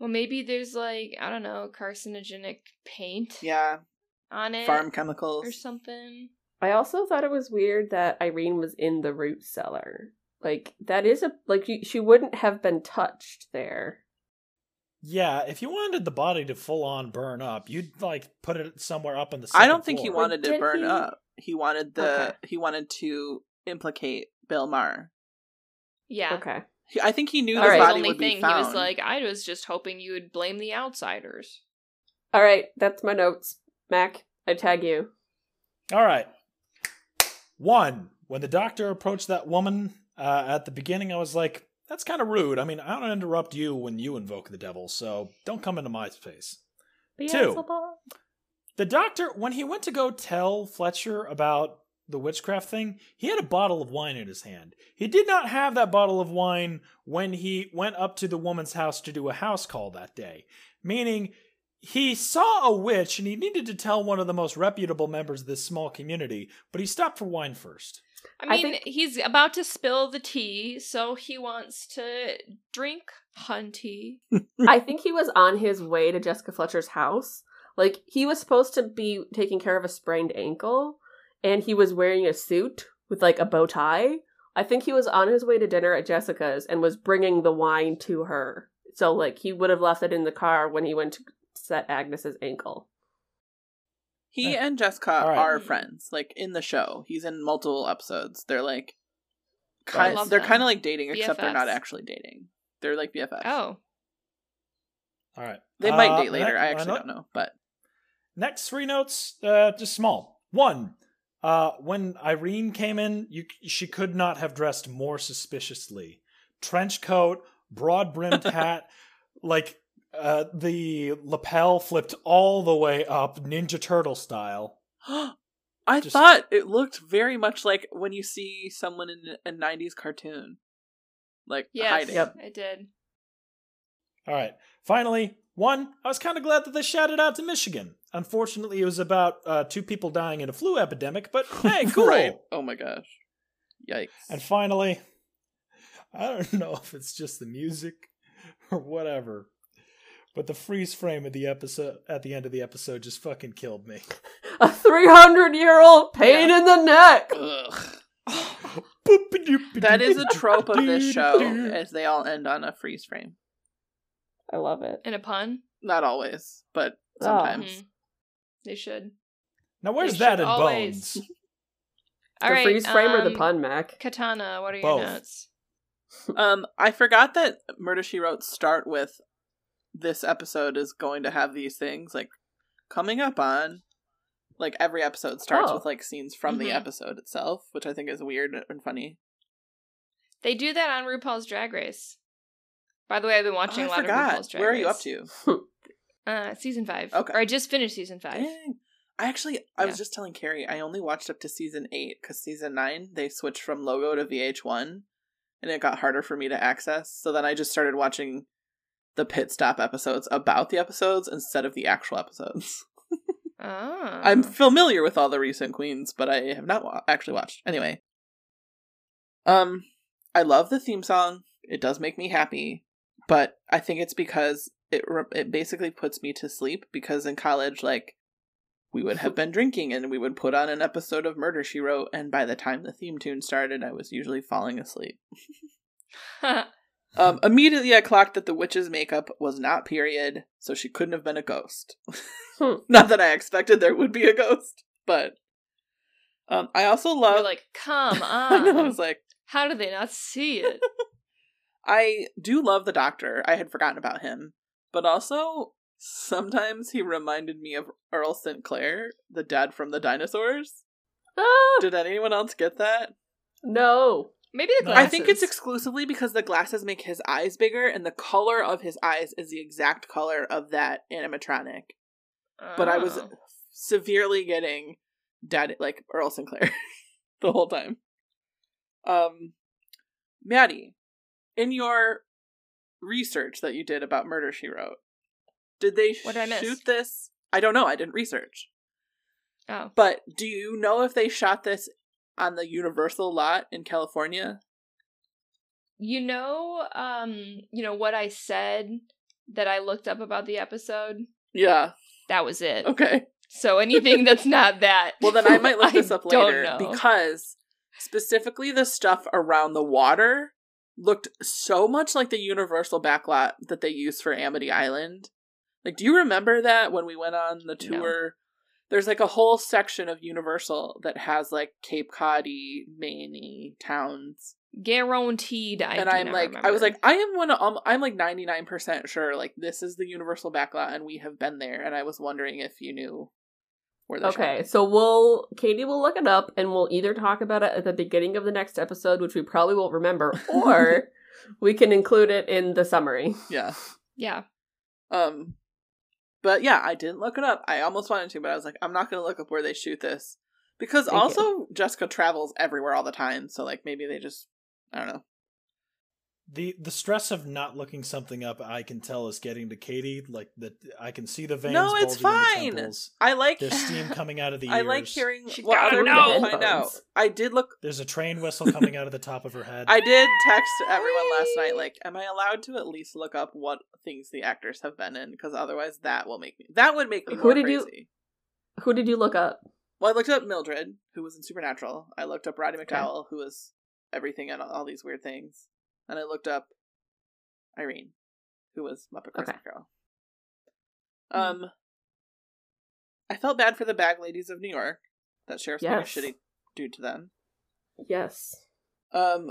[SPEAKER 2] Well, maybe there's like I don't know carcinogenic paint
[SPEAKER 3] Yeah,
[SPEAKER 2] on it
[SPEAKER 3] farm chemicals.
[SPEAKER 2] or something.
[SPEAKER 4] I also thought it was weird that Irene was in the root cellar. Like that is a like you, she wouldn't have been touched there.
[SPEAKER 5] yeah, if you wanted the body to full on burn up, you'd like put it somewhere up in the.
[SPEAKER 3] I
[SPEAKER 5] second
[SPEAKER 3] don't think he
[SPEAKER 5] floor.
[SPEAKER 4] want-
[SPEAKER 3] wanted to
[SPEAKER 4] did
[SPEAKER 3] burn
[SPEAKER 4] he-
[SPEAKER 3] up. He wanted the
[SPEAKER 4] Okay.
[SPEAKER 3] he wanted to implicate Bill Maher.
[SPEAKER 2] Yeah,
[SPEAKER 4] Okay.
[SPEAKER 3] He, I think he knew
[SPEAKER 2] that
[SPEAKER 4] All
[SPEAKER 2] was
[SPEAKER 3] the
[SPEAKER 4] right.
[SPEAKER 2] the
[SPEAKER 3] body
[SPEAKER 2] only
[SPEAKER 3] would
[SPEAKER 2] thing.
[SPEAKER 3] be
[SPEAKER 2] He
[SPEAKER 3] found.
[SPEAKER 2] was like, I was just hoping you would blame the outsiders.
[SPEAKER 4] All right, that's my notes. Mac, I tag you.
[SPEAKER 5] All right. One, when the doctor approached that woman uh, at the beginning, I was like, that's kind of rude. I mean, I don't interrupt you when you invoke the devil, so don't come into my space. Beelzebub. The doctor, when he went to go tell Fletcher about the witchcraft thing, he had a bottle of wine in his hand. He did not have that bottle of wine when he went up to the woman's house to do a house call that day, meaning he saw a witch and he needed to tell one of the most reputable members of this small community, but he stopped for wine first.
[SPEAKER 2] I
[SPEAKER 4] I
[SPEAKER 2] mean,
[SPEAKER 4] think-
[SPEAKER 2] he's about to spill the tea, so he wants to drink hunty.
[SPEAKER 4] I think he was on his way to Jessica Fletcher's house. Like he was supposed to be taking care of a sprained ankle and he was wearing a suit with like a bow tie. I think he was on his way to dinner at Jessica's and was bringing the wine to her. So like he would have left it in the car when he went to set Agnes's ankle.
[SPEAKER 3] he and Jessica
[SPEAKER 5] All right.
[SPEAKER 3] are friends. Like in the show, he's in multiple episodes. They're like,
[SPEAKER 5] I
[SPEAKER 3] kind,
[SPEAKER 2] love
[SPEAKER 3] they're
[SPEAKER 2] them.
[SPEAKER 3] kind of like dating, except they're not
[SPEAKER 2] BFFs.
[SPEAKER 3] actually dating. They're like BFFs.
[SPEAKER 2] Oh,
[SPEAKER 5] All right.
[SPEAKER 3] they might
[SPEAKER 5] Uh,
[SPEAKER 3] date later.
[SPEAKER 5] next-
[SPEAKER 3] I actually
[SPEAKER 5] know-
[SPEAKER 3] don't know, but [GASPS]
[SPEAKER 5] Next three notes, uh, just small. One, uh, when Irene came in, you, she could not have dressed more suspiciously. Trench coat, broad brimmed hat, like uh, the lapel flipped all the way up, Ninja Turtle style.
[SPEAKER 3] I
[SPEAKER 5] Just-
[SPEAKER 3] thought it looked very much like when you see someone in a '90s cartoon, like
[SPEAKER 2] yes,
[SPEAKER 3] hiding.
[SPEAKER 4] Yep.
[SPEAKER 2] I
[SPEAKER 3] [SIGHS]
[SPEAKER 2] did.
[SPEAKER 5] All right. Finally, one, I was kind of glad that they shouted out to Michigan. Unfortunately, it was about uh, two people dying in a flu epidemic, but [LAUGHS]
[SPEAKER 3] [LAUGHS]
[SPEAKER 5] hey, cool.
[SPEAKER 3] Right. Oh my gosh. Yikes.
[SPEAKER 5] And finally, [LAUGHS] I don't know if it's just the music [LAUGHS] or whatever, but the freeze frame of the episode at the end of the episode just fucking killed me.
[SPEAKER 4] A 300 year old pain in the neck.
[SPEAKER 5] [LAUGHS]
[SPEAKER 3] Ugh.
[SPEAKER 5] that
[SPEAKER 3] That is a trope of
[SPEAKER 5] [LAUGHS]
[SPEAKER 3] this show, as they all end on a freeze frame.
[SPEAKER 4] I love it.
[SPEAKER 2] In a pun,
[SPEAKER 3] Not always, but
[SPEAKER 4] Oh.
[SPEAKER 3] sometimes.
[SPEAKER 2] Mhm. they should.
[SPEAKER 5] Now, where's
[SPEAKER 2] They
[SPEAKER 5] that
[SPEAKER 2] should
[SPEAKER 5] in
[SPEAKER 2] always-
[SPEAKER 3] [LAUGHS]
[SPEAKER 5] Bones?
[SPEAKER 2] All
[SPEAKER 4] the
[SPEAKER 2] right,
[SPEAKER 4] freeze frame or
[SPEAKER 2] um,
[SPEAKER 4] the pun, Mac? [LAUGHS]
[SPEAKER 2] Katana, what are your
[SPEAKER 5] Both.
[SPEAKER 2] notes?
[SPEAKER 3] Um, I forgot that Murder She Wrote start with this episode is going to have these things like coming up on Like every episode starts
[SPEAKER 4] Oh.
[SPEAKER 3] with like scenes from the
[SPEAKER 2] Mhm.
[SPEAKER 3] episode itself, which I think is weird and funny.
[SPEAKER 2] They do that on RuPaul's Drag Race. By the way, I've been watching
[SPEAKER 3] Oh,
[SPEAKER 2] a
[SPEAKER 3] I
[SPEAKER 2] lot of
[SPEAKER 3] forgot.
[SPEAKER 2] RuPaul's Drag
[SPEAKER 3] Where are
[SPEAKER 2] Race.
[SPEAKER 3] you up to?
[SPEAKER 2] Uh, season five.
[SPEAKER 3] Okay.
[SPEAKER 2] Or I just finished season five.
[SPEAKER 3] Dang. I actually, I
[SPEAKER 2] Yeah.
[SPEAKER 3] was just telling Carrie, I only watched up to season eight because season nine they switched from logo to VH1, and it got harder for me to access. So then I just started watching the pit stop episodes about the episodes instead of the actual episodes.
[SPEAKER 2] Oh. [LAUGHS]
[SPEAKER 3] I'm familiar with all the recent queens, but I have not wa- actually watched. Anyway, um, I love the theme song. It does make me happy, but I think it's because it re- it basically puts me to sleep. Because in college, like, we would have been drinking and we would put on an episode of Murder She Wrote, and by the time the theme tune started, I was usually falling asleep. Um, immediately, I clocked that the witch's makeup was not period, so she couldn't have been a ghost. [LAUGHS]
[SPEAKER 4] Hmm.
[SPEAKER 3] not that I expected there would be a ghost, but um, I also
[SPEAKER 2] You're
[SPEAKER 3] love.
[SPEAKER 2] like, come
[SPEAKER 3] [LAUGHS] I
[SPEAKER 2] on.
[SPEAKER 3] know. I was like,
[SPEAKER 2] How do they not see
[SPEAKER 3] [LAUGHS]
[SPEAKER 2] it?
[SPEAKER 3] I do love the Doctor. I had forgotten about him, but also sometimes he reminded me of Earl St. Clair, the dad from the dinosaurs.
[SPEAKER 4] Ah,
[SPEAKER 3] Did anyone else get that?
[SPEAKER 4] no.
[SPEAKER 2] Maybe the
[SPEAKER 5] No.
[SPEAKER 2] glasses.
[SPEAKER 3] I think it's exclusively because the glasses make his eyes bigger, and the color of his eyes is the exact color of that animatronic. but I was
[SPEAKER 2] Oh.
[SPEAKER 3] severely getting dad like Earl Sinclair [LAUGHS] the whole time. Um, Maddie, in your research that you did about Murder She Wrote, did they
[SPEAKER 2] What did I miss?
[SPEAKER 3] shoot this? I don't know. I didn't research.
[SPEAKER 2] Oh.
[SPEAKER 3] But do you know if they shot this on the Universal lot in California?
[SPEAKER 2] You know, um, you know what I said that I looked up about the episode?
[SPEAKER 3] Yeah.
[SPEAKER 2] That was it.
[SPEAKER 3] Okay.
[SPEAKER 2] So anything that's not that.
[SPEAKER 3] Well, then I
[SPEAKER 2] [LAUGHS]
[SPEAKER 3] might look this up
[SPEAKER 2] don't
[SPEAKER 3] later
[SPEAKER 2] know.
[SPEAKER 3] because specifically the stuff around the water looked so much like the universal backlot that they use for Amity Island. Like, do you remember that when we went on the
[SPEAKER 2] No.
[SPEAKER 3] tour? There's like a whole section of Universal that has like Cape Coddy, Maney towns,
[SPEAKER 2] Guaranteed, I
[SPEAKER 3] and
[SPEAKER 2] do
[SPEAKER 3] I'm
[SPEAKER 2] not
[SPEAKER 3] like, I
[SPEAKER 2] remember.
[SPEAKER 3] was like, I am one. Of, um, I'm like 99 percent sure. Like, this is the Universal backlot, and we have been there. And I was wondering if you knew where the shot
[SPEAKER 4] Okay,
[SPEAKER 3] is.
[SPEAKER 4] so we'll Katie will look it up and we'll either talk about it at the beginning of the next episode, which we probably
[SPEAKER 3] [LAUGHS]
[SPEAKER 4] won't remember, or we can include it in the summary.
[SPEAKER 3] yeah.
[SPEAKER 2] yeah.
[SPEAKER 3] Um, but yeah, I didn't look it up. I almost wanted to, but I was like, I'm not going to look up where they shoot this because
[SPEAKER 4] Thank
[SPEAKER 3] also Jessica travels everywhere all the time. So like maybe they just, I don't know.
[SPEAKER 5] the the stress of not looking something up i can tell is getting to katie like that i can see the veins
[SPEAKER 3] No,
[SPEAKER 5] bulging
[SPEAKER 3] it's
[SPEAKER 5] in the
[SPEAKER 3] fine.
[SPEAKER 5] temples.
[SPEAKER 3] I like [LAUGHS]
[SPEAKER 5] there's steam coming out of the ears
[SPEAKER 3] I like hearing
[SPEAKER 2] She's
[SPEAKER 3] what
[SPEAKER 2] gotta
[SPEAKER 3] other
[SPEAKER 2] know.
[SPEAKER 3] people find out. I did look.
[SPEAKER 5] there's a train whistle coming out of the top of her head
[SPEAKER 3] [LAUGHS] I did text everyone last night. Like, am I allowed to at least look up what things the actors have been in? Because otherwise, that will make me. That would make me.
[SPEAKER 4] Who
[SPEAKER 3] More
[SPEAKER 4] did you-
[SPEAKER 3] crazy.
[SPEAKER 4] Who did you look up?
[SPEAKER 3] Well, I looked up Mildred, who was in Supernatural. I looked up Roddy McDowell, who was everything and all these weird things. And I looked up Irene, who was Muppet Christmas
[SPEAKER 4] Okay.
[SPEAKER 3] Carol.
[SPEAKER 2] Hmm.
[SPEAKER 3] Um, I felt bad for the bag ladies of New York. That sheriff's yes.
[SPEAKER 4] Yes.
[SPEAKER 3] shitty dude to them.
[SPEAKER 4] Yes.
[SPEAKER 3] Um,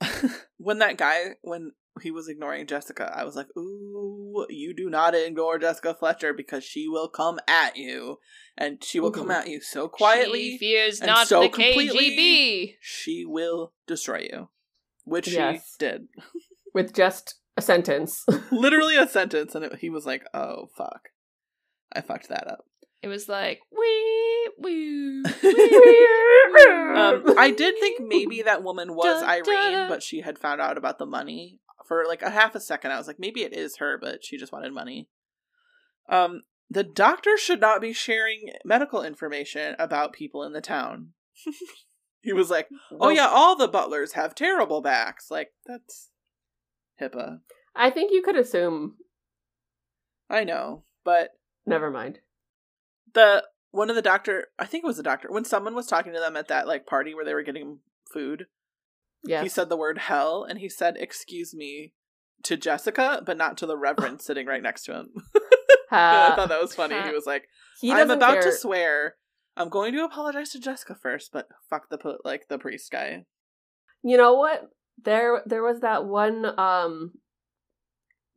[SPEAKER 3] [LAUGHS] when that guy, when he was ignoring Jessica, I was like, "Ooh, you do not ignore Jessica Fletcher because she will come at you, and she will come
[SPEAKER 4] Mhm.
[SPEAKER 3] at you so quietly."
[SPEAKER 2] She fears
[SPEAKER 3] and
[SPEAKER 2] not
[SPEAKER 3] so
[SPEAKER 2] the
[SPEAKER 3] completely-
[SPEAKER 2] KGB.
[SPEAKER 3] she will destroy you. Which
[SPEAKER 4] Yes.
[SPEAKER 3] she did. [LAUGHS]
[SPEAKER 4] With just a sentence. Um,
[SPEAKER 3] Literally a sentence, and it, he was like, oh, fuck. I fucked that up.
[SPEAKER 2] It was like, wee,
[SPEAKER 3] [LAUGHS]
[SPEAKER 2] wee,
[SPEAKER 3] Um, I did think maybe that woman was
[SPEAKER 2] Dun,
[SPEAKER 3] Irene,
[SPEAKER 2] dun.
[SPEAKER 3] but she had found out about the money for like a half a second. I was like, maybe it is her, but she just wanted money. Um, the doctor should not be sharing medical information about people in the town. [LAUGHS] he was like, oh, yeah, all the butlers have terrible backs. Like, that's HIPAA.
[SPEAKER 4] I think you could assume.
[SPEAKER 3] I know, but
[SPEAKER 4] Never mind.
[SPEAKER 3] the one of the doctor, I think it was the doctor, when someone was talking to them at that like party where they were getting food,
[SPEAKER 4] Yes.
[SPEAKER 3] he [LAUGHS] said the word hell and he said excuse me to Jessica, but not to the reverend sitting right next to him. [LAUGHS] And I
[SPEAKER 4] Uh,
[SPEAKER 3] thought that was funny.
[SPEAKER 2] uh,
[SPEAKER 3] He was like,
[SPEAKER 4] he
[SPEAKER 3] "I'm
[SPEAKER 4] doesn't
[SPEAKER 3] about
[SPEAKER 4] care.
[SPEAKER 3] to swear. I'm going to apologize to Jessica first, but fuck the po- like the priest guy."
[SPEAKER 4] You know what? There there was that one um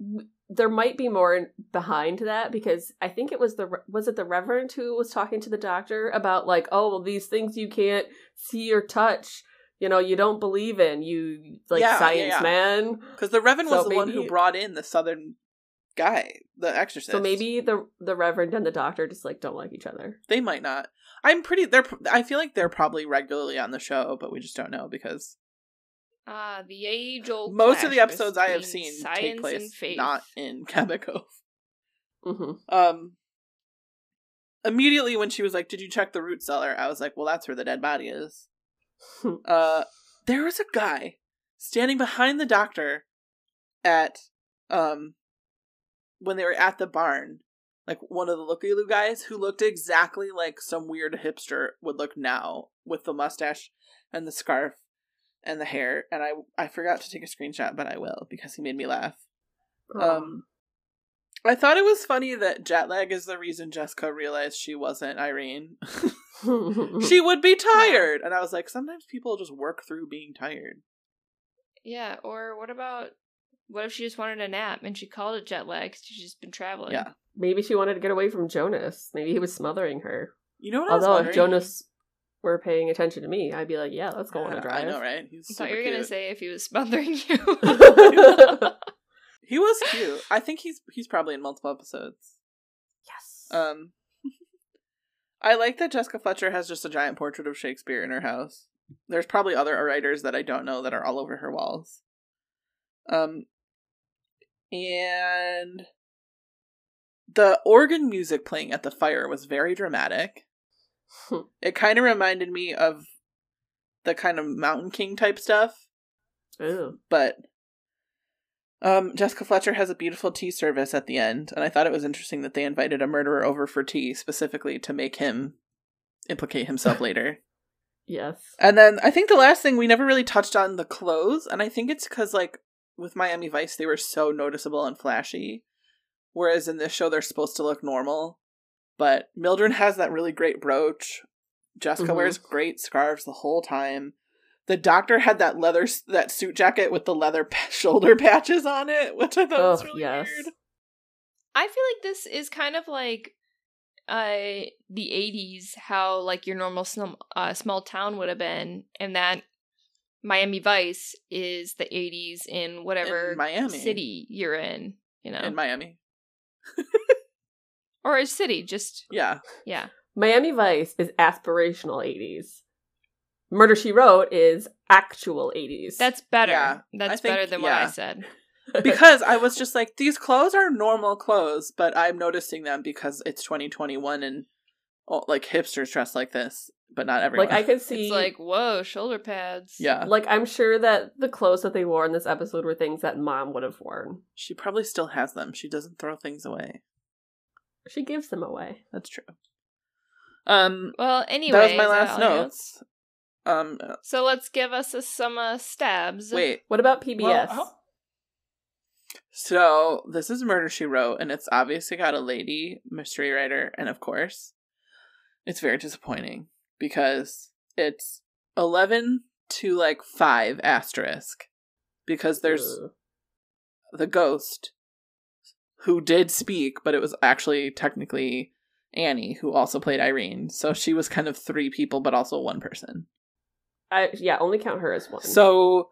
[SPEAKER 4] w- there might be more behind that because I think it was the re- was it the reverend who was talking to the doctor about like oh well these things you can't see or touch you know you don't believe in you like
[SPEAKER 3] Yeah, yeah,
[SPEAKER 4] science
[SPEAKER 3] yeah.
[SPEAKER 4] man
[SPEAKER 3] Because the Reverend was
[SPEAKER 4] So
[SPEAKER 3] the one who
[SPEAKER 4] maybe-
[SPEAKER 3] brought in the Southern guy, the exorcist.
[SPEAKER 4] so maybe the the reverend and the doctor just like don't like each other
[SPEAKER 3] they might not. I'm pretty. They're. pr- I feel like they're probably regularly on the show, but we just don't know because
[SPEAKER 2] Ah, the age old.
[SPEAKER 3] most of the episodes I have seen take place not in [LAUGHS] Quebec.
[SPEAKER 4] hmm [LAUGHS]
[SPEAKER 3] Um. Immediately when she was like, "Did you check the root cellar?" I was like, "Well, that's where the dead body is." uh, there was a guy standing behind the doctor at um when they were at the barn, like one of the looky-loo guys who looked exactly like some weird hipster would look now with the mustache and the scarf and the hair. And I I forgot to take a screenshot, but I will because he made me laugh.
[SPEAKER 4] [LAUGHS]
[SPEAKER 3] Um, I thought it was funny that jet lag is the reason Jessica realized she wasn't Irene. [LAUGHS] she would
[SPEAKER 4] [LAUGHS]
[SPEAKER 3] be tired, and I was like, sometimes people just work through being tired.
[SPEAKER 2] Yeah, or what about what if she just wanted a nap and she called it jet lag 'cause she's just been traveling?
[SPEAKER 3] Yeah.
[SPEAKER 4] maybe she wanted to get away from Jonas maybe he was smothering her
[SPEAKER 3] You know what? I was
[SPEAKER 4] although if
[SPEAKER 3] wondering?
[SPEAKER 4] Jonas were paying attention to me I'd be like yeah let's go on
[SPEAKER 3] Yeah,
[SPEAKER 4] a drive
[SPEAKER 3] I know,
[SPEAKER 4] [LAUGHS]
[SPEAKER 3] right? He's
[SPEAKER 2] I
[SPEAKER 3] super
[SPEAKER 2] thought you were gonna
[SPEAKER 3] cute.
[SPEAKER 2] say if he was smothering [LAUGHS] you.
[SPEAKER 3] [LAUGHS]
[SPEAKER 2] [LAUGHS]
[SPEAKER 3] he was cute. I think he's he's probably in multiple episodes.
[SPEAKER 4] yes
[SPEAKER 3] Um, I like that Jessica Fletcher has just a giant portrait of Shakespeare in her house. There's probably other writers that I don't know that are all over her walls. Um, and the organ music playing at the fire was very dramatic. It kind of reminded me of the kind of Mountain King type stuff
[SPEAKER 4] Ew.
[SPEAKER 3] but um, Jessica Fletcher has a beautiful tea service at the end, and I thought it was interesting that they invited a murderer over for tea specifically to make him implicate himself later.
[SPEAKER 4] yes
[SPEAKER 3] And then I think the last thing we never really touched on the clothes, and I think it's because like with Miami Vice they were so noticeable and flashy, whereas in this show they're supposed to look normal. But Mildred has that really great brooch. Jessica
[SPEAKER 4] Mhm.
[SPEAKER 3] wears great scarves the whole time. The doctor had that leather s- that suit jacket with the leather [LAUGHS] pa- shoulder patches on it, which I thought was
[SPEAKER 4] Ugh,
[SPEAKER 3] really
[SPEAKER 4] yes.
[SPEAKER 3] weird.
[SPEAKER 2] I feel like this is kind of like uh the 80s how like your normal sm- uh, small town would have been and that Miami Vice is the 80s in whatever
[SPEAKER 3] In Miami.
[SPEAKER 2] city you're in, you know.
[SPEAKER 3] In Miami,
[SPEAKER 2] or a city just
[SPEAKER 3] yeah,
[SPEAKER 2] yeah.
[SPEAKER 4] Miami Vice is aspirational 80s. Murder She Wrote is actual 80s. [LAUGHS]
[SPEAKER 2] That's better.
[SPEAKER 3] Yeah,
[SPEAKER 2] That's
[SPEAKER 3] think-
[SPEAKER 2] better than what I
[SPEAKER 3] yeah.
[SPEAKER 2] said.
[SPEAKER 3] because I was just like, these clothes are normal clothes, but I'm noticing them because it's 2021 and oh, like hipsters dress like this, but not everyone. uh,
[SPEAKER 4] like I could see
[SPEAKER 2] It's like, whoa, shoulder pads.
[SPEAKER 3] [LAUGHS] yeah,
[SPEAKER 4] like I'm sure that the clothes that they wore in this episode were things that mom would have worn.
[SPEAKER 3] she probably still has them. She doesn't throw things away.
[SPEAKER 4] She gives them away.
[SPEAKER 3] That's true. Um,
[SPEAKER 2] Well, anyway,
[SPEAKER 3] that was my last
[SPEAKER 2] note.
[SPEAKER 3] notes. Um, uh,
[SPEAKER 2] So let's give us a, some uh, stabs.
[SPEAKER 3] wait.
[SPEAKER 4] What about PBS?
[SPEAKER 5] Well, how-
[SPEAKER 3] So this is Murder She Wrote, and it's obviously got a lady mystery writer, and of course, it's very disappointing because it's eleven to like five asterisk because there's
[SPEAKER 4] Ugh.
[SPEAKER 3] the ghost who did speak, but it was actually technically Annie who also played Irene. So she was kind of three people, but also one person.
[SPEAKER 4] I, yeah, only count her as one.
[SPEAKER 3] So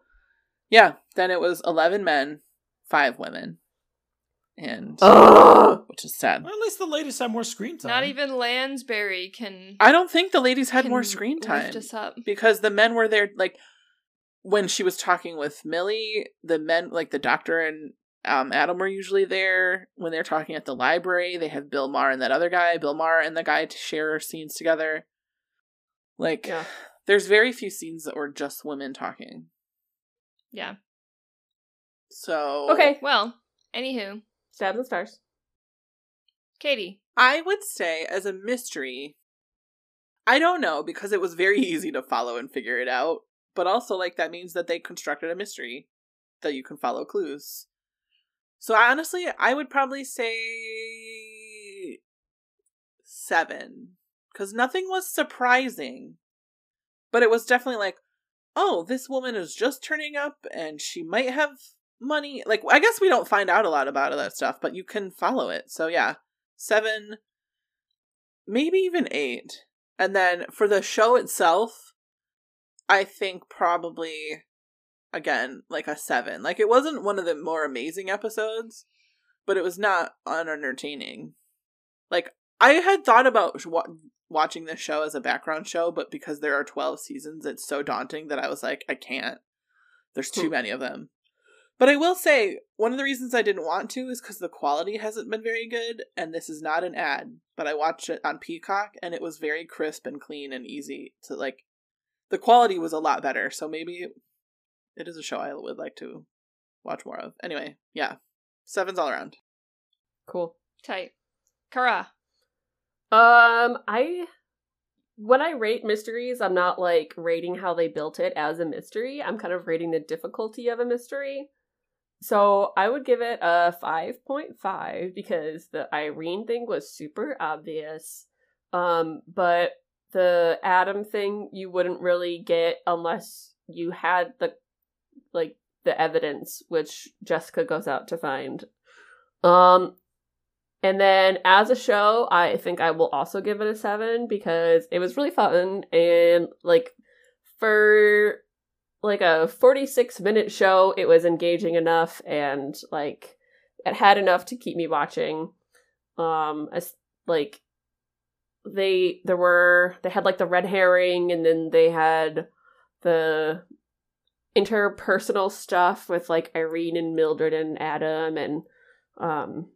[SPEAKER 3] yeah, then it was eleven men, five women, and
[SPEAKER 4] Ugh!
[SPEAKER 3] which is sad.
[SPEAKER 5] well, at least the ladies have more screen time.
[SPEAKER 2] Not even Lansbury can.
[SPEAKER 3] I don't think the ladies had more
[SPEAKER 2] can
[SPEAKER 3] screen
[SPEAKER 2] lift
[SPEAKER 3] time
[SPEAKER 2] us up.
[SPEAKER 3] because the men were there. Like when she was talking with Millie, the men, like the doctor and um, Adam, were usually there. When they're talking at the library, they have Bill Maher and that other guy. Bill Maher and the guy to share scenes together. Like,
[SPEAKER 4] Yeah.
[SPEAKER 3] there's very few scenes that were just women talking.
[SPEAKER 2] Yeah.
[SPEAKER 3] So
[SPEAKER 4] Okay,
[SPEAKER 2] Well, anywho,
[SPEAKER 4] stabs and stars.
[SPEAKER 2] Katie.
[SPEAKER 3] I would say as a mystery, I don't know because it was very [LAUGHS] easy to follow and figure it out, but also like that means that they constructed a mystery that you can follow clues. So I honestly, I would probably say 7 cuz nothing was surprising. But it was definitely like, oh, this woman is just turning up and she might have money. Like I guess we don't find out a lot about that stuff, but you can follow it. So yeah, seven, maybe even eight, and then for the show itself, I think probably again like a seven. Like it wasn't one of the more amazing episodes, but it was not unentertaining. Like I had thought about wa- watching this show as a background show, but because there are twelve seasons, it's so daunting that I was like, I can't. There's too
[SPEAKER 4] Hmm.
[SPEAKER 3] many of them. But I will say, one of the reasons I didn't want to is because the quality hasn't been very good, and this is not an ad. But I watched it on Peacock, and it was very crisp and clean and easy to like. The quality was a lot better, so maybe it is a show I would like to watch more of. Anyway, yeah, sevens all around.
[SPEAKER 4] Cool.
[SPEAKER 2] Tight. Kara.
[SPEAKER 4] Um, I when I rate mysteries, I'm not like rating how they built it as a mystery. I'm kind of rating the difficulty of a mystery. So I would give it a 5.5 because the Irene thing was super obvious. Um, but the Adam thing you wouldn't really get unless you had the like the evidence which Jessica goes out to find. Um and then as a show, I think I will also give it a seven because it was really fun and like for like a 46 minute show, it was engaging enough and like it had enough to keep me watching. Um, as like they there were they had like the red herring and then they had the interpersonal stuff with like Irene and Mildred and Adam and um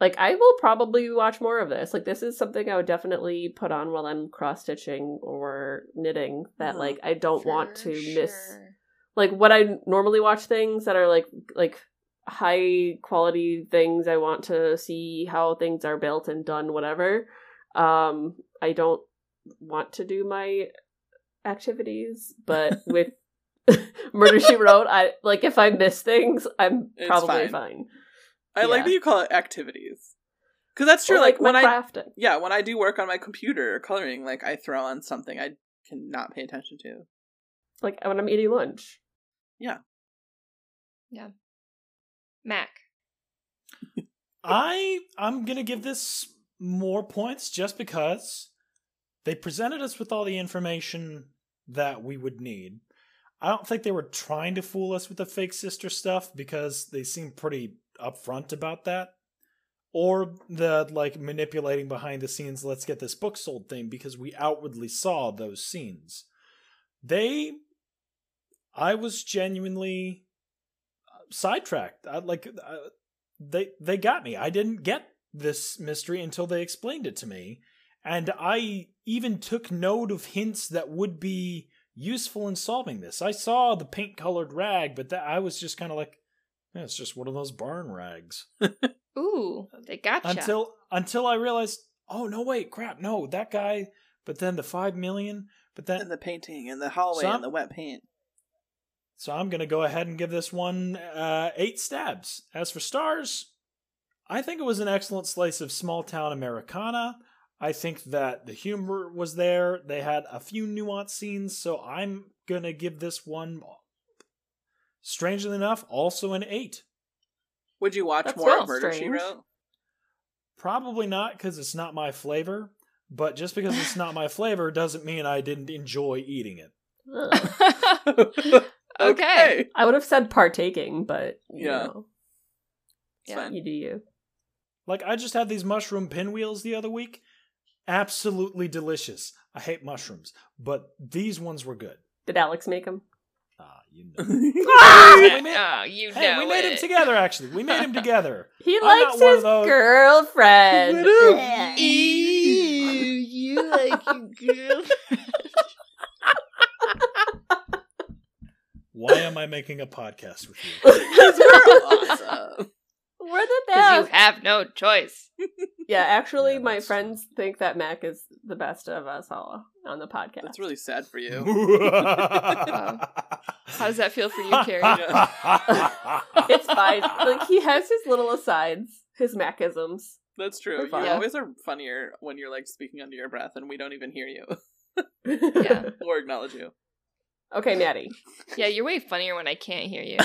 [SPEAKER 4] like I will probably watch more of this. Like this is something I would definitely put on while I'm cross stitching or knitting that
[SPEAKER 3] Mhm.
[SPEAKER 4] like I don't want
[SPEAKER 2] For
[SPEAKER 4] to miss
[SPEAKER 2] sure.
[SPEAKER 4] like what I normally watch things that are like like high quality things. I want to see how things are built and done, whatever. Um, I don't want to do my activities,
[SPEAKER 3] [LAUGHS]
[SPEAKER 4] but with Murder She Wrote, I like if I miss things, I'm
[SPEAKER 3] It's
[SPEAKER 4] probably
[SPEAKER 3] fine.
[SPEAKER 4] fine.
[SPEAKER 3] I like
[SPEAKER 4] Yeah.
[SPEAKER 3] that you call it activities, because that's true.
[SPEAKER 4] Or,
[SPEAKER 3] like
[SPEAKER 4] my
[SPEAKER 3] when I
[SPEAKER 4] crafting.
[SPEAKER 3] yeah, when I do work on my computer or coloring, like I throw on something I cannot pay attention to.
[SPEAKER 4] like when I'm
[SPEAKER 3] [LAUGHS]
[SPEAKER 4] eating lunch.
[SPEAKER 2] Mac.
[SPEAKER 5] I I'm gonna give this more points just because they presented us with all the information that we would need. I don't think they were trying to fool us with the fake sister stuff because they seem pretty upfront about that. Or the like manipulating behind the scenes let's get this book sold thing because we outwardly saw those scenes. They I was genuinely uh, sidetracked. I, like uh, I, they they got me. I didn't get this mystery until they explained it to me, and I even took note of hints that would be useful in solving this. I saw the paint colored rag, but that I was just kind of like, "Yeah, it's just one of those barn rags.
[SPEAKER 2] Ooh, they gotcha.
[SPEAKER 5] Until [LAUGHS] until I realized, oh no, wait, crap, no, that guy. But then the five million. But then
[SPEAKER 3] And the painting, and the hallway,
[SPEAKER 5] Some-
[SPEAKER 3] and the wet paint.
[SPEAKER 5] So I'm going to go ahead and give this one uh, eight stabs. As for stars, I think it was an excellent slice of small town Americana. I think that the humor was there. They had a few nuanced scenes, so I'm going to give this one, strangely enough, also an eight.
[SPEAKER 3] Would you watch
[SPEAKER 4] That's
[SPEAKER 3] more of
[SPEAKER 4] well
[SPEAKER 3] Murder She
[SPEAKER 4] strange.
[SPEAKER 3] Wrote?
[SPEAKER 5] Probably not because it's not my flavor, but just because it's not my flavor doesn't mean I didn't enjoy eating it.
[SPEAKER 4] Ugh.
[SPEAKER 2] [LAUGHS] okay.
[SPEAKER 4] I would have said partaking, but you
[SPEAKER 3] Yeah.
[SPEAKER 4] know,
[SPEAKER 3] It's
[SPEAKER 2] Yeah.
[SPEAKER 3] fine.
[SPEAKER 4] you do you.
[SPEAKER 5] Like I just had these mushroom pinwheels the other week. Absolutely delicious. I hate mushrooms, but these ones were good.
[SPEAKER 4] Did Alex
[SPEAKER 3] [LAUGHS]
[SPEAKER 4] make [LAUGHS] them?
[SPEAKER 5] Ah,
[SPEAKER 2] [LAUGHS]
[SPEAKER 5] you know.
[SPEAKER 4] [LAUGHS]
[SPEAKER 2] Yeah,
[SPEAKER 5] we made,
[SPEAKER 2] oh, you
[SPEAKER 5] hey,
[SPEAKER 2] know
[SPEAKER 5] we made
[SPEAKER 2] it.
[SPEAKER 5] them
[SPEAKER 2] [LAUGHS]
[SPEAKER 5] together. Actually, we made them together.
[SPEAKER 4] He
[SPEAKER 5] I'm not
[SPEAKER 4] likes
[SPEAKER 5] one of
[SPEAKER 4] his
[SPEAKER 5] those-
[SPEAKER 4] girlfriend. [LAUGHS]
[SPEAKER 2] Ew,
[SPEAKER 3] [LAUGHS]
[SPEAKER 2] you like your girl. [LAUGHS]
[SPEAKER 5] Why am I making a podcast with you?
[SPEAKER 4] [LAUGHS]
[SPEAKER 3] awesome.
[SPEAKER 2] [LAUGHS]
[SPEAKER 4] We're the
[SPEAKER 2] Because
[SPEAKER 4] best.
[SPEAKER 2] you have no choice.
[SPEAKER 4] yeah, actually,
[SPEAKER 5] Yeah,
[SPEAKER 4] my
[SPEAKER 5] that's-
[SPEAKER 4] friends think that Mac is the best of us all on the
[SPEAKER 5] [LAUGHS]
[SPEAKER 4] podcast.
[SPEAKER 3] That's really sad for you.
[SPEAKER 2] How does that
[SPEAKER 5] [LAUGHS]
[SPEAKER 2] feel for you, Carrie?
[SPEAKER 5] Carrie?
[SPEAKER 4] it's fine. Like he has his little asides, his Macisms.
[SPEAKER 3] That's true.
[SPEAKER 4] We're
[SPEAKER 3] You
[SPEAKER 4] fine.
[SPEAKER 3] always are funnier when you're like speaking under your breath and we don't even hear you [LAUGHS]
[SPEAKER 2] Yeah.
[SPEAKER 3] or acknowledge you.
[SPEAKER 4] [LAUGHS] okay, Natty.
[SPEAKER 2] [LAUGHS]
[SPEAKER 4] [LAUGHS]
[SPEAKER 2] Yeah, you're way funnier when I can't hear you.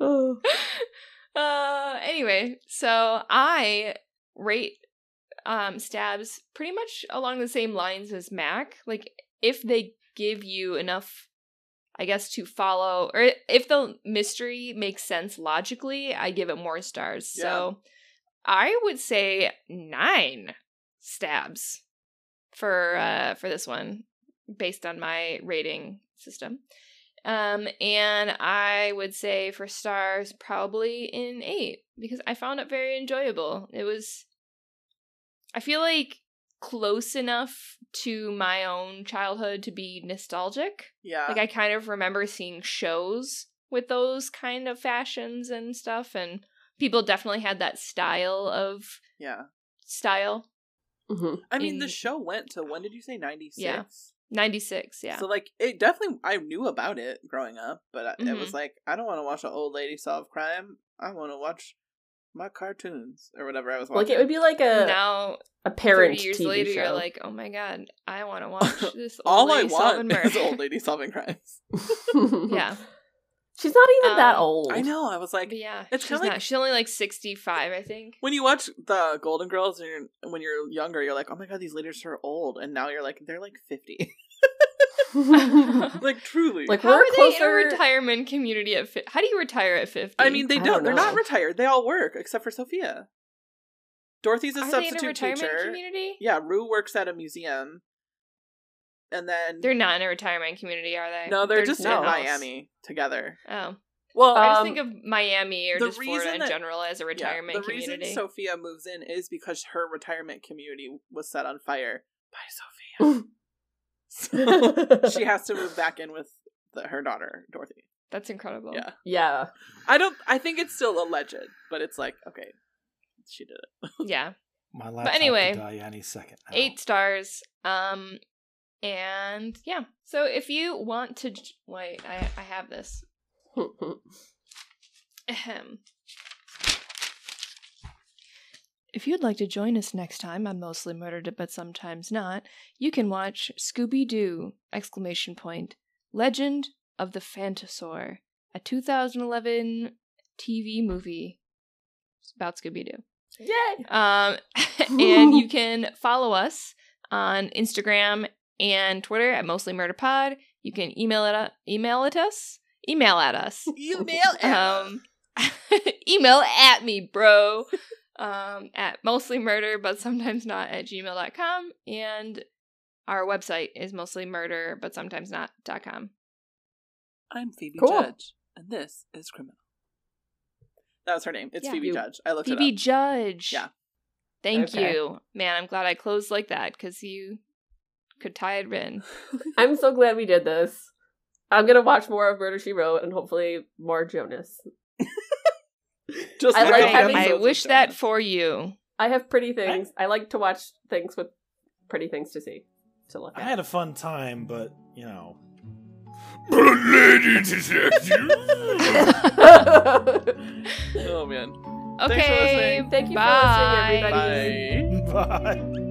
[SPEAKER 4] Oh.
[SPEAKER 2] Uh, anyway, so I rate um stabs pretty much along the same lines as Mac. Like if they give you enough I guess to follow or if the mystery makes sense logically, I give it more stars. So I would say 9 stabs for uh for this one based on my rating system. Um, and I would say for stars, probably an eight because I found it very enjoyable. It was, I feel like, close enough to my own childhood to be nostalgic.
[SPEAKER 3] Yeah.
[SPEAKER 2] Like, I kind of remember seeing shows with those kind of fashions and stuff, and people definitely had that style of
[SPEAKER 3] yeah.
[SPEAKER 2] style.
[SPEAKER 4] Mhm.
[SPEAKER 3] I mean, the
[SPEAKER 2] in-
[SPEAKER 3] show went to when did you say ninety six?
[SPEAKER 2] 96, yeah.
[SPEAKER 3] So like it definitely I knew about it growing up, but I it
[SPEAKER 2] Mhm.
[SPEAKER 3] was
[SPEAKER 4] Mm-hmm.
[SPEAKER 3] like I don't want to watch an old lady solve crime. I want to watch my cartoons or whatever I was watching.
[SPEAKER 4] Like it would be like
[SPEAKER 3] uh,
[SPEAKER 4] a
[SPEAKER 2] now,
[SPEAKER 4] a
[SPEAKER 2] 30
[SPEAKER 4] parent
[SPEAKER 2] years
[SPEAKER 4] TV
[SPEAKER 2] later,
[SPEAKER 4] show.
[SPEAKER 2] you're
[SPEAKER 4] [LAUGHS]
[SPEAKER 2] like, oh my god, I
[SPEAKER 3] [LAUGHS]
[SPEAKER 2] want to watch this.
[SPEAKER 3] all
[SPEAKER 2] All
[SPEAKER 3] I
[SPEAKER 2] lady solving
[SPEAKER 3] want [LAUGHS] is
[SPEAKER 2] murder."
[SPEAKER 3] old lady solving
[SPEAKER 4] [LAUGHS]
[SPEAKER 3] crimes. [LAUGHS]
[SPEAKER 2] yeah,
[SPEAKER 4] she's not even that
[SPEAKER 2] Um,
[SPEAKER 4] old.
[SPEAKER 3] I know. I was
[SPEAKER 2] but
[SPEAKER 3] like
[SPEAKER 2] yeah,
[SPEAKER 3] It's
[SPEAKER 2] she's
[SPEAKER 3] kinda like-
[SPEAKER 2] not. She's only like 65, I think.
[SPEAKER 3] when you watch the Golden Girls and you're, when you're younger, you're like, oh my god, these ladies are old, and now you're like they're like fifty.
[SPEAKER 2] [LAUGHS]
[SPEAKER 5] [LAUGHS]
[SPEAKER 4] [LAUGHS]
[SPEAKER 3] like truly,
[SPEAKER 4] Like,
[SPEAKER 2] How
[SPEAKER 4] we're
[SPEAKER 2] are they in
[SPEAKER 4] closer-
[SPEAKER 2] a retirement community at? Fi- How do you retire at 50?
[SPEAKER 3] I mean, they
[SPEAKER 4] I
[SPEAKER 3] don't.
[SPEAKER 4] don't
[SPEAKER 3] they're not
[SPEAKER 4] know.
[SPEAKER 3] retired. They all work except for Sophia. Dorothy's a
[SPEAKER 2] are they in
[SPEAKER 3] substitute
[SPEAKER 2] a retirement
[SPEAKER 3] teacher.
[SPEAKER 2] community?
[SPEAKER 3] Yeah, Rue works at a museum, and then
[SPEAKER 2] They're not in a retirement community, are they?
[SPEAKER 3] no, they're, just in
[SPEAKER 4] no.
[SPEAKER 2] in-house.
[SPEAKER 3] Miami together.
[SPEAKER 2] Oh,
[SPEAKER 3] Well,
[SPEAKER 2] I just
[SPEAKER 4] Um,
[SPEAKER 2] think of Miami or
[SPEAKER 3] the
[SPEAKER 2] just Florida
[SPEAKER 3] reason
[SPEAKER 2] in
[SPEAKER 3] that-
[SPEAKER 2] general as a
[SPEAKER 3] yeah,
[SPEAKER 2] retirement
[SPEAKER 3] the
[SPEAKER 2] community.
[SPEAKER 3] reason Sophia moves in is because her retirement community was set on fire by Sophia.
[SPEAKER 2] [LAUGHS]
[SPEAKER 3] she has to move back in with the, her daughter Dorothy.
[SPEAKER 2] That's incredible.
[SPEAKER 3] Yeah.
[SPEAKER 4] Yeah.
[SPEAKER 3] I don't. I think it's still alleged, but it's like okay, she did it.
[SPEAKER 2] [LAUGHS] yeah,
[SPEAKER 3] [LAUGHS]
[SPEAKER 5] My laptop could
[SPEAKER 2] anyway,
[SPEAKER 5] die any second. now.
[SPEAKER 2] eight stars. Um, and yeah. So if you want to, j- wait, I I have this. Ahem. If you'd like to join us next time on Mostly Murdered but Sometimes Not, you can watch Scooby Doo! exclamation point Legend of the Phantasaur, a 2011 TV movie about Scooby Doo.
[SPEAKER 4] Yay.
[SPEAKER 2] Um, [LAUGHS] and you can follow us on Instagram and Twitter at Mostly Murder Pod. You can email it uh, email it us email at us
[SPEAKER 3] Email
[SPEAKER 2] um [LAUGHS] email at me bro um at mostly murder but sometimes not at gmail.com and our website is mostly murder but sometimes not dot com
[SPEAKER 3] I'm Phoebe
[SPEAKER 4] Cool.
[SPEAKER 3] Judge, and this is Criminal. That was her name. It's
[SPEAKER 2] Yeah.
[SPEAKER 3] Phoebe
[SPEAKER 4] You-
[SPEAKER 3] Judge. I looked
[SPEAKER 2] phoebe
[SPEAKER 3] it up.
[SPEAKER 2] judge
[SPEAKER 3] Yeah.
[SPEAKER 2] thank
[SPEAKER 4] Okay.
[SPEAKER 2] you man i'm glad i closed like that because you could tie it in
[SPEAKER 4] I'm so glad we did this. I'm gonna watch more of Murder She Wrote and hopefully more Jonas.
[SPEAKER 3] Just
[SPEAKER 4] I
[SPEAKER 3] look
[SPEAKER 4] like
[SPEAKER 3] up
[SPEAKER 4] having-
[SPEAKER 2] i
[SPEAKER 3] episodes of
[SPEAKER 2] wish that
[SPEAKER 3] Jonas.
[SPEAKER 2] for you
[SPEAKER 3] [LAUGHS]
[SPEAKER 4] I have pretty things. I like to watch things with pretty things to see to look
[SPEAKER 5] I
[SPEAKER 4] at.
[SPEAKER 5] had a fun time, but you know,
[SPEAKER 6] Lady detective.
[SPEAKER 4] [LAUGHS]
[SPEAKER 3] Oh man. Thanks for
[SPEAKER 2] okay
[SPEAKER 3] listening.
[SPEAKER 4] Thank you for listening,
[SPEAKER 2] bye.
[SPEAKER 4] everybody.
[SPEAKER 3] Bye.
[SPEAKER 5] [LAUGHS] bye.